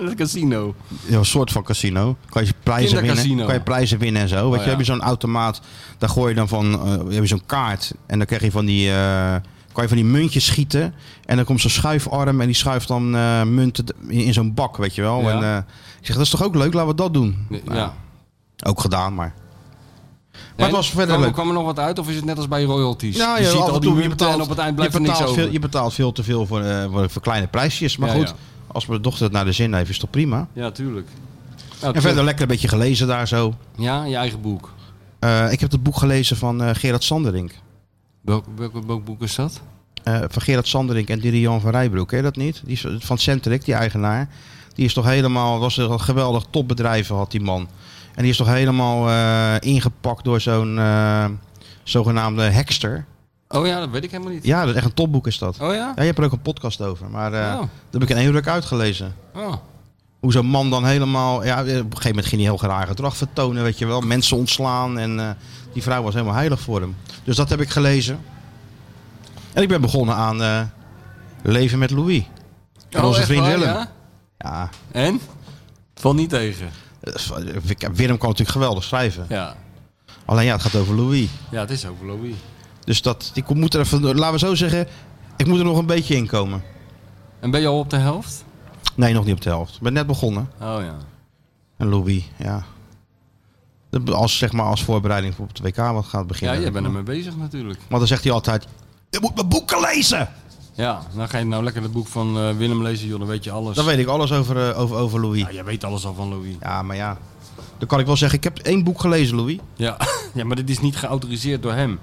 S4: Het casino.
S3: Ja, een soort van casino. Kan je prijzen winnen,
S4: Kindercasino.
S3: kan je prijzen winnen en zo. Weet je,
S4: Oh, ja.
S3: heb je zo'n automaat, daar gooi je dan van, eh, heb je zo'n kaart en dan krijg je van die, eh, kan je van die muntjes schieten en dan komt zo'n schuifarm en die schuift dan eh, munten d- in, in zo'n bak, weet je wel.
S4: Ja.
S3: En, eh, ik zeg, dat is toch ook leuk, laten we dat doen.
S4: Ja.
S3: Nou, Ook gedaan, maar. Maar
S4: En?
S3: het was verder
S4: kwam,
S3: leuk.
S4: kwam er nog wat uit of is het net als bij royalties?
S3: Nou,
S4: je ziet
S3: af en
S4: al die
S3: toe,
S4: munten en op het eind blijft
S3: je
S4: er niks
S3: betaalt
S4: over.
S3: veel, Je betaalt veel te veel voor, eh, voor, voor kleine prijsjes, maar
S4: Ja,
S3: goed.
S4: ja.
S3: Als mijn dochter het naar de zin heeft, is toch prima.
S4: Ja, tuurlijk. Nou,
S3: en
S4: tuurlijk.
S3: verder lekker een beetje gelezen daar zo.
S4: Ja, je eigen boek.
S3: Eh, ik heb het boek gelezen van eh, Gerard Sanderink.
S4: Welk, welk, welk boek is dat?
S3: Eh, van Gerard Sanderink en Dirian van Rijbroek. Ken je dat niet? Die is van Centric, die eigenaar. Die is toch helemaal, was een geweldig topbedrijf had die man. En die is toch helemaal eh, ingepakt door zo'n eh, zogenaamde hekster.
S4: Oh ja, dat weet ik helemaal niet.
S3: Ja, dat is echt een topboek is dat.
S4: Oh ja?
S3: Ja, je hebt er ook een podcast over. Maar eh
S4: Ja.
S3: dat heb ik in één ruk uitgelezen.
S4: Oh.
S3: Hoe zo'n man dan helemaal... Ja, op een gegeven moment ging hij heel raar gedrag vertonen, weet je wel. Mensen ontslaan en eh, die vrouw was helemaal heilig voor hem. Dus dat heb ik gelezen. En ik ben begonnen aan eh, Leven met Louis. Van
S4: Oh,
S3: onze
S4: echt
S3: vriend
S4: waar,
S3: Willem. Ja,
S4: ja? En? Val niet tegen.
S3: eh, Willem kan natuurlijk geweldig schrijven.
S4: Ja.
S3: Alleen ja, het gaat over Louis.
S4: Ja, het is over Louis.
S3: Dus dat, ik moet er even, laten we zo zeggen, ik moet er nog een beetje in komen.
S4: En ben je al op de helft?
S3: Nee, nog niet op de helft. Ik ben net begonnen.
S4: Oh ja.
S3: En Louis, ja. de- als, zeg maar, als voorbereiding voor op het WK wat gaat
S4: Ja,
S3: beginnen.
S4: jij bent ermee bezig natuurlijk.
S3: Maar dan zegt hij altijd, je moet mijn boeken lezen!
S4: Ja, dan ga je nou lekker het boek van eh, Willem lezen, joh. Dan weet je alles.
S3: Dan weet ik alles over, eh, over, over Louis.
S4: Ja, jij weet alles al van Louis.
S3: Ja, maar ja. Dan kan ik wel zeggen, ik heb één boek gelezen, Louis.
S4: Ja, ja maar dit is niet geautoriseerd door hem.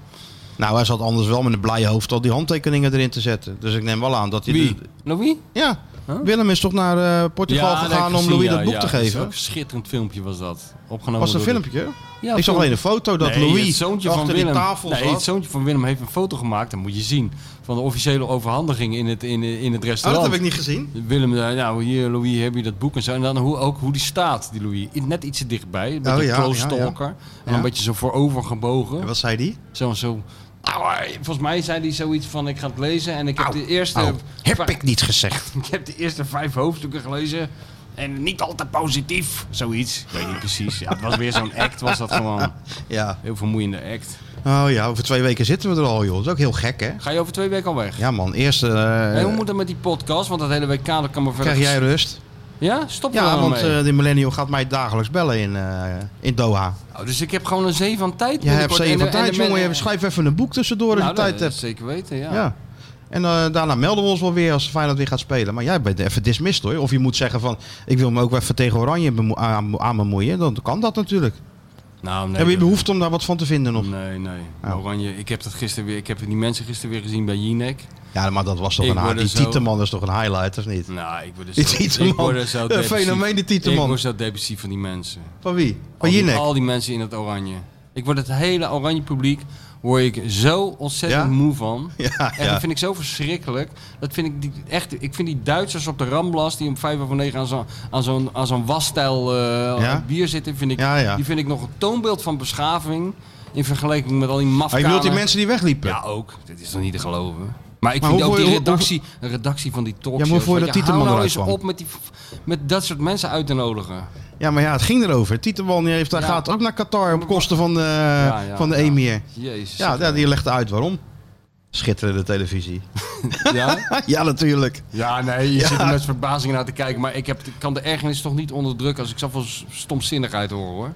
S3: Nou, hij zat anders wel met een blij hoofd al die handtekeningen erin te zetten. Dus ik neem wel aan dat hij...
S4: Wie?
S3: de-
S4: Louis?
S3: ja, Willem is toch naar eh, Portugal
S4: dat heb ik
S3: gegaan om
S4: gezien,
S3: Louis
S4: ja,
S3: dat boek
S4: ja.
S3: te
S4: Dat is
S3: geven.
S4: ook Een schitterend filmpje was dat. Opgenomen
S3: Was dat een
S4: door de-
S3: filmpje?
S4: Ja,
S3: ik zag
S4: film-
S3: alleen een foto dat
S4: Nee,
S3: Louis
S4: het zoontje
S3: achter
S4: van
S3: die
S4: Willem,
S3: tafel
S4: nee,
S3: zat.
S4: het zoontje van Willem heeft een foto gemaakt. Dat moet je zien. Van de officiële overhandiging in het, in, in het
S3: Oh, dat
S4: restaurant.
S3: heb ik niet gezien.
S4: Willem, eh, nou hier Louis, heb je dat boek en zo. En dan hoe, ook hoe die staat, die Louis. Net ietsje dichtbij, een beetje
S3: Oh, ja,
S4: close
S3: ja, ja.
S4: stalker. En
S3: Ja.
S4: een beetje zo voorover gebogen.
S3: En wat zei die?
S4: Zo, zo. Auw, volgens mij zei hij zoiets van ik ga het lezen en ik heb de eerste...
S3: heb ik niet gezegd.
S4: Ik heb de eerste vijf hoofdstukken gelezen. En niet al te positief. Zoiets. Ik weet niet precies. Ja, het was weer zo'n act, was dat gewoon.
S3: Ja.
S4: Heel vermoeiende act.
S3: Oh ja, over twee weken zitten we er al, joh. Dat is ook heel gek, hè?
S4: Ga je over twee weken al weg?
S3: Ja, man. Eerst eh,
S4: en hoe moet dat met die podcast? Want dat hele WK, dat kan maar verder...
S3: krijg jij rust.
S4: Ja? Stop er
S3: Ja,
S4: dan
S3: want
S4: mee.
S3: eh die millennial gaat mij dagelijks bellen in, eh, in Doha.
S4: Oh, dus ik heb gewoon een zee van tijd.
S3: eh, Jij hebt
S4: binnenkort. En-
S3: zeven
S4: en-
S3: tijd,
S4: en-
S3: jongen.
S4: en-
S3: Je schrijf even een boek tussendoor als
S4: Nou,
S3: je tijd
S4: dat-
S3: hebt.
S4: Zeker weten, ja.
S3: Ja. En eh, daarna melden we ons wel weer als Feyenoord weer gaat spelen. Maar jij bent even dismissed hoor. Of je moet zeggen van, ik wil me ook wel even tegen Oranje bemo- aan, aan bemoeien. Dan kan dat natuurlijk.
S4: Nou, nee,
S3: Heb je
S4: dat-
S3: behoefte om daar wat van te vinden nog?
S4: Nee, nee.
S3: Oh.
S4: Oranje, ik heb, dat gisteren weer, ik heb die mensen gisteren weer gezien bij Jinek.
S3: Ja, maar dat was toch
S4: Ik
S3: een
S4: word
S3: hi-
S4: er
S3: Die
S4: zo-
S3: Tieteman is toch een highlight, of niet?
S4: Nou, ik word er
S3: Die
S4: zo,
S3: Tieteman.
S4: ik word er zo
S3: Een
S4: depressief.
S3: fenomeen, die Tieteman.
S4: Ik word zo depressief van die mensen.
S3: Van wie? Van
S4: Al die,
S3: Jinek?
S4: al die mensen in het oranje. Ik word het hele oranje publiek word ik zo ontzettend
S3: Ja?
S4: moe van.
S3: Ja,
S4: En dat
S3: ja.
S4: vind ik zo verschrikkelijk. Dat vind ik, die, echt, ik vind die Duitsers op de Ramblas die om vijf over negen aan zo'n aan zo'n aan zo'n wasstijl eh,
S3: Ja?
S4: bier zitten, vind ik,
S3: Ja, ja.
S4: die vind ik nog een toonbeeld van beschaving in vergelijking met al die
S3: Maar je
S4: mafkanen.
S3: bedoelt die mensen die wegliepen?
S4: Ja, ook. Dit is toch niet te geloven? Maar ik
S3: Maar
S4: vind
S3: hoe
S4: ook
S3: voel
S4: die
S3: je- hoe-
S4: redactie, de redactie van die talkshows.
S3: Ja, maar hoe voel je
S4: weet
S3: dat Tieteman
S4: hou nou
S3: eruit
S4: eens
S3: kwam?
S4: op met, die, met dat soort mensen uit te nodigen.
S3: Ja, maar ja, het ging erover. Tieteman die heeft, daar
S4: Ja.
S3: gaat ook naar Qatar op kosten van de,
S4: ja,
S3: van de
S4: ja.
S3: emir.
S4: Jezus.
S3: Ja, ja, die legt uit waarom. Schitterende televisie.
S4: ja?
S3: ja, natuurlijk.
S4: Ja, nee, je zit er met verbazing naar te kijken. Maar ik, heb, ik kan de ergernis toch niet onderdrukken als ik zoveel s- stomzinnigheid hoor, hoor.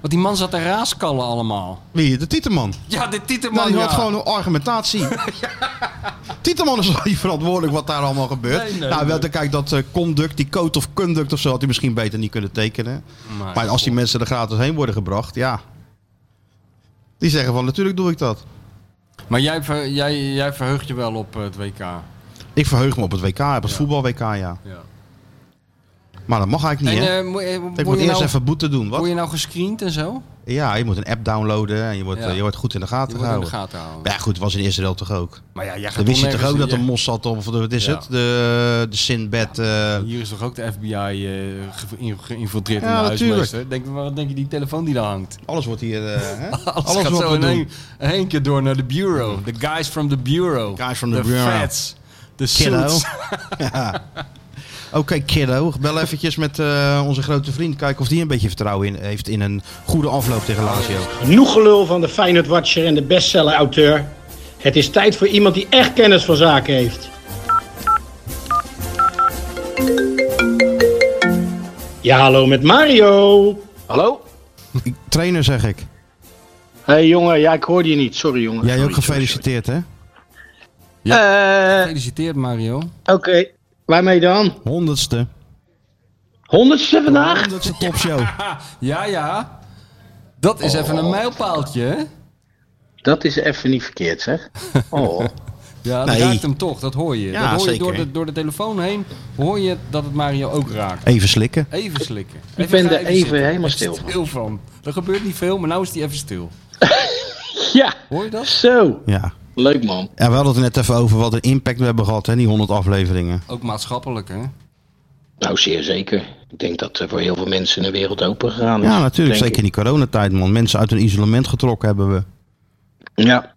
S4: Want die man zat te raaskallen allemaal.
S3: Wie? De Tieteman.
S4: Ja, de titelman,
S3: Nou, die
S4: ja.
S3: had gewoon een argumentatie. Tieteman is wel niet verantwoordelijk wat daar allemaal gebeurt.
S4: Nee, nee,
S3: nou, wel
S4: nee.
S3: te kijken dat eh, conduct, die code of conduct of zo, had hij misschien beter niet kunnen tekenen.
S4: Maar-
S3: maar als die mensen er gratis heen worden gebracht, ja. Die zeggen van, natuurlijk doe ik dat.
S4: Maar jij, ver- jij, jij verheugt je wel op eh, het WK. Ja.
S3: Ik verheug me op het WK, op het voetbal-WK, ja. Maar dat mag eigenlijk
S4: En
S3: niet, hè?
S4: eh, moet je-
S3: Ik
S4: word
S3: moet
S4: je
S3: eerst
S4: nou-
S3: even boete doen. Wat?
S4: word je nou gescreend en zo?
S3: Ja, je moet een app downloaden en je wordt,
S4: Ja.
S3: eh, je wordt goed in de
S4: Je
S3: gaten
S4: wordt in de
S3: gehouden.
S4: gaten houden.
S3: Ja, goed, was in Israël toch ook.
S4: Maar ja, jij gaat
S3: Dan wist je
S4: wel
S3: toch ook
S4: nergens-
S3: dat de
S4: ja.
S3: Mossad of de, wat is
S4: Ja.
S3: het? De, de Sinbad. eh,
S4: Hier is toch ook de FBI eh, ge- in- geïnfiltreerd
S3: Ja,
S4: in de
S3: natuurlijk.
S4: huismeester? Denk, wat denk je die telefoon die daar hangt?
S3: Alles wordt hier. eh, hè?
S4: Alles,
S3: wordt
S4: gaat zo in
S3: bedoeld.
S4: één, in één keer door naar de bureau. The guys from the bureau.
S3: Guys from the bureau.
S4: fats. De
S3: Kiddo.
S4: suits.
S3: ja. Oké, kiddo. Bel eventjes met eh, onze grote vriend. Kijken of die een beetje vertrouwen in heeft in een goede afloop tegen Lazio.
S8: Genoeg gelul van de Feyenoord Watcher en de bestseller-auteur. Het is tijd voor iemand die echt kennis van zaken heeft. Ja, hallo met Mario.
S9: Hallo?
S3: Ik- Trainer zeg ik.
S8: Hé hey, jongen, ja, ik hoorde je niet. Sorry jongen.
S3: Jij ook
S8: Sorry, sorry,
S3: gefeliciteerd, hè?
S8: sorry. Eh,
S4: Gefeliciteerd Mario.
S8: Oké, waarmee dan?
S3: Honderdste.
S8: Honderdste vandaag?
S3: Honderdste topshow.
S4: Ja, ja. Dat
S3: Oh.
S4: is even een mijlpaaltje. hè?
S8: Dat is even niet verkeerd zeg. Oh.
S4: Ja, dat
S3: Nee.
S4: raakt hem toch. Dat hoor je.
S3: Ja,
S4: dat hoor je
S3: zeker.
S4: door de, door de telefoon heen. Hoor je dat het Mario ook raakt.
S3: Even slikken.
S4: Even slikken. Even
S8: ben
S4: gaan
S8: er even
S4: zitten.
S8: helemaal stil van.
S4: Stil van. Er gebeurt niet veel, maar nou is hij even stil.
S8: ja,
S4: Hoor je dat?
S8: zo.
S3: Ja.
S8: Leuk man.
S3: En we hadden het net even over wat een impact we hebben gehad, hè? Die 100 afleveringen.
S4: Ook maatschappelijk, hè?
S8: Nou, zeer zeker. Ik denk dat er voor heel veel mensen de wereld open gegaan is.
S3: Ja, natuurlijk.
S8: denk
S3: Zeker in
S8: ik.
S3: die coronatijd, man. Mensen uit hun isolement getrokken hebben we.
S8: Ja,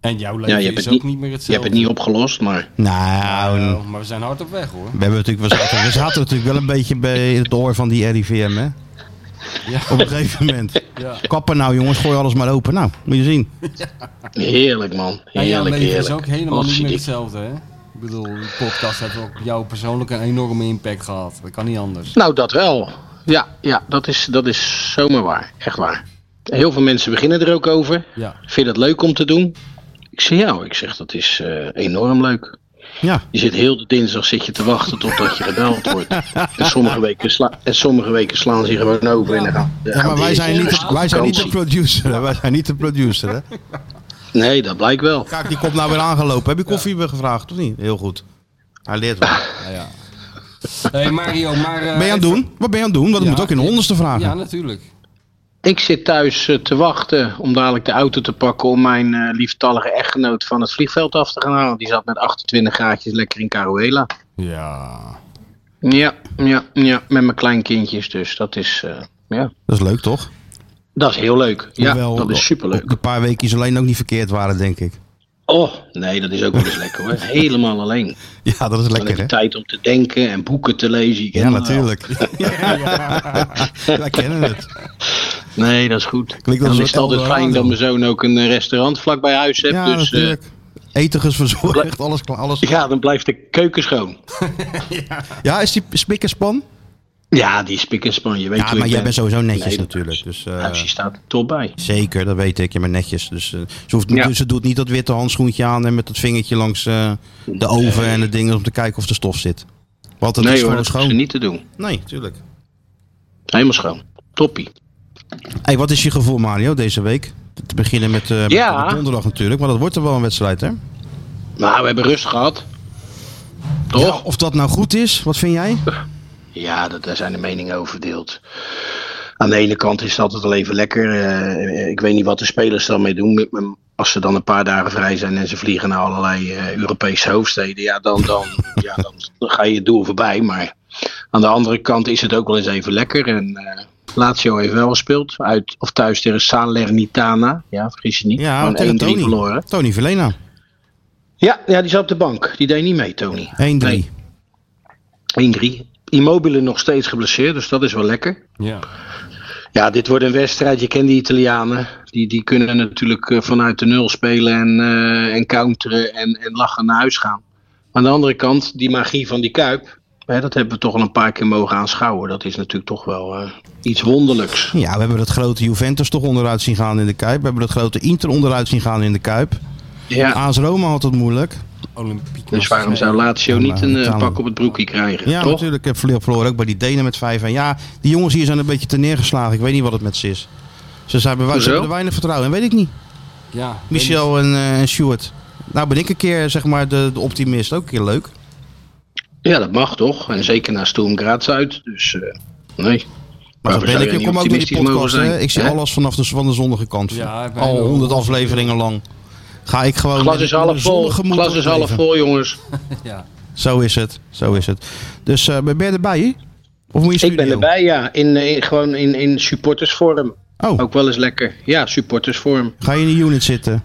S4: En jouw
S8: ja
S4: leven
S8: je, hebt
S4: is
S8: het
S4: ook
S8: niet,
S4: niet meer
S8: je hebt
S4: hetzelfde.
S8: het niet opgelost, maar...
S3: Nou,
S4: Nou, maar we zijn hard op weg, hoor.
S3: We, hebben natuurlijk, we, zaten, we zaten natuurlijk wel een beetje bij het oor van die RIVM, hè?
S4: Ja.
S3: Op een gegeven moment.
S4: Ja.
S3: Kappen nou, jongens, gooi alles maar open. Nou, moet je zien.
S8: Heerlijk man,
S4: Ja, jouw
S8: heerlijk,
S4: leven
S8: heerlijk.
S4: is ook helemaal niet meer
S8: Hartstikke
S4: hetzelfde, hè? Ik bedoel, die podcast heeft op jou persoonlijk een enorme impact gehad. Dat kan niet anders.
S8: dik. Nou, dat wel. Ja, ja dat, is, dat is zomaar waar. Echt waar. Heel veel mensen beginnen er ook over.
S4: Ja.
S8: Vind je dat leuk om te doen? Ik zeg jou, ik zeg dat is eh, enorm leuk.
S3: Ja.
S8: Je zit heel de dinsdag zit je te wachten totdat je gebeld wordt. En sommige weken, sla- en sommige weken slaan ze je gewoon over en dan gaan
S3: Ja, maar wij zijn, niet, wij zijn niet de
S8: pro.
S3: producer. hè. Wij zijn niet de producer. Hè?
S8: Nee, dat blijkt wel.
S3: Kijk, die komt nou weer aangelopen. Heb je koffie weer gevraagd of niet? Heel goed. Hij leert wel.
S4: Hey Mario, maar... eh,
S3: Ben je aan het doen? Wat ben je aan het doen? Want dat
S4: Ja.
S3: moet ook in de honderdste vragen.
S4: Ja, natuurlijk.
S8: Ik zit thuis eh, te wachten om dadelijk de auto te pakken om mijn eh lieftallige echtgenoot van het vliegveld af te gaan halen. Die zat met 28 graadjes lekker in Caruela.
S4: Ja.
S8: Ja, ja, ja, met mijn kleinkindjes dus. Dat is, eh, ja,
S3: Dat is leuk, toch?
S8: dat is heel leuk. Ja,
S3: Hoewel
S8: dat is
S3: op
S8: superleuk.
S3: de paar weekjes alleen ook niet verkeerd waren, denk ik.
S8: Oh, nee, dat is ook wel eens lekker hoor. Helemaal alleen.
S3: Ja, dat is
S8: Dan heb
S3: lekker,
S8: je
S3: hè?
S8: tijd om te denken en boeken te lezen. Je kent
S3: Ja,
S8: het wel.
S3: natuurlijk. Wij kennen het.
S8: Nee, dat is goed.
S3: Klinkt als
S8: dan
S3: een
S8: is het altijd
S3: Eldorado.
S8: fijn dat mijn zoon ook een eh, restaurant vlakbij huis heeft.
S3: Ja,
S8: dus eh,
S3: natuurlijk. Eten is verzorgd, alles klaar. Alles.
S8: ja, dan blijft de keuken schoon.
S3: Ja, is die spik en span?
S8: Ja, die spik en span. Je weet
S3: Ja,
S8: hoe
S3: maar
S8: ik
S3: jij
S8: ben.
S3: bent sowieso netjes
S8: Nee, dat-
S3: natuurlijk. Dus, eh,
S8: Nou, ze staat er top bij.
S3: zeker, dat weet ik. Je bent netjes. Dus, eh, ze, hoeft,
S8: Ja.
S3: ze doet niet dat witte handschoentje aan en met dat vingertje langs eh, de oven en het ding om te kijken of de stof zit. Want dat
S8: nee
S3: is
S8: hoor,
S3: gewoon
S8: dat is
S3: schoon.
S8: niet te doen.
S3: Nee, tuurlijk.
S8: Helemaal schoon. Toppie.
S3: Hey, wat is je gevoel, Mario, deze week? Te beginnen met, eh, met
S8: Ja.
S3: de donderdag natuurlijk, maar dat wordt er wel een wedstrijd, hè?
S8: Nou, we hebben rust gehad. Toch?
S3: Of dat nou goed is, wat vind jij?
S8: Ja, dat, daar zijn de meningen over verdeeld. Aan de ene kant is het altijd wel even lekker. Eh, ik weet niet wat de spelers dan mee doen. Met- met- Als ze dan een paar dagen vrij zijn en ze vliegen naar allerlei eh, Europese hoofdsteden, ja dan, dan, ja, dan ga je het doel voorbij. Maar aan de andere kant is het ook wel eens even lekker. En eh Lazio heeft wel gespeeld. Uit, of thuis tegen Salernitana. Ja, vergis je niet.
S3: Ja,
S8: Gewoon
S3: tegen
S8: 1-3
S3: Tony.
S8: verloren.
S3: Tony Verlena, 1-3.
S8: Ja, ja, die zat op de bank. Die deed niet mee, Tony. Nee. 1-3. Immobile nog steeds geblesseerd, dus dat is wel lekker.
S4: Ja.
S8: Ja, dit wordt een wedstrijd. Je kent die Italianen. Die, die kunnen natuurlijk eh, vanuit de nul spelen en, eh, en counteren en, en lachen naar huis gaan. Maar aan de andere kant, die magie van die Kuip, hè, dat hebben we toch al een paar keer mogen aanschouwen. Dat is natuurlijk toch wel eh, iets wonderlijks.
S3: Ja, we hebben dat grote Juventus toch onderuit zien gaan in de Kuip. We hebben dat grote Inter onderuit zien gaan in de Kuip.
S8: Ja,
S3: AS Roma had het moeilijk.
S4: Olympiek.
S8: dus waarom zou Lazio
S3: Ja, maar
S8: niet een eh,
S3: Italië-
S8: pak op het broekje krijgen,
S3: Ja,
S8: toch?
S3: natuurlijk. Ik heb verloren- verloren ook bij die Denen met 5. En ja, die jongens hier zijn een beetje te neergeslagen. Ik weet niet wat het met ze is. Ze, zijn bij, ze
S8: Hoezo?
S3: hebben er weinig vertrouwen in, weet ik niet.
S4: Ja.
S3: Michel en, eh, en Stuart. Nou ben ik een keer zeg maar de, de optimist. Ook een keer leuk.
S8: Ja, dat mag toch? En zeker naar Sturm Graz uit. Dus eh, nee.
S3: Maar dat
S8: Waarom
S3: ben
S8: zou
S3: ik. Ik
S8: je niet
S3: kom ook door die
S8: optimistisch mogen
S3: podcast.
S8: zijn?
S3: Hè? Ik zie
S8: Hè?
S3: alles vanaf de, van de zonnige kant.
S4: Ja, bijna
S3: Al
S4: wel.
S3: honderd afleveringen lang. Ga ik gewoon.
S8: Glas
S3: met
S8: is
S3: een
S8: half vol.
S3: zonnig gemoed
S8: Glas is half
S3: leven.
S8: vol, jongens.
S4: Ja.
S3: Zo is het. Zo is het. Dus eh, ben je erbij? hè? Of moet je
S8: Ik
S3: studio?
S8: ben erbij, ja. In, eh, gewoon in, in supportersvorm.
S3: Oh,
S8: Ook wel eens lekker. Ja, supportersvorm.
S3: ga je in de unit zitten?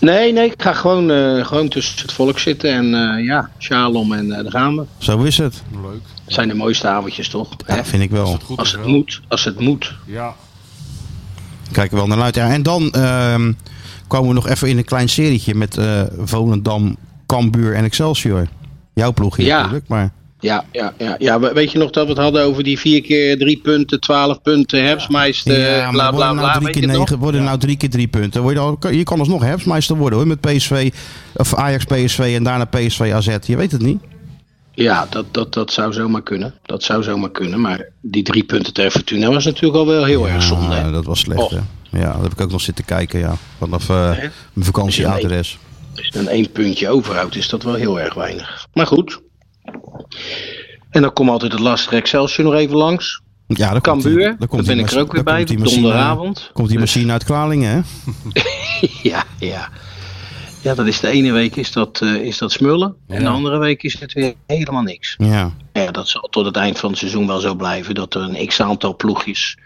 S8: Nee, nee, ik ga gewoon, eh, gewoon tussen het volk zitten. En eh, ja, shalom en eh daar gaan we.
S3: Zo is het.
S4: Leuk.
S8: Het zijn de mooiste avondjes, toch? Hè?
S3: Ja, vind ik wel.
S4: Goed
S8: Als
S4: is
S8: het
S4: wel.
S8: moet, als het moet.
S4: Ja.
S3: Kijk er wel naar uit. Ja, en dan ehm, komen we nog even in een klein serietje met eh Volendam, Cambuur en Excelsior. Jouw ploeg hier
S8: Ja.
S3: natuurlijk. Maar
S8: Ja, ja, ja, ja. we- Weet je nog dat we het hadden over die vier keer drie punten, twaalf punten, herfstmeister,
S3: Ja,
S8: eh, bla
S3: maar
S8: bla
S3: worden nou
S8: bla.
S3: drie
S8: Weet je
S3: keer
S8: het nog?
S3: negen, worden nou drie keer drie punten. Word je, al, kan- je kan alsnog herfstmeister worden hoor. Met PSV, of Ajax PSV en daarna PSV AZ. Je weet het niet.
S8: Ja, dat, dat, dat zou zomaar kunnen. Dat zou zomaar kunnen. Maar die drie punten tegen Fortuna was natuurlijk al wel heel erg zonde. hè? Oh.
S3: Ja, dat was slecht
S8: Och.
S3: hè. Ja, dat heb ik ook nog zitten kijken ja. Vanaf eh, mijn vakantieadres.
S8: Als je dan één puntje overhoudt, is dat wel heel erg weinig. Maar goed. En dan komt altijd het lastige Excelsior nog even langs.
S3: Ja, daar komt
S8: Cambuur,
S3: die- daar komt
S8: daar
S3: die
S8: ben ik er
S3: mas-
S8: ook weer
S3: daar
S8: bij,
S3: komt die machine-
S8: donderavond.
S3: Komt die
S8: Dus-
S3: machine uit Kralingen hè?
S8: ja, ja. Ja, dat is de ene week is dat, eh, is dat smullen. En de andere week is het weer helemaal niks.
S3: Ja.
S8: Ja, dat zal tot het eind van het seizoen wel zo blijven. Dat er een x-aantal ploegjes.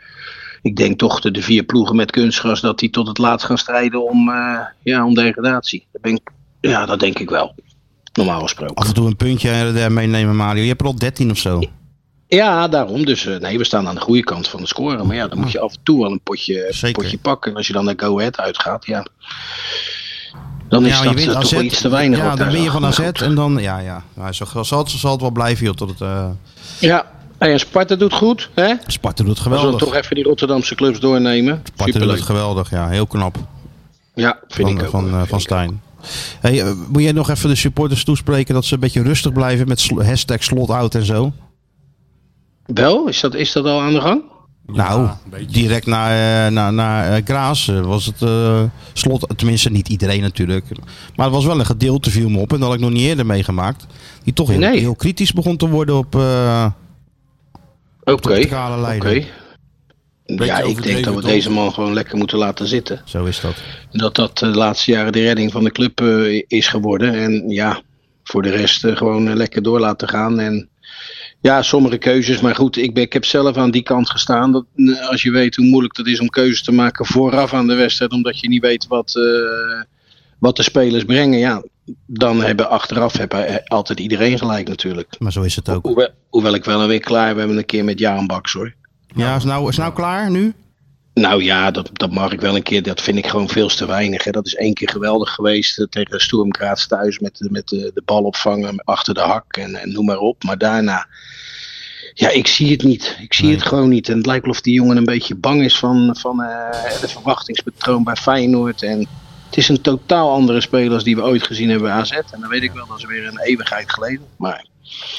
S8: Ik denk toch de, de vier ploegen met kunstgras. dat die tot het laatst gaan strijden om, eh, ja, om degradatie. Dat ben ik, ja, dat denk ik wel. Normaal gesproken.
S3: Af en toe een puntje eh, meenemen, Mario. Je hebt er al 13 of zo.
S8: Ja, daarom. Dus eh, nee, we staan aan de goede kant van de score. Maar ja, dan moet je af en toe wel een potje,
S3: Zeker.
S8: potje pakken. En als je dan naar Go Ahead uitgaat, ja. Dan is
S3: ja,
S8: dat eh, toch wel iets te weinig.
S3: Ja,
S8: wat
S3: dan
S8: daar
S3: ben je
S8: zag.
S3: van
S8: Maar
S3: AZ
S8: goed.
S3: en dan... Ja, ja. Nou, zo zal, het, zal het wel blijven, joh. Tot het, eh,
S8: Ja, Hey, en Sparta doet goed, hè?
S3: Sparta doet
S8: Als we
S3: geweldig.
S8: toch even die Rotterdamse clubs doornemen.
S3: Sparta doet
S8: Superleuk.
S3: geweldig, ja. Heel knap
S8: Ja, vind
S3: van,
S8: ik ook.
S3: van,
S8: hoor.
S3: eh, van
S8: Vind ik ook.
S3: Stijn. Hey, eh, moet jij nog even de supporters toespreken dat ze een beetje rustig blijven met sl- hashtag slotout en zo?
S8: Wel, is dat, is dat al aan de gang?
S3: Nou,
S4: een beetje.
S3: direct naar, eh, naar, naar eh, Graas eh, was het eh, slot. Tenminste, niet iedereen natuurlijk. Maar het was wel een gedeelte viel me op. En dat had ik nog niet eerder meegemaakt. Die toch heel,
S8: Nee.
S3: heel kritisch begon te worden op eh,
S8: Oké.
S3: de verticale leider.
S8: Oké. Ja, ik denk
S4: overdreven,
S8: dat we
S4: toch?
S8: deze man gewoon lekker moeten laten zitten.
S3: Zo is dat.
S8: Dat dat de laatste jaren de redding van de club eh, is geworden. En ja, voor de rest eh, gewoon eh, lekker door laten gaan. En ja, sommige keuzes. Maar goed, ik, ben, ik heb zelf aan die kant gestaan. Dat, eh, als je weet hoe moeilijk dat is om keuzes te maken vooraf aan de wedstrijd. Omdat je niet weet wat, eh, wat de spelers brengen. Ja, dan hebben achteraf heb, eh, altijd iedereen gelijk natuurlijk.
S3: Maar zo is het ook.
S8: Hoewel, hoewel ik wel een week klaar ben met een keer met Jaan Baks hoor.
S3: Ja, is nou, is nou klaar nu?
S8: Nou ja, dat, dat mag ik wel een keer. Dat vind ik gewoon veel te weinig. Hè. Dat is één keer geweldig geweest eh, tegen Sturm Graz thuis met, de- met eh, de, de bal opvangen achter de hak en, en noem maar op. Maar daarna, ja, ik zie het niet. Ik zie het gewoon niet. En het lijkt wel of die jongen een beetje bang is van, van eh, het verwachtingspatroon bij Feyenoord. En het is een totaal andere speler als die we ooit gezien hebben bij AZ. En dan weet ik wel, dat is weer een eeuwigheid geleden. Maar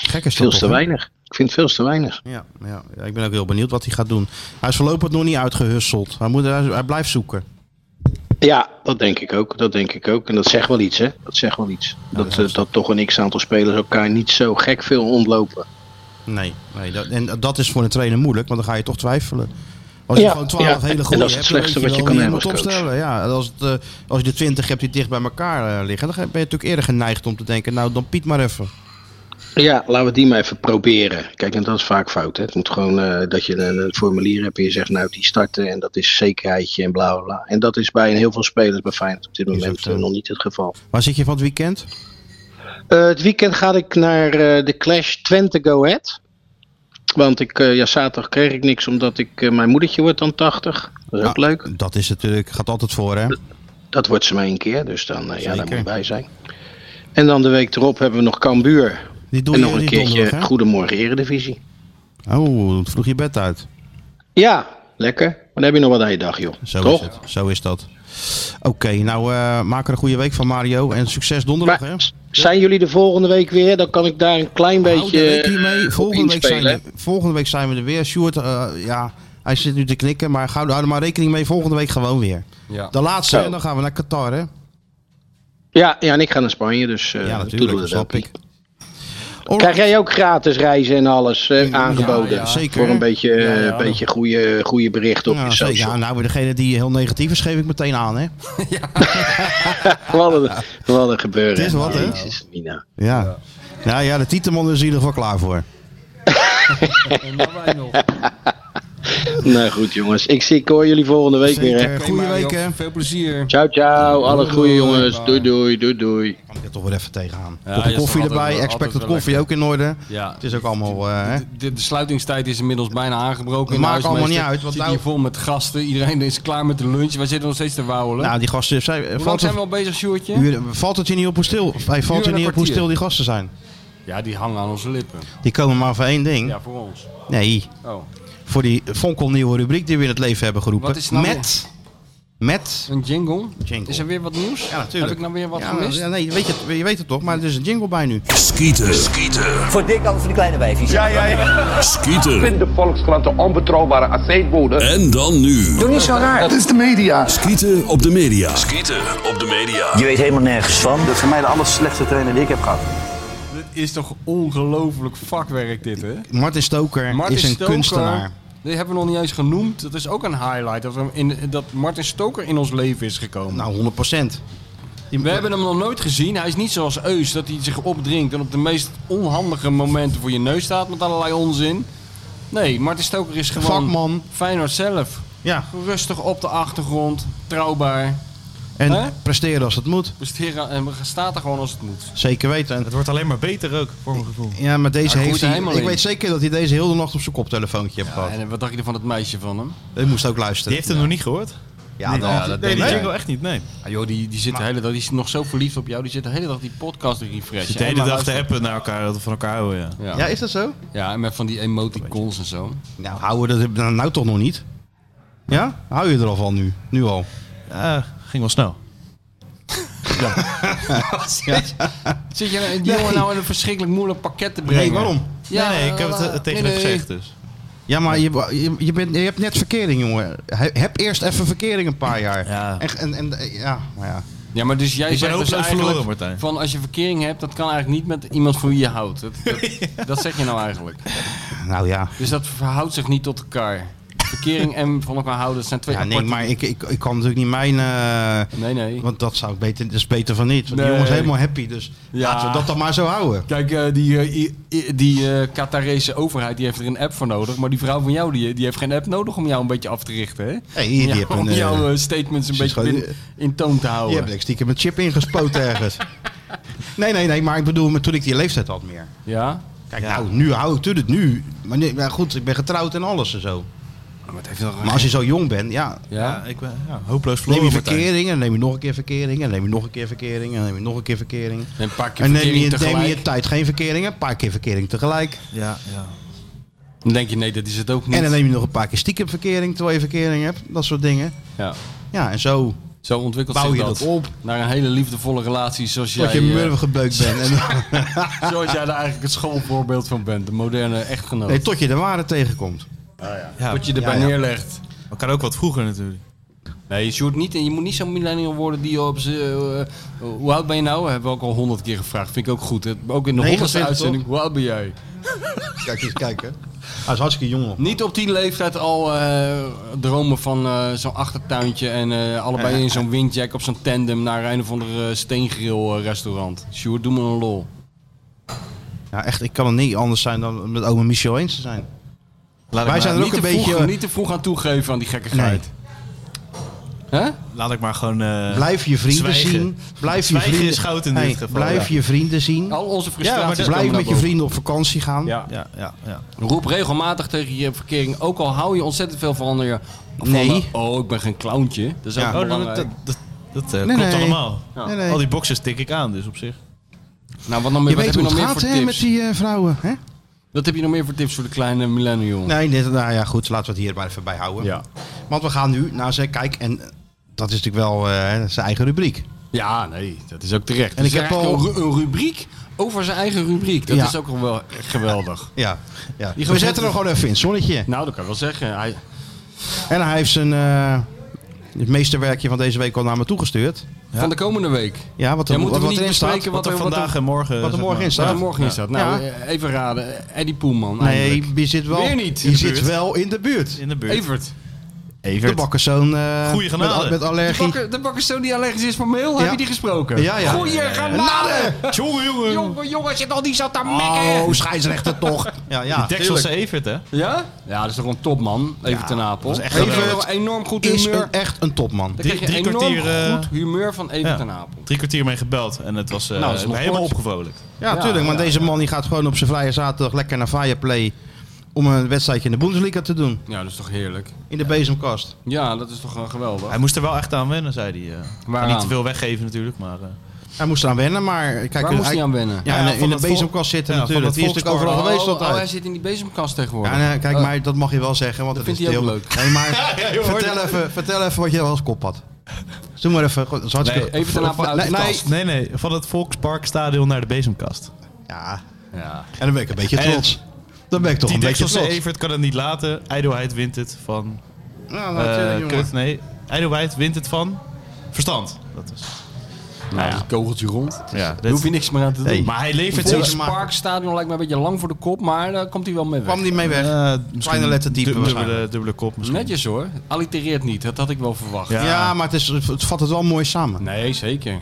S3: Gek is dat
S8: veel
S3: toch,
S8: te
S3: hè?
S8: weinig. Ik vind het veel te weinig.
S3: Ja, ja, ja, ik ben ook heel benieuwd wat hij gaat doen. Hij is voorlopig nog niet uitgehusseld. Hij, moet, hij, hij blijft zoeken.
S8: Ja, dat denk ik ook. Dat denk ik ook. En dat zegt wel iets, hè? Dat zegt wel iets. dat, eh, dat toch een x-aantal spelers elkaar niet zo gek veel ontlopen.
S3: Nee, nee dat, en dat is voor een trainer moeilijk, want dan ga je toch twijfelen. Als je
S8: Ja,
S3: gewoon 12
S8: ja.
S3: hele
S8: En
S3: goede
S8: dat is
S3: hebt,
S8: het
S3: dan
S8: slechtste
S3: weet
S8: wat je
S3: wel
S8: kan
S3: wie
S8: hebben
S3: moet
S8: als coach.
S3: opstellen. Ja, en als, het, eh, als je de 20 hebt die dicht bij elkaar eh, liggen, dan ga- ben je natuurlijk eerder geneigd om te denken, nou dan Piet maar even.
S8: Ja, laten we die maar even proberen. Kijk, en dat is vaak fout, hè? Het moet gewoon eh, dat je een, een formulier hebt en je zegt, nou, die starten en dat is zekerheidje en bla bla bla. En dat is bij heel veel spelers bij Feyenoord op dit
S3: ook
S8: moment
S3: zo.
S8: eh, nog niet het geval.
S3: Waar zit je van het weekend?
S8: Eh, het weekend ga ik naar eh, de Clash Twente Go Ahead. Want ik, eh, ja, zaterdag kreeg ik niks omdat ik, eh, mijn moedertje wordt dan 80. Dat is ook
S3: Nou,
S8: leuk.
S3: Dat is natuurlijk, gaat altijd voor hè.
S8: Dat wordt ze maar één keer, dus dan, eh, ja, daar
S3: Zeker.
S8: moet je bij zijn. En dan de week erop hebben we nog Cambuur.
S3: Die doe
S8: en
S3: je
S8: nog een
S3: die
S8: keertje
S3: donderdag, hè?
S8: Goedemorgen Eredivisie.
S3: Oh, het vroeg je bed uit.
S8: Ja, lekker. Maar dan heb je nog wat aan je dag, joh.
S3: Zo
S8: Toch?
S3: is het, zo is dat. Oké, nou eh, maak er een goede week van Mario en succes donderdag hè.
S8: Maar s- zijn jullie de volgende week weer? Dan kan ik daar een klein
S3: Hou de
S8: beetje eh,
S3: week hiermee.
S8: op
S3: Volgende week, zijn
S8: inspelen.
S3: we, volgende week zijn we er weer. Sjoerd, eh, ja, hij zit nu te knikken, maar hou, hou er maar rekening mee. Volgende week gewoon weer.
S4: Ja.
S3: De laatste,
S8: Zo.
S3: en dan gaan we naar Qatar, hè?
S8: Ja, ja, en ik ga naar Spanje, dus
S3: ja,
S8: eh
S3: natuurlijk,
S8: toedeledokie.
S3: dat snap ik.
S8: Krijg jij ook gratis reizen en alles eh, aangeboden?
S3: ja, zeker.
S8: Voor een beetje, eh, beetje goede, goede berichten op
S3: Nou,
S8: je
S3: zeker. Ja,
S8: social.
S3: nou, degene die heel negatief is, geef ik meteen aan, hè?
S8: Wat een, wat een gebeuren.
S3: nou- Het is wat, hè?
S8: Jezus, Mina.
S3: Ja. Ja, ja, de Tieteman is in ieder geval klaar voor.
S4: En dan wij nog.
S8: Nou goed, jongens. Ik zie, ik hoor jullie volgende week weer, hè?
S3: Zeker. Goeie
S4: Mario,
S3: week, hè?
S4: Veel plezier.
S8: Ciao, ciao. Alles
S4: Doei,
S8: goede
S4: doei.
S8: jongens. Doei, doei, doei, doei.
S3: Kan ik er toch weer even tegenaan.
S4: Ja,
S3: Kopje
S4: is
S3: koffie
S4: altijd
S3: erbij,
S4: wel-
S3: expected
S4: altijd wel
S3: koffie ook in orde.
S4: Ja.
S3: Het is ook allemaal, eh, hè?
S4: De, de sluitingstijd is inmiddels bijna aangebroken.
S3: Het maakt
S4: De huismeester
S3: allemaal niet uit, want
S4: zit
S3: nou-
S4: hier vol met gasten. Iedereen is klaar met de lunch. Wij zitten nog steeds te wauwelen.
S3: Nou, die gasten... Zij,
S4: Hoe lang
S3: valt,
S4: zijn
S3: het,
S4: we al bezig, Sjoerdje?
S3: uur- valt het je niet op hoe stil, hij valt
S4: Uur en
S3: je niet
S4: een
S3: op hoe
S4: kwartier.
S3: stil die gasten zijn?
S4: Ja, die hangen aan onze lippen.
S3: Die komen maar voor één ding.
S4: Ja, voor ons.
S3: Nee,
S4: Oh,
S3: voor die fonkelnieuwe rubriek die we in het leven hebben geroepen.
S4: Wat is nou
S3: met, met...
S4: een jingle.
S3: Jingle.
S4: Is er weer wat nieuws?
S3: Ja, natuurlijk.
S4: Heb ik nou weer wat
S3: Ja,
S4: gemist?
S3: ja, nee, weet je, je weet het toch, maar er is een jingle bij nu.
S6: Skieten. Skieten.
S9: Voor dik, alles voor die kleine wijfjes.
S6: Skieten.
S10: de Volkskrant de onbetrouwbare aceetbode.
S6: En dan nu.
S9: Doe niet zo raar.
S6: Skieten op de media. Skieten op de media.
S9: Je weet helemaal nergens van.
S10: Dat is voor mij de aller slechtste trainer die ik heb gehad.
S4: Dit is toch ongelooflijk vakwerk dit, hè?
S3: Martin Stoker
S4: Martin
S3: is een
S4: Stoker,
S3: kunstenaar.
S4: Die hebben we nog niet eens genoemd. Dat is ook een highlight. Dat, we in, dat Martin Stoker in ons leven is gekomen.
S3: Nou, 100 procent.
S4: we hebben hem nog nooit gezien. Hij is niet zoals Eus, dat hij zich opdringt en op de meest onhandige momenten voor je neus staat met allerlei onzin. Nee, Martin Stoker is gewoon
S3: Vakman.
S4: Feyenoord zelf.
S3: Ja,
S4: Rustig op de achtergrond, trouwbaar.
S3: en
S4: Hè?
S3: presteren als het moet.
S4: Presteren en staat er gewoon als het moet.
S3: Zeker weten. En-
S5: Het wordt alleen maar beter ook, voor mijn gevoel.
S3: Ja, maar deze
S4: Hij groeit
S3: heeft
S4: er
S3: hij...
S4: helemaal
S3: Ik
S4: in.
S3: weet zeker dat hij deze
S4: eh,
S3: heel de nacht op zijn koptelefoontje heeft gehad.
S4: En wat dacht je van het meisje van hem?
S3: Hij moest ook
S5: Die
S3: luisteren.
S5: heeft het nog niet gehoord.
S3: Ja,
S5: nee,
S3: dat-
S5: die-
S3: Ah, ja, dat
S5: nee,
S3: denk
S5: die
S3: ik.
S5: jingle echt niet, nee.
S4: Ah, joh, die, die, zit de hele dag, die is nog zo verliefd op jou. Die zit de hele dag die podcast te
S5: Je
S4: refreshen.
S5: zit de hele
S4: En maar
S5: dag te
S4: luisteren.
S5: appen naar elkaar, dat we van elkaar houden, ja.
S4: Ja.
S3: Ja,
S4: Ja,
S3: is dat zo?
S4: en met van die emoticons en zo.
S3: Nou, houden we dat nou, nou toch nog niet? Ja? Hou je er al van nu? Nu al?
S5: Ja, ging wel snel.
S4: Zit je nou- die jongen nou in een verschrikkelijk moeilijk pakket te brengen?
S3: Nee, waarom?
S5: Ja, nee, ik heb
S4: eh,
S5: het eh, tegen
S4: nee,
S5: hem
S4: nee.
S5: gezegd, dus.
S3: Ja, maar je, je, je, bent, je hebt net verkering, jongen. He- heb eerst even verkering een paar jaar.
S5: Ja.
S3: En, en, en- ja, maar ja.
S4: Ja, maar dus jij
S5: ben
S4: zegt dus
S5: hopeloos
S4: eigenlijk
S5: verloren, Martijn.
S4: van als je verkering hebt, dat kan eigenlijk niet met iemand van wie je houdt. Dat, dat, dat zeg je nou eigenlijk.
S3: Nou ja.
S4: Dus dat verhoudt zich niet tot elkaar. Verkering en van elkaar houden, dat zijn twee
S3: ja nee,
S4: aparte-
S3: maar ik, ik, ik kan natuurlijk niet mijn... eh,
S4: Nee, nee.
S3: want dat zou ik beter, dat is beter van niet. Want die
S4: Nee.
S3: jongen is helemaal happy, dus
S4: Ja.
S3: laten we dat dan maar zo houden.
S4: Kijk, eh, die, eh, i- i- die eh, Qatarese overheid die heeft er een app voor nodig. Maar die vrouw van jou die, die heeft geen app nodig om jou een beetje af te richten. Hè?
S3: Hey, die
S4: Om jou-
S3: heeft een,
S4: om
S3: eh,
S4: jouw eh, statements een
S3: ze is
S4: beetje
S3: gewoon-
S4: binnen- in toon
S3: Je
S4: te houden.
S3: hebt er stiekem een chip ingespoten ergens. Nee, nee, nee, maar ik bedoel, maar toen ik die leeftijd had meer.
S4: Ja?
S3: Kijk, nou, nu hou ik het nu. Maar, nee, maar goed, ik ben getrouwd en alles en zo. Oh,
S4: Maar het heeft toch
S3: Maar als je zo jong bent, ja,
S4: Ja?
S5: ik ben ja, hopeloos
S3: neem je
S5: verloren, Martijn.
S3: verkeringen, dan neem je nog een keer verkeringen, dan neem je nog een keer verkeringen, dan neem je nog een keer verkeringen.
S4: En een paar keer
S3: En neem je,
S4: verkering
S3: neem je
S4: tegelijk.
S3: in tijd geen verkeringen, een paar keer verkering tegelijk.
S5: Ja, ja.
S4: Dan denk je, nee, dat is het ook niet.
S3: En dan neem je nog een paar keer stiekem verkering, terwijl je verkering hebt. Dat soort dingen.
S4: ja.
S3: Ja, en zo.
S4: Zo ontwikkelt
S3: Bouw
S4: zich
S3: je
S4: dat.
S3: dat op.
S4: Naar een hele liefdevolle relatie zoals
S3: Dat
S4: jij,
S3: je
S4: eh,
S3: murf gebeukt bent. En,
S4: zoals jij daar eigenlijk het schoolvoorbeeld van bent. De moderne echtgenoot.
S3: nee, tot je de waarde tegenkomt.
S5: ja.
S4: Wat je erbij
S3: Ja, ja.
S4: neerlegt.
S5: Maar kan ook wat vroeger natuurlijk.
S4: Nee, Sjoerd, niet, en je moet niet zo'n millennial worden die op ze. eh, hoe oud ben je nou? Hebben we ook al honderd keer gevraagd. Vind ik ook goed. hè. Ook in de
S3: 29
S4: honderdste
S3: toch?
S4: uitzending. Hoe oud ben jij?
S3: Kijk eens kijken. Hij is hartstikke jong nog.
S4: Niet op die leeftijd al eh, dromen van eh, zo'n achtertuintje en eh, allebei in zo'n windjack op zo'n tandem naar een of ander eh, steengril eh, restaurant. Sjoerd, doe me een lol.
S3: Ja, echt, ik kan het niet anders zijn dan met oma Michel eens te zijn.
S5: Laat
S3: Wij
S5: ik,
S3: zijn
S5: maar,
S3: er ook
S4: Niet
S3: een
S4: te, vroeg,
S3: beetje...
S4: niet te vroeg aan toegeven aan die gekkigheid. Hè?
S5: laat ik maar gewoon... eh,
S3: Blijf je vrienden
S5: Zwijgen.
S3: zien. Blijf je
S5: Zwijgen
S3: vrienden...
S5: is goud in dit geval,
S3: Blijf
S5: ja.
S3: je vrienden zien.
S4: Al onze
S5: Ja,
S4: frustraties
S5: maar dat-
S3: Blijf
S4: komen
S3: met je
S4: naar boven.
S3: vrienden op vakantie gaan.
S4: Ja.
S5: Ja, ja, ja.
S4: Roep regelmatig tegen je verkering, ook al hou je ontzettend veel van je. van
S3: Nee.
S4: de- oh, ik ben geen clowntje. Dat is
S3: Ja.
S4: ook
S5: Oh, dat,
S4: belangrijk.
S5: dat, dat, dat, eh,
S3: Nee,
S5: klopt
S3: nee.
S5: allemaal.
S3: Nee, nee.
S5: Al die boxes tik ik aan, dus op zich.
S4: nou, wat, nog meer,
S3: Je
S4: wat
S3: weet
S4: heb je
S3: hoe
S4: nog
S3: het
S4: meer
S3: gaat
S4: voor
S3: hè,
S4: tips?
S3: met die eh, vrouwen. Hè?
S4: Wat heb je nog meer voor tips voor de kleine millennial?
S3: Nee, dit, nou ja, goed. Laten we het hier maar even bij houden.
S4: Ja.
S3: Want we gaan nu naar ze. Kijk, en dat is natuurlijk wel eh, zijn eigen rubriek.
S4: ja, nee, dat is ook terecht.
S3: En
S4: Het
S3: ik
S4: is
S3: heb
S4: eigenlijk
S3: al-
S4: een ru- een rubriek over zijn eigen rubriek. Dat
S3: Ja.
S4: is ook al wel geweldig.
S3: Ja. ja.
S4: Die
S3: We zetten
S4: gevoel-
S3: hem gewoon even in het zonnetje.
S4: Nou, dat kan ik wel zeggen. Hij,
S3: En hij heeft zijn eh, het meesterwerkje van deze week al naar me toegestuurd.
S4: Van de komende week.
S3: Ja, wat er, wat,
S4: Ja, moeten we
S3: wat
S4: niet
S3: erin staat.
S4: bespreken
S5: Wat,
S4: Wat
S5: er
S4: er- wat
S5: vandaag
S4: er-
S5: en morgen...
S3: Wat er
S5: zeg
S3: morgen
S5: maar.
S3: in staat.
S4: Waar morgen is dat? Nou,
S3: Ja.
S4: eh, even raden. Eddie Poelman.
S3: Nee,
S4: Eindelijk.
S3: je zit wel,
S4: Weer niet in
S3: je
S4: de
S3: zit
S4: buurt.
S3: wel in de buurt.
S5: In de buurt.
S4: Evert.
S3: De bakkerszoon eh
S5: Goeie genade.
S3: met, met
S4: De
S3: allergie.
S4: bakker, de bakkerszoon die allergisch is voor meel, heb je die gesproken?
S3: Ja, ja.
S4: Goeie genade!
S5: Jongen, jongen.
S4: Jongen, jongen, zit al die zat te mekken!
S3: Oh, scheidsrechter toch. Ja, ja.
S5: Texelse Evert, hè?
S4: Ja? Ja, dat is toch een topman, even ten Apel.
S5: dat is echt
S4: Even
S5: geweldig.
S4: enorm goed
S3: Is
S4: humeur.
S3: een, echt een topman.
S4: Dan
S5: drie-
S4: krijg je
S5: drie
S4: enorm
S5: kwartier, eh,
S4: goed humeur van even
S5: ja.
S4: ten Apel.
S5: Drie kwartier mee gebeld en het was eh,
S4: Nou, dat is nog
S5: helemaal
S4: kort.
S5: opgevrolijkt.
S3: Ja,
S4: Ja,
S3: tuurlijk. Want
S4: ja,
S3: deze man die gaat gewoon op zijn vrije zaterdag lekker naar Fireplay. Om een wedstrijdje in de Bundesliga te doen.
S4: Ja, dat is toch heerlijk.
S3: In de bezemkast.
S4: Ja, dat is toch eh, geweldig.
S5: Hij moest er wel echt aan wennen, zei hij. eh.
S4: Waaraan?
S5: Niet te veel weggeven natuurlijk, maar... eh,
S3: Hij moest eraan wennen, maar... Kijk,
S4: Waar moest hij aan wennen?
S3: Ja,
S5: Ja,
S3: in-
S5: van
S3: in de
S5: het volk-
S3: bezemkast zitten
S5: Ja, van
S3: natuurlijk.
S5: het
S3: Die is natuurlijk overal
S4: Oh,
S3: geweest
S4: oh, hij
S3: altijd.
S4: zit in die bezemkast
S3: Ja,
S4: tegenwoordig.
S3: nee, kijk,
S4: Oh,
S3: maar dat mag je wel zeggen, want
S4: Dat
S3: het
S4: vindt
S3: is
S4: hij ook
S3: heel
S4: leuk.
S3: Nee, maar vertel, even, vertel even wat je als kop had. Dus Doe maar even. goed, Dat is hartstikke...
S4: even ten Apel uit
S3: Nee,
S4: de
S3: nee.
S4: kast.
S5: Nee, nee, van het Volksparkstadion naar de bezemkast.
S3: Ja,
S4: Ja.
S3: en dan ben ik een beetje
S5: En-
S3: trots. Dan ben ik toch
S5: Die
S3: een beetje
S5: Texelse
S3: trots.
S5: Evert kan het niet laten. Ijdelheid wint het van...
S3: Nou,
S5: eh,
S3: natuurlijk, jongen.
S5: kut, nee. Ijdelheid wint het van... Verstand. Dat is...
S4: Nou, ja. kogeltje rond.
S5: Ja,
S4: Daar hoef je niks meer aan te doen.
S5: Maar hij levert
S3: Volgens-
S5: zelfs...
S4: Volksparkstadion Parkstadion lijkt me een beetje lang voor de kop, maar daar komt hij wel mee weg.
S3: Kwam niet mee weg.
S5: eh,
S3: Kleine lettertype
S5: du- dubbele,
S3: waarschijnlijk.
S5: dubbele kop misschien.
S4: Netjes hoor. Allitereert niet, dat had ik wel verwacht.
S5: Ja.
S3: ja. maar het, is, het vat het wel mooi samen.
S4: Nee, zeker.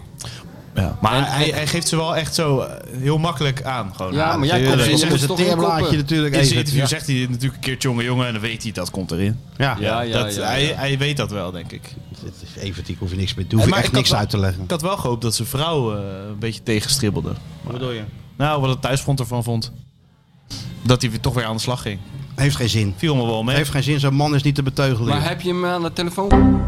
S5: Ja. Maar
S4: En-
S5: hij,
S4: en-
S5: hij geeft ze wel echt zo eh, heel makkelijk aan. Gewoon.
S4: Ja, maar jij
S5: natuurlijk.
S3: Dat
S4: komt ze
S3: is
S4: in
S3: het
S4: toch in
S3: teerblaadje
S4: koppen.
S3: natuurlijk
S5: In zijn
S3: even.
S5: interview
S3: Ja.
S5: zegt hij natuurlijk een keer jongen jongen en dan weet hij dat komt erin.
S3: Ja.
S4: Ja, ja,
S5: dat,
S4: ja,
S5: Hij,
S4: ja.
S5: hij weet dat wel, denk ik.
S3: Dit is Evert, ik hoef je niks meer te hoef
S5: Eh,
S3: je
S5: maar
S3: echt
S5: ik had
S3: niks
S5: wel-
S3: uit te leggen.
S5: Ik had wel gehoopt dat zijn vrouw eh, een beetje tegenstribbelde.
S3: Wat bedoel je?
S5: Nou, wat het thuisfront ervan vond. Dat hij weer toch weer aan de slag ging.
S3: Heeft geen zin.
S5: Viel me wel mee.
S3: Heeft geen zin, zo'n man is niet te beteugelen.
S4: Maar heb je hem aan de eh, telefoon?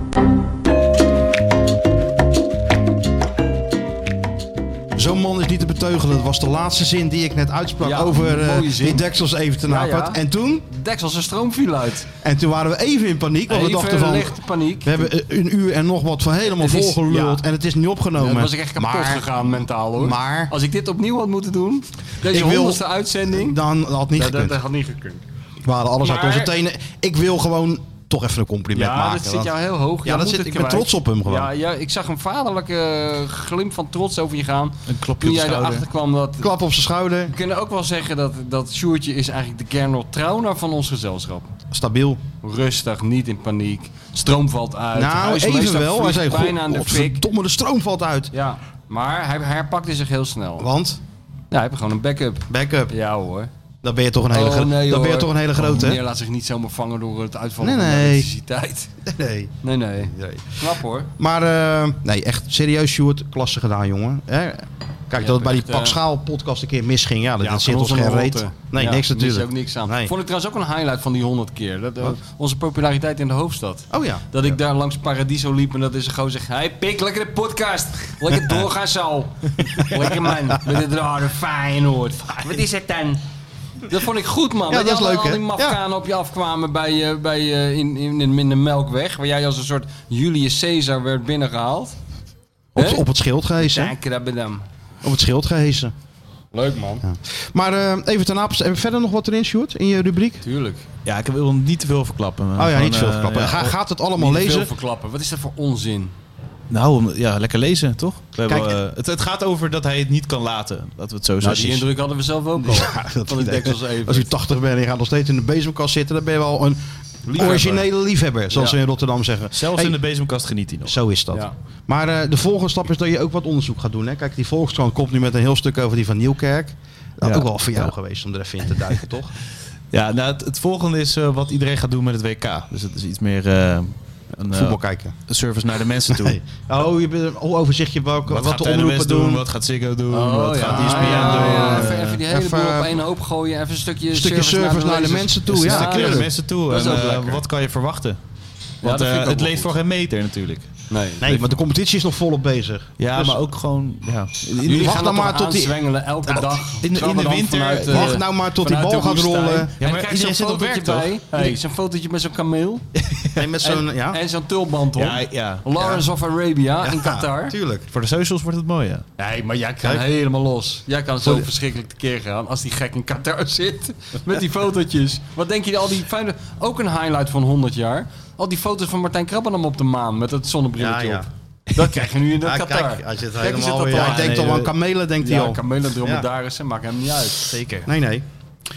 S3: Zo'n man is niet te beteugelen. Dat was de laatste zin die ik net uitsprak
S4: Ja,
S3: over eh,
S4: mooie zin.
S3: die deksels even te napad.
S4: Ja, ja.
S3: En toen?
S4: Deksel zijn stroom viel uit.
S3: En toen waren we even in paniek. Want we
S4: Even
S3: dachten van,
S4: lichte paniek.
S3: we hebben eh, een uur en nog wat van helemaal
S4: Het is-
S3: volgeluld.
S4: ja.
S3: En het is niet opgenomen.
S4: Dan was ik echt kapot
S3: Oh, maar,
S4: gegaan mentaal hoor.
S3: Maar
S4: Als ik dit opnieuw had moeten doen, deze
S3: Ik wil-
S4: honderdste uitzending,
S3: dan had het niet
S4: dat, dat,
S3: gekund.
S4: dat had niet gekund.
S3: We hadden alles uit
S4: Maar-
S3: onze tenen. Ik wil gewoon toch even een compliment
S4: Ja,
S3: maken.
S4: dat zit
S3: want-
S4: jou heel hoog.
S3: Ja,
S4: Jij
S3: dat
S4: moet
S3: zit-
S4: het
S3: ik ben
S4: kwijt.
S3: trots op hem gewoon.
S4: Ja, ja, ik zag een vaderlijke eh, glimp van trots over je gaan.
S5: Een klopje
S4: Toen
S5: op de
S4: jij
S5: schouder.
S4: erachter kwam dat...
S3: Klap op zijn schouder.
S4: We kunnen ook wel zeggen dat, dat Sjoertje is eigenlijk de Gernot Trauner van ons gezelschap.
S3: Stabiel.
S4: Rustig, niet in paniek. Stroom valt uit.
S3: nou,
S4: huismeester
S3: even wel. Hij
S4: vliegt
S3: zei,
S4: bijna aan de fik.
S3: godverdomme, de stroom valt uit.
S4: Ja, maar hij herpakte zich heel snel. Ja,
S3: Want,
S4: hij heeft gewoon een backup.
S3: backup,
S4: Ja hoor.
S3: dan ben je toch een
S4: Oh,
S3: hele, gro- dan ben je toch een hele grote.
S4: hè?
S3: hè?
S4: Oh, Meneer laat zich niet zomaar vangen door het uitvallen
S3: Nee,
S4: van de
S3: nee.
S4: elektriciteit.
S3: nee.
S4: Nee, nee. Knap hoor.
S3: Maar eh, nee, echt serieus, Sjoerd. Klasse gedaan, jongen. Hè? Kijk, dat het bij die
S4: echt,
S3: Pak
S4: eh,
S3: Schaal podcast een keer misging. Ja, dat,
S4: Ja,
S3: dat
S4: van
S3: zit ons geen
S4: een
S3: reet.
S4: rotte.
S3: Nee,
S4: Ja,
S3: niks
S4: mis je
S3: natuurlijk.
S4: ook niks aan.
S3: Nee.
S4: Vond ik trouwens ook een highlight van die 100 keer. Dat, eh,
S3: Wat?
S4: onze populariteit in de hoofdstad.
S3: Oh ja.
S4: Dat ik daar langs Paradiso liep en dat is gewoon zeg, hey pik, lekker de podcast. Lekker doorgaan zo. lekker man, met het rare Feyenoord. Wat is het dan? Dat vond ik goed man.
S3: Ja, dat is
S4: je al-
S3: leuk,
S4: al die
S3: hè?
S4: mafkanen op je afkwamen bij, eh bij, eh, in, in, in, in de Melkweg. Waar jij als een soort Julius Caesar werd binnengehaald.
S3: Op,
S4: Hè?
S3: op het schild gehezen.
S4: Dank je, dat bedankt.
S3: Op het schild gehezen.
S4: Leuk man.
S3: Maar eh, even ten apels. Hebben we verder nog wat erin, Sjoerd? In je rubriek?
S4: Tuurlijk.
S5: Ja, ik wil niet te veel verklappen. eh,
S3: Oh ja, niet te veel verklappen. Ga, gaat het allemaal
S4: eh, Niet te
S3: lezen?
S4: veel verklappen. Wat is dat voor onzin?
S5: Nou, om- ja, lekker lezen, toch? We
S3: Kijk,
S5: hebben, eh, het, het gaat over dat hij het niet kan laten. Laten we het zo
S4: Nou,
S5: zeggen.
S4: die indruk hadden we zelf ook al. van de deksels even.
S3: Als u 80 bent en je gaat nog steeds in de bezemkast zitten, dan ben je wel een originele liefhebber, zoals
S4: Ja.
S3: ze in Rotterdam zeggen.
S5: Zelfs
S3: Hey,
S5: in de bezemkast geniet hij nog.
S3: Zo is dat.
S4: Ja.
S3: Maar eh, de volgende stap is dat je ook wat onderzoek gaat doen. Hè? Kijk, die Volkskrant komt nu met een heel stuk over die van Nieuwkerk. Dat
S5: Ja.
S3: ook wel voor jou geweest om er even in te duiken, toch?
S5: Ja, nou, het, het volgende is eh, wat iedereen gaat doen met het WK. Dus het is iets meer eh, een eh,
S3: Voetbal kijken.
S5: service naar de mensen toe.
S3: Nee. Oh, je bent, oh, overzichtje welke, wat,
S5: Wat,
S3: de
S5: gaat de NOS
S3: omroepen
S5: doen,
S3: doen. Ah,
S5: Wat gaat Ziggo doen?
S4: Oh,
S5: wat
S4: ja.
S5: gaat E ESPN
S4: Ja,
S5: doen?
S4: ja,
S5: eh,
S4: even, even die hele
S3: even-
S4: boel op één hoop gooien. Even een stukje,
S3: Een stukje service, naar de, mensen toe.
S5: dus
S3: Ja,
S5: een stukje naar de
S3: tuurlijk.
S5: mensen toe.
S4: Dat
S5: En,
S4: is ook
S5: eh,
S4: lekker.
S5: wat kan je verwachten? Want
S4: dat
S5: eh,
S4: vind ik ook
S5: het
S4: wel
S5: leeft
S4: goed.
S5: voor geen meter natuurlijk.
S4: Nee.
S3: Nee, want de competitie is nog volop bezig.
S5: Ja,
S3: Dus-
S5: maar ook gewoon... Ja.
S4: Jullie
S3: Wacht
S4: gaan
S3: dan
S4: dat
S3: maar
S4: maar
S3: tot die- Eh,
S4: zwengelen elke
S5: Ja,
S4: dag.
S5: in de- in de
S4: Trappen dan
S5: winter-
S4: vanuit, eh,
S3: Wacht nou maar tot die
S4: vanuit
S3: bal
S4: de
S3: gaat
S4: woestijn.
S3: rollen.
S4: Ja, maar
S5: maar iedereen
S4: krijg
S5: zit
S4: zo'n
S5: op
S4: fotootje
S5: werk,
S4: bij. Hey, zo'n fotootje met zo'n kameel.
S3: En met zo'n...
S4: En,
S3: Ja,
S4: en zo'n tulband op.
S5: Ja, ja.
S4: Lawrence of Arabia in
S3: Ja,
S4: Qatar.
S3: tuurlijk.
S5: Voor de socials wordt het mooi, ja.
S4: Nee, maar jij kan helemaal los. Jij kan zo verschrikkelijk tekeer gaan als die gek in Qatar zit. Met die fotootjes. Wat denk je, al die fijne... Ook een highlight van 100 jaar. Al die foto's van Martijn Krabbenam op de maan met dat zonnebrilletje
S3: Ja, ja.
S4: op. Dat krijg je nu in dat Qatar.
S3: als je het
S4: Kijk, helemaal
S3: helemaal...
S4: zit dat
S3: Ja,
S4: al
S3: hij denkt
S5: aan.
S3: al aan kamelen, denkt hij
S4: Ja,
S3: al.
S4: kamelen, dromedarissen, maakt hem niet uit.
S5: Zeker.
S3: Nee, nee.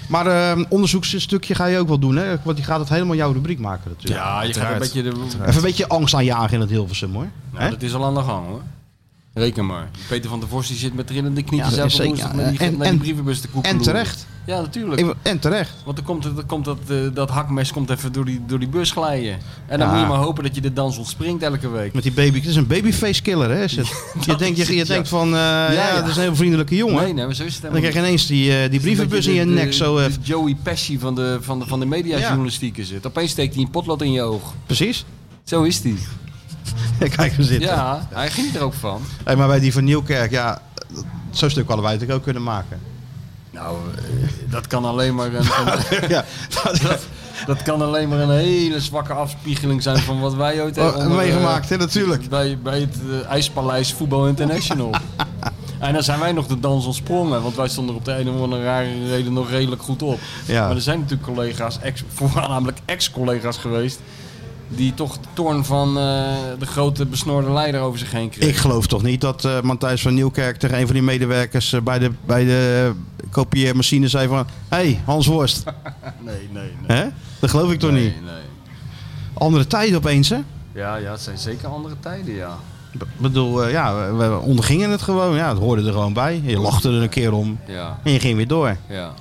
S3: Maar eh, onderzoeksstukje ga je ook wel doen, hè? Want die gaat het helemaal jouw rubriek maken natuurlijk.
S4: Ja, je gaat een beetje... De,
S3: Even een beetje angst aanjagen in het Hilversum, hoor. Hè?
S4: nou, dat is al aan de gang, hoor. Reken maar. Peter van der Vos die zit met trillende
S3: Ja,
S4: knietjes
S3: dat
S4: elke
S3: is zeker,
S4: woensdag
S3: ja.
S4: naar die,
S3: En-
S4: naar die
S3: en-
S4: brievenbus te koekeloeren.
S3: En terecht.
S4: Ja, natuurlijk.
S3: Ik- En terecht.
S4: Want dan komt, het- dan komt dat, eh, dat hakmes komt even door die, door die bus glijden. En dan
S3: Ja.
S4: moet je maar hopen dat je de dans ontspringt elke week.
S3: Met die baby. Het is een babyface killer, hè? Is het? je denkt, je, je denkt van, eh, ja,
S4: ja.
S3: dat is een heel vriendelijke jongen.
S4: Nee, nee, maar zo is het
S3: En dan
S4: helemaal
S3: krijg je ineens die, eh, die brievenbus in je nek. Zo, eh,
S4: de Joey Pesci van de, van de, van de mediajournalistiek is het. Opeens steekt hij een potlood in je oog.
S3: precies.
S4: Zo is die.
S3: Kijk, we zitten.
S4: Ja, hij geniet er ook van.
S3: Hey, maar bij die van Nieuwkerk, ja, dat- zo'n stuk hadden wij natuurlijk ook kunnen maken.
S4: Nou, eh, dat kan alleen maar een, een-
S3: ja,
S4: dat, dat kan alleen maar een hele zwakke afspiegeling zijn van wat wij ooit hebben
S3: Oh,
S4: onder, eh,
S3: meegemaakt, hè, natuurlijk.
S4: Bij, bij het eh, IJspaleis Voetbal International. En dan zijn wij nog de dans ontsprongen, want wij stonden er op de een of andere rare reden nog redelijk goed op.
S3: Ja.
S4: Maar er zijn natuurlijk collega's, ex, voornamelijk ex-collega's geweest, die toch de toorn van eh, de grote besnoorde leider over zich heen kregen.
S3: Ik geloof toch niet dat eh Matthijs van Nieuwkerk tegen een van die medewerkers eh, bij de, bij de kopieermachine zei van... Hé, hey, Hans Worst.
S4: Nee, nee, nee.
S3: hè? Dat geloof ik toch
S4: nee,
S3: niet.
S4: nee.
S3: Andere tijden opeens, hè?
S4: Ja, ja, het zijn zeker andere tijden, ja.
S3: Ik bedoel, eh, ja, we- we ondergingen het gewoon. Ja, het hoorde er gewoon bij. Je lachte er een keer om
S4: Ja,
S3: en je ging weer door.
S4: ja.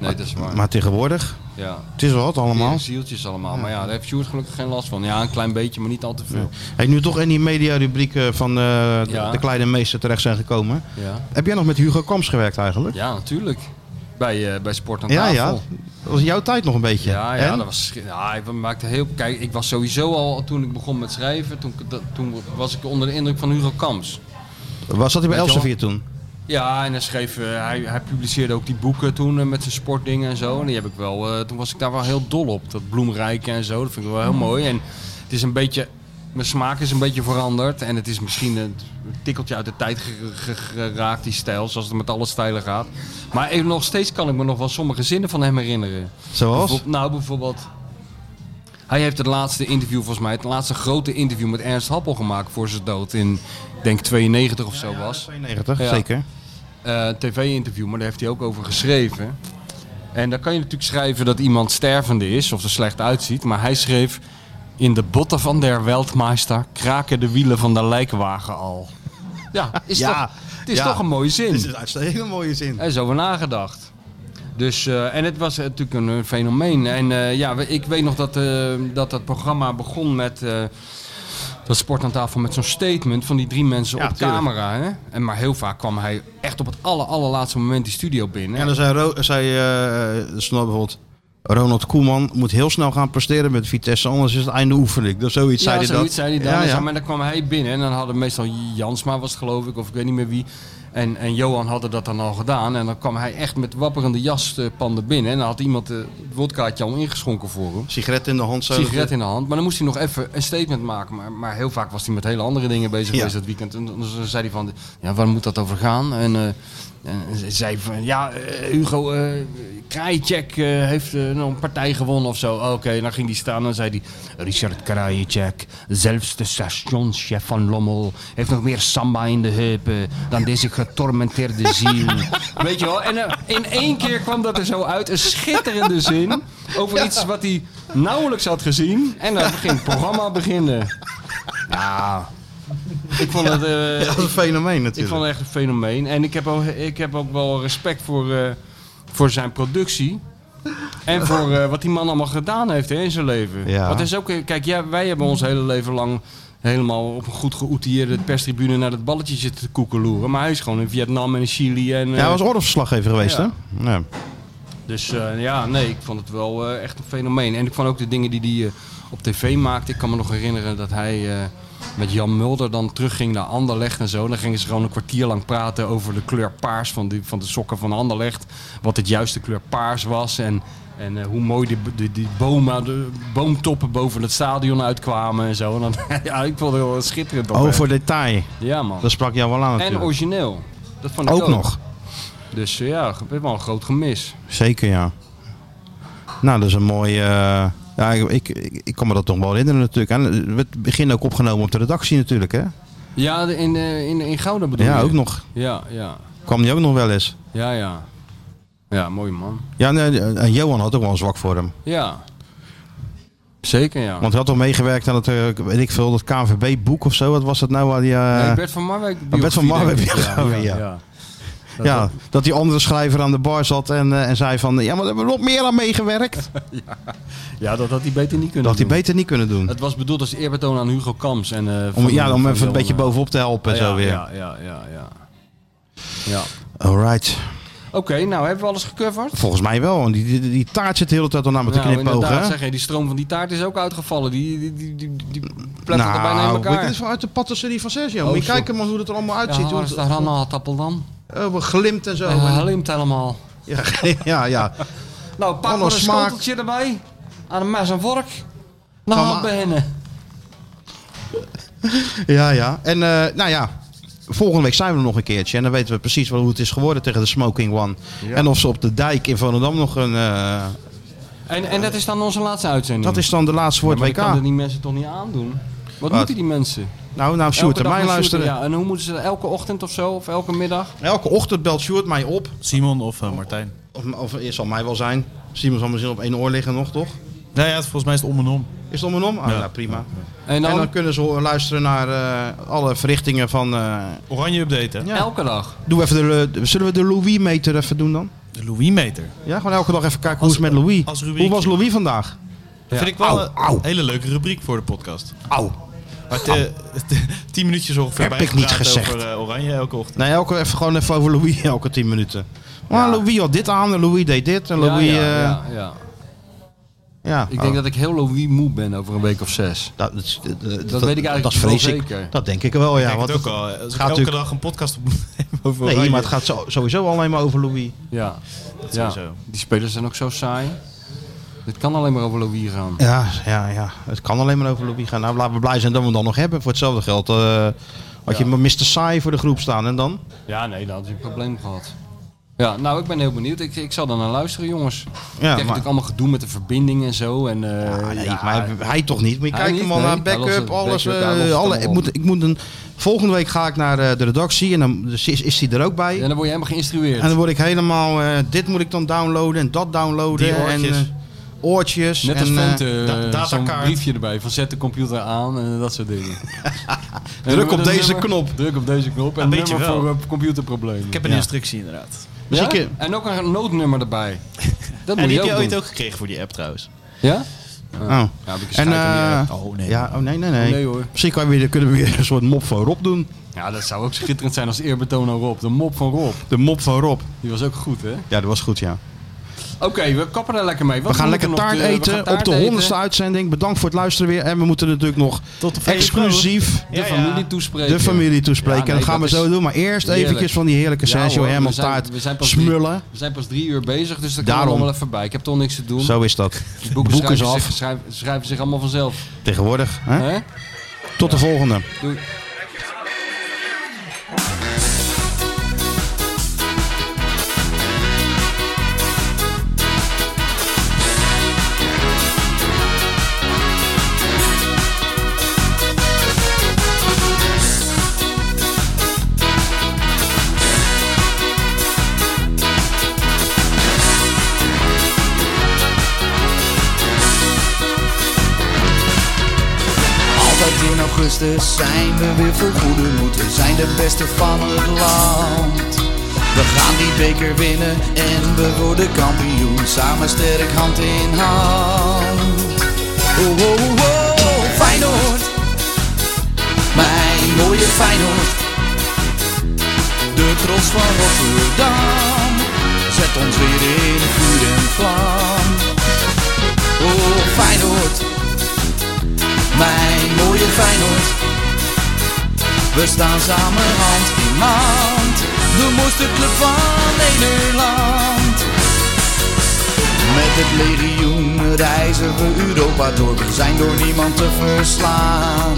S4: Nee, dat is waar.
S3: Maar tegenwoordig,
S4: ja.
S3: het is wel wat allemaal.
S4: Tere zieltjes allemaal. Maar ja, daar heeft Sjoerd gelukkig geen last van. Ja, een klein beetje, maar niet al te veel.
S3: Hey, nu toch in die mediarubriek eh, van eh, de,
S4: Ja.
S3: de kleine meester terecht zijn gekomen.
S4: Ja,
S3: Heb jij nog met Hugo Kamps gewerkt eigenlijk?
S4: ja natuurlijk. Bij, eh, bij Sport aan
S3: Ja,
S4: tafel.
S3: ja. Dat was jouw tijd nog een beetje.
S4: Ja, ja,
S3: En?
S4: dat was, ja, ik maakte heel... Kijk, ik was sowieso al, toen ik begon met schrijven, toen, ik dat- toen was ik onder de indruk van Hugo Kamps.
S3: Was dat hij bij
S4: Weet je
S3: Elsevier toen?
S4: Ja, en hij schreef, eh, hij, hij publiceerde ook die boeken toen eh, met zijn sportdingen en zo. En die heb ik wel, eh, toen was ik daar wel heel dol op. Dat bloemrijke en zo, dat vind ik wel heel mooi. En het is een beetje, mijn smaak is een beetje veranderd. En het is misschien een tikkeltje uit de tijd ge- ge- geraakt, die stijl, zoals het met alle stijlen gaat. Maar even nog steeds kan ik me nog wel sommige zinnen van hem herinneren.
S3: Zoals?
S4: Bijvoorbeeld- nou, bijvoorbeeld... Hij heeft het laatste interview, volgens mij, het laatste grote interview met Ernst Happel gemaakt voor zijn dood in, denk 92 of zo was.
S3: 92,
S4: Ja.
S3: zeker.
S4: Eh, tv-interview, maar daar heeft hij ook over geschreven. En dan kan je natuurlijk schrijven dat iemand stervende is of er slecht uitziet. Maar hij schreef, in de botten van der Weltmeister kraken de wielen van de lijkwagen al. Ja, is
S3: Ja,
S4: Toch, het is
S3: ja.
S4: toch een mooie zin.
S3: Dit is een uitstekend hele mooie zin.
S4: Er is over nagedacht. Dus, eh, en het was eh, natuurlijk een, eh, fenomeen. En eh, ja, we- ik weet nog dat, eh, dat dat programma begon met... eh, dat sport aan tafel met zo'n statement van die drie mensen
S3: Ja,
S4: op
S3: tuurlijk.
S4: camera. Hè? En maar heel vaak kwam hij echt op het aller, allerlaatste moment die studio binnen.
S3: En dan zei, Ro- zei eh, er stond bijvoorbeeld... Ronald Koeman moet heel snel gaan presteren met Vitesse, anders is het einde oefening. Dat zoiets
S4: ja,
S3: zei hij
S4: zoiets
S3: dat.
S4: zei hij dan.
S3: Ja,
S4: En
S3: ja.
S4: zo- Maar dan kwam hij binnen en dan hadden meestal Jansma was het geloof ik, of ik weet niet meer wie. En, en Johan hadden dat dan al gedaan. En dan kwam hij echt met wapperende jaspanden binnen. En dan had iemand eh, het wodkaartje al ingeschonken voor hem.
S3: Sigaret in de hand. Zo
S4: sigaret in de hand. Maar dan moest hij nog even een statement maken. Maar, maar heel vaak was hij met hele andere dingen bezig
S3: Ja.
S4: geweest dat weekend. En dan dan zei hij van, ja, waar moet dat over gaan? En, eh, en ze- zei van, ja, eh, Hugo eh Krajicek eh, heeft eh, nou een partij gewonnen of zo. Oh, Oké, dan ging hij staan en dan zei hij, Richard Krajicek, zelfs de stationschef van Lommel, heeft nog meer samba in de heupen dan deze getormenteerde ziel. Weet je wel? En eh, in één keer kwam dat er zo uit, een schitterende zin over iets wat hij nauwelijks had gezien. En dan ging het programma beginnen. Ja. Ik vond het... eh,
S3: Ja, dat is een fenomeen
S4: ik
S3: natuurlijk.
S4: vond het echt een fenomeen. En ik heb ook, ik heb ook wel respect voor, eh, voor zijn productie. En voor eh, wat die man allemaal gedaan heeft hè, in zijn leven.
S3: Ja.
S4: Want het is ook, eh, kijk, ja, wij hebben ons hele leven lang helemaal op een goed geoutilleerde perstribune naar dat balletje zitten te koekeloeren. Maar hij is gewoon in Vietnam en in Chili. En, eh,
S3: Ja, hij was oorlogsverslaggever geweest,
S4: Ja.
S3: hè? Ja.
S4: Dus eh, ja, nee, ik vond het wel eh, echt een fenomeen. En ik vond ook de dingen die hij eh, op tv maakte. Ik kan me nog herinneren dat hij eh, met Jan Mulder dan terugging naar Anderlecht en zo. Dan gingen ze gewoon een kwartier lang praten over de kleur paars van, die, van de sokken van Anderlecht. Wat het juiste kleur paars was en, en eh, hoe mooi die, die, die bomen, de boomtoppen boven het stadion uitkwamen en zo. En dan, ja, ik vond het wel schitterend. op, hè.
S3: Over detail.
S4: Ja, man.
S3: Dat sprak jou wel aan
S4: En
S3: natuurlijk.
S4: origineel. Dat vond ik
S3: ook nog.
S4: Dus eh, ja, ik heb wel een groot gemis.
S3: Zeker, ja. Nou, dat is een mooie... eh, Ja, ik, ik, ik kan me dat toch wel herinneren natuurlijk. En het werd begin ook opgenomen op de redactie natuurlijk, hè?
S4: Ja, de- in, eh, in, in Gouda bedoel
S3: Ja,
S4: je?
S3: ook nog.
S4: Ja, ja.
S3: Kwam die ook nog wel eens.
S4: Ja, ja. Ja, mooi man.
S3: Ja, nee, en Johan had ook wel een zwak voor hem.
S4: Ja. Zeker, ja.
S3: Want hij had al meegewerkt aan het, eh, weet ik veel, dat KNVB-boek of zo. Wat was dat nou? Waar die, eh,
S4: nee, Bert van Marwijk. biografie,
S3: Bert van Marwijk
S4: denk ik.
S3: biografie, ja.
S4: Dat-
S3: ja, dat die andere schrijver aan de bar zat en, eh, en zei van... Ja, maar daar hebben we nog meer aan meegewerkt.
S4: ja, dat had hij beter niet kunnen
S3: dat had hij
S4: doen.
S3: beter niet kunnen doen.
S4: Het was bedoeld als eerbetoon aan Hugo Kams. En, eh,
S3: Om,
S4: van-
S3: ja, om
S4: van
S3: even een
S4: Johan,
S3: beetje
S4: eh,
S3: bovenop te helpen en
S4: ja,
S3: zo weer.
S4: Ja, ja, ja, ja. Ja.
S3: Alright.
S4: Oké, nou hebben we alles gecoverd?
S3: Volgens mij wel. Want die, die, die taart zit de hele tijd al naar me te
S4: nou,
S3: knipogen.
S4: inderdaad,
S3: hè?
S4: zeg je, die stroom van die taart is ook uitgevallen. Die, die, die, die, die plettert er bijna in
S3: Nou, dit
S4: elkaar.
S3: is wel uit de patisserie van Sergio.
S4: Oh,
S3: Moet je
S4: zo.
S3: kijken man hoe het er allemaal
S4: ja,
S3: uitziet.
S4: waar is
S3: hoe
S4: de
S3: het,
S4: granaatappel dan?
S3: oh, wat glimt en zo.
S4: Hij glimt helemaal.
S3: Ja, ja, ja.
S4: Nou, pak
S3: Alle
S4: maar een
S3: smaak.
S4: schoteltje erbij. Aan een mes en vork.
S3: Gaan
S4: Nou,
S3: we-
S4: beginnen.
S3: Ja, ja. En eh, nou ja, volgende week zijn we er nog een keertje. En dan weten we precies wel hoe het is geworden tegen de Smoking One. En of ze op de dijk in Volendam nog een... eh,
S4: Hmm. En, en dat is dan onze laatste uitzending.
S3: dat is dan de laatste woord
S4: maar
S3: WK.
S4: ik kan er die mensen toch niet aandoen? Wat, moeten die mensen?
S3: Nou, nou
S4: Elke
S3: Sjoerd en
S4: dag
S3: mij
S4: naar Sjoerd,
S3: luisteren.
S4: Ja, en hoe moeten ze elke ochtend of zo? Of elke middag?
S3: Elke ochtend belt Sjoerd mij op.
S5: Simon of eh, Martijn?
S3: Of, of het zal mij wel zijn. Simon zal misschien op één oor liggen nog, toch?
S5: Nou ja, het- volgens mij is het om en om.
S3: Is het om en om? Ah, nou, prima.
S4: En dan,
S3: En dan kunnen ze ho- luisteren naar eh, alle verrichtingen van... eh,
S5: Oranje update, hè?
S3: Ja.
S4: elke dag.
S3: Doe even de, eh, zullen we de Louis-meter even doen dan?
S5: De Louis-meter.
S3: Ja, gewoon elke dag even kijken hoe is het met Louis.
S5: als rubriekje.
S3: hoe was Louis vandaag?
S5: Dat vind ik wel een hele leuke rubriek voor de podcast.
S3: Au.
S5: Maar het, eh, het- tien minuutjes ongeveer
S3: Heb ik niet
S5: bijgepraat
S3: gezegd.
S5: over eh, Oranje elke ochtend.
S3: Nee, elke, even, gewoon even over Louis elke 10 minuten. Maar Louis had dit aan en Louis deed dit en Louis...
S4: ja,
S3: eh,
S4: ja, ja, ja.
S3: Ja, Oh.
S4: Ik denk dat ik heel Louis moe ben over een week of zes.
S3: dat, is- eh, eh, dat,
S4: weet ik eigenlijk
S3: dat
S4: wel
S3: vrees ik.
S4: zeker.
S3: Dat denk ik wel, ja.
S5: Ja,
S3: want
S5: het ook
S3: het-
S5: al. Als ik
S3: gaat
S5: elke
S3: natuurlijk-
S5: dag een podcast op over
S3: Nee,
S5: Oranje-
S3: maar het gaat zo- sowieso alleen maar over Louis.
S4: Ja. ja.
S5: sowieso.
S4: Die spelers zijn ook zo saai. Dit kan alleen maar over Louis gaan.
S3: Ja, ja, ja. Het kan alleen maar over Louis gaan. Nou, laten we blij zijn dat we hem dan nog hebben. Voor hetzelfde geld eh, had je
S4: Ja.
S3: maar Mr. Saai voor de groep staan. En dan?
S4: Ja, nee, dan had je een probleem gehad. Ja, nou, ik ben heel benieuwd. Ik, ik zal dan naar luisteren, jongens. ik heb natuurlijk allemaal gedoe met de verbinding en zo. En, eh,
S3: Ah, nee,
S4: ja,
S3: maar hij- hij toch niet. Maar je
S4: Hij
S3: kijkt
S4: niet,
S3: hem al
S4: nee.
S3: naar
S4: Hij lost
S3: backup,
S4: het-
S3: alles.
S4: backup,
S3: eh,
S4: hij lost het
S3: alle, ik
S4: allemaal
S3: moet, ik moet een, volgende week ga ik naar eh, de redactie en dan dus is, is hij er ook bij.
S4: En dan word je helemaal geïnstrueerd.
S3: En dan word ik helemaal, eh, dit moet ik dan downloaden en dat downloaden.
S5: Die
S3: en,
S5: oortjes.
S3: eh, oortjes.
S4: Net als
S3: en, eh,
S4: Fente, eh,
S5: da-
S4: zo'n
S5: datakaart.
S4: briefje erbij van zet de computer aan en dat soort dingen. En
S3: Druk
S4: met
S3: op
S4: een
S3: deze knop.
S4: Druk op deze knop en
S5: weet je
S4: nummer
S5: wel.
S4: voor eh, computerproblemen.
S5: Ik heb een instructie inderdaad.
S4: Ja?
S3: Misschien kun-
S4: En ook een noodnummer erbij. Dat
S5: En
S4: moet
S5: die
S4: je
S5: heb je
S4: ook
S5: ooit
S4: doen.
S5: ook gekregen voor die app trouwens.
S4: Ja?
S3: oh.
S4: Ja, heb ik een
S3: En,
S4: scheid aan die
S3: eh,
S4: app.
S5: Oh
S3: ja, oh nee, nee, nee.
S4: Oh, nee, hoor.
S3: Misschien kan we weer, kunnen we weer een soort mop van Rob doen.
S4: Ja, dat zou ook schitterend zijn als eerbetoon aan Rob. De mop van Rob.
S3: De mop van Rob.
S4: Die was ook goed, hè?
S3: Ja, dat was goed, ja.
S4: Oké, we kappen er lekker mee. Wat
S3: We gaan
S4: moeten
S3: lekker taart
S4: nog de- we gaan
S3: eten
S4: taart
S3: op de
S4: eten,
S3: honderdste uitzending. Bedankt voor het luisteren weer. En we moeten natuurlijk nog
S5: Tot de volgende keer.
S3: exclusief
S4: De familie toespreken.
S3: de familie toespreken.
S4: Ja, nee,
S3: en dat gaan we
S4: dat
S3: zo
S4: is
S3: doen. Maar eerst
S4: heerlijk.
S3: eventjes van die heerlijke
S4: Ja,
S3: Sergio
S4: hoor, we
S3: Herman
S4: zijn-
S3: taart
S4: we zijn pas drie-
S3: smullen.
S4: We zijn pas drie uur bezig, dus dat kan
S3: Daarom.
S4: allemaal even bij. Ik heb toch niks te doen.
S3: Zo is dat.
S4: Die boeken,
S3: Boeken ze
S4: schrijven,
S3: af
S4: zich, schrijven, schrijven zich allemaal vanzelf.
S3: tegenwoordig. Hè?
S4: Hè?
S3: Tot de volgende.
S4: Doei.
S2: Altijd in augustus zijn we weer volgoeden moeten zijn de beste van het land. We gaan die beker winnen en we worden kampioen, samen sterk hand in hand. Oh, oh, oh, oh Feyenoord, mijn mooie Feyenoord. De trots van Rotterdam, zet ons weer in vuur en vlam. Oh, Feyenoord mijn mooie Feyenoord. We staan samen hand in hand, de mooiste club van Nederland. Met het legioen reizen we Europa door, we zijn door niemand te verslaan.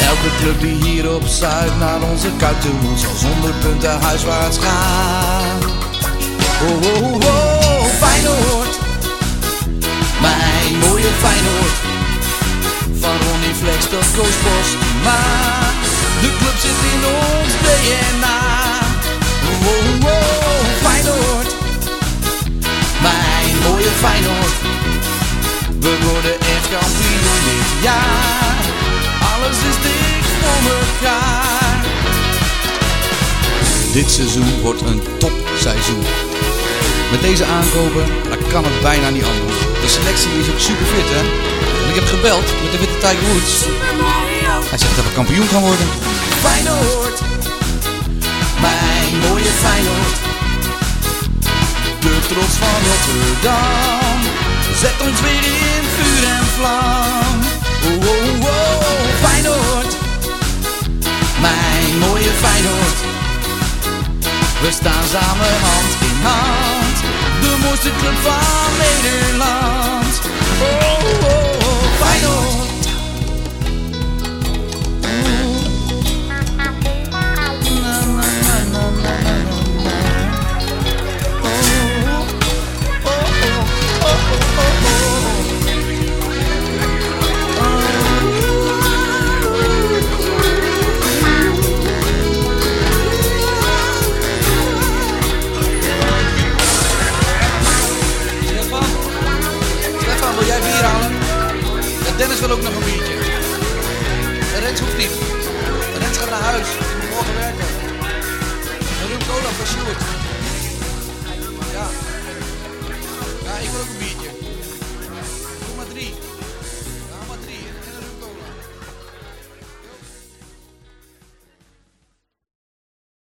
S2: Elke club die hier op Zuid naar onze kuit toe moet, zal zonder punten huiswaarts gaan. Oh, oh, oh, oh Feyenoord, mijn mooie Feyenoord. Van Ronnie Flex tot Koos Bos. Maar de club zit in ons DNA. Wow, wow, Feyenoord. Mijn mooie Feyenoord. We worden echt kampioen dit jaar. Alles is dicht voor elkaar. Dit seizoen wordt een topseizoen. Met deze aankopen, dan kan het bijna niet anders. De selectie is ook super fit, hè? En ik heb gebeld met de witte Tiger Woods. Hij zegt dat we kampioen gaan worden. Feyenoord, mijn mooie Feyenoord. De trots van Rotterdam, zet ons weer in vuur en vlam. Oh, oh, oh, Feyenoord, mijn mooie Feyenoord. We staan samen hand in hand, de mooiste club van Nederland. Oh, oh, oh Feyenoord. Na, na, na, na, na, na, na. Oh, oh, oh, oh, oh, Stefan? Stefan, wil jij bier halen? Ja, Dennis wil ook nog een biertje. En Rens hoeft niet. Rens gaat naar huis. Die moet morgen werken. En Ruud Cola voor Sjoerd.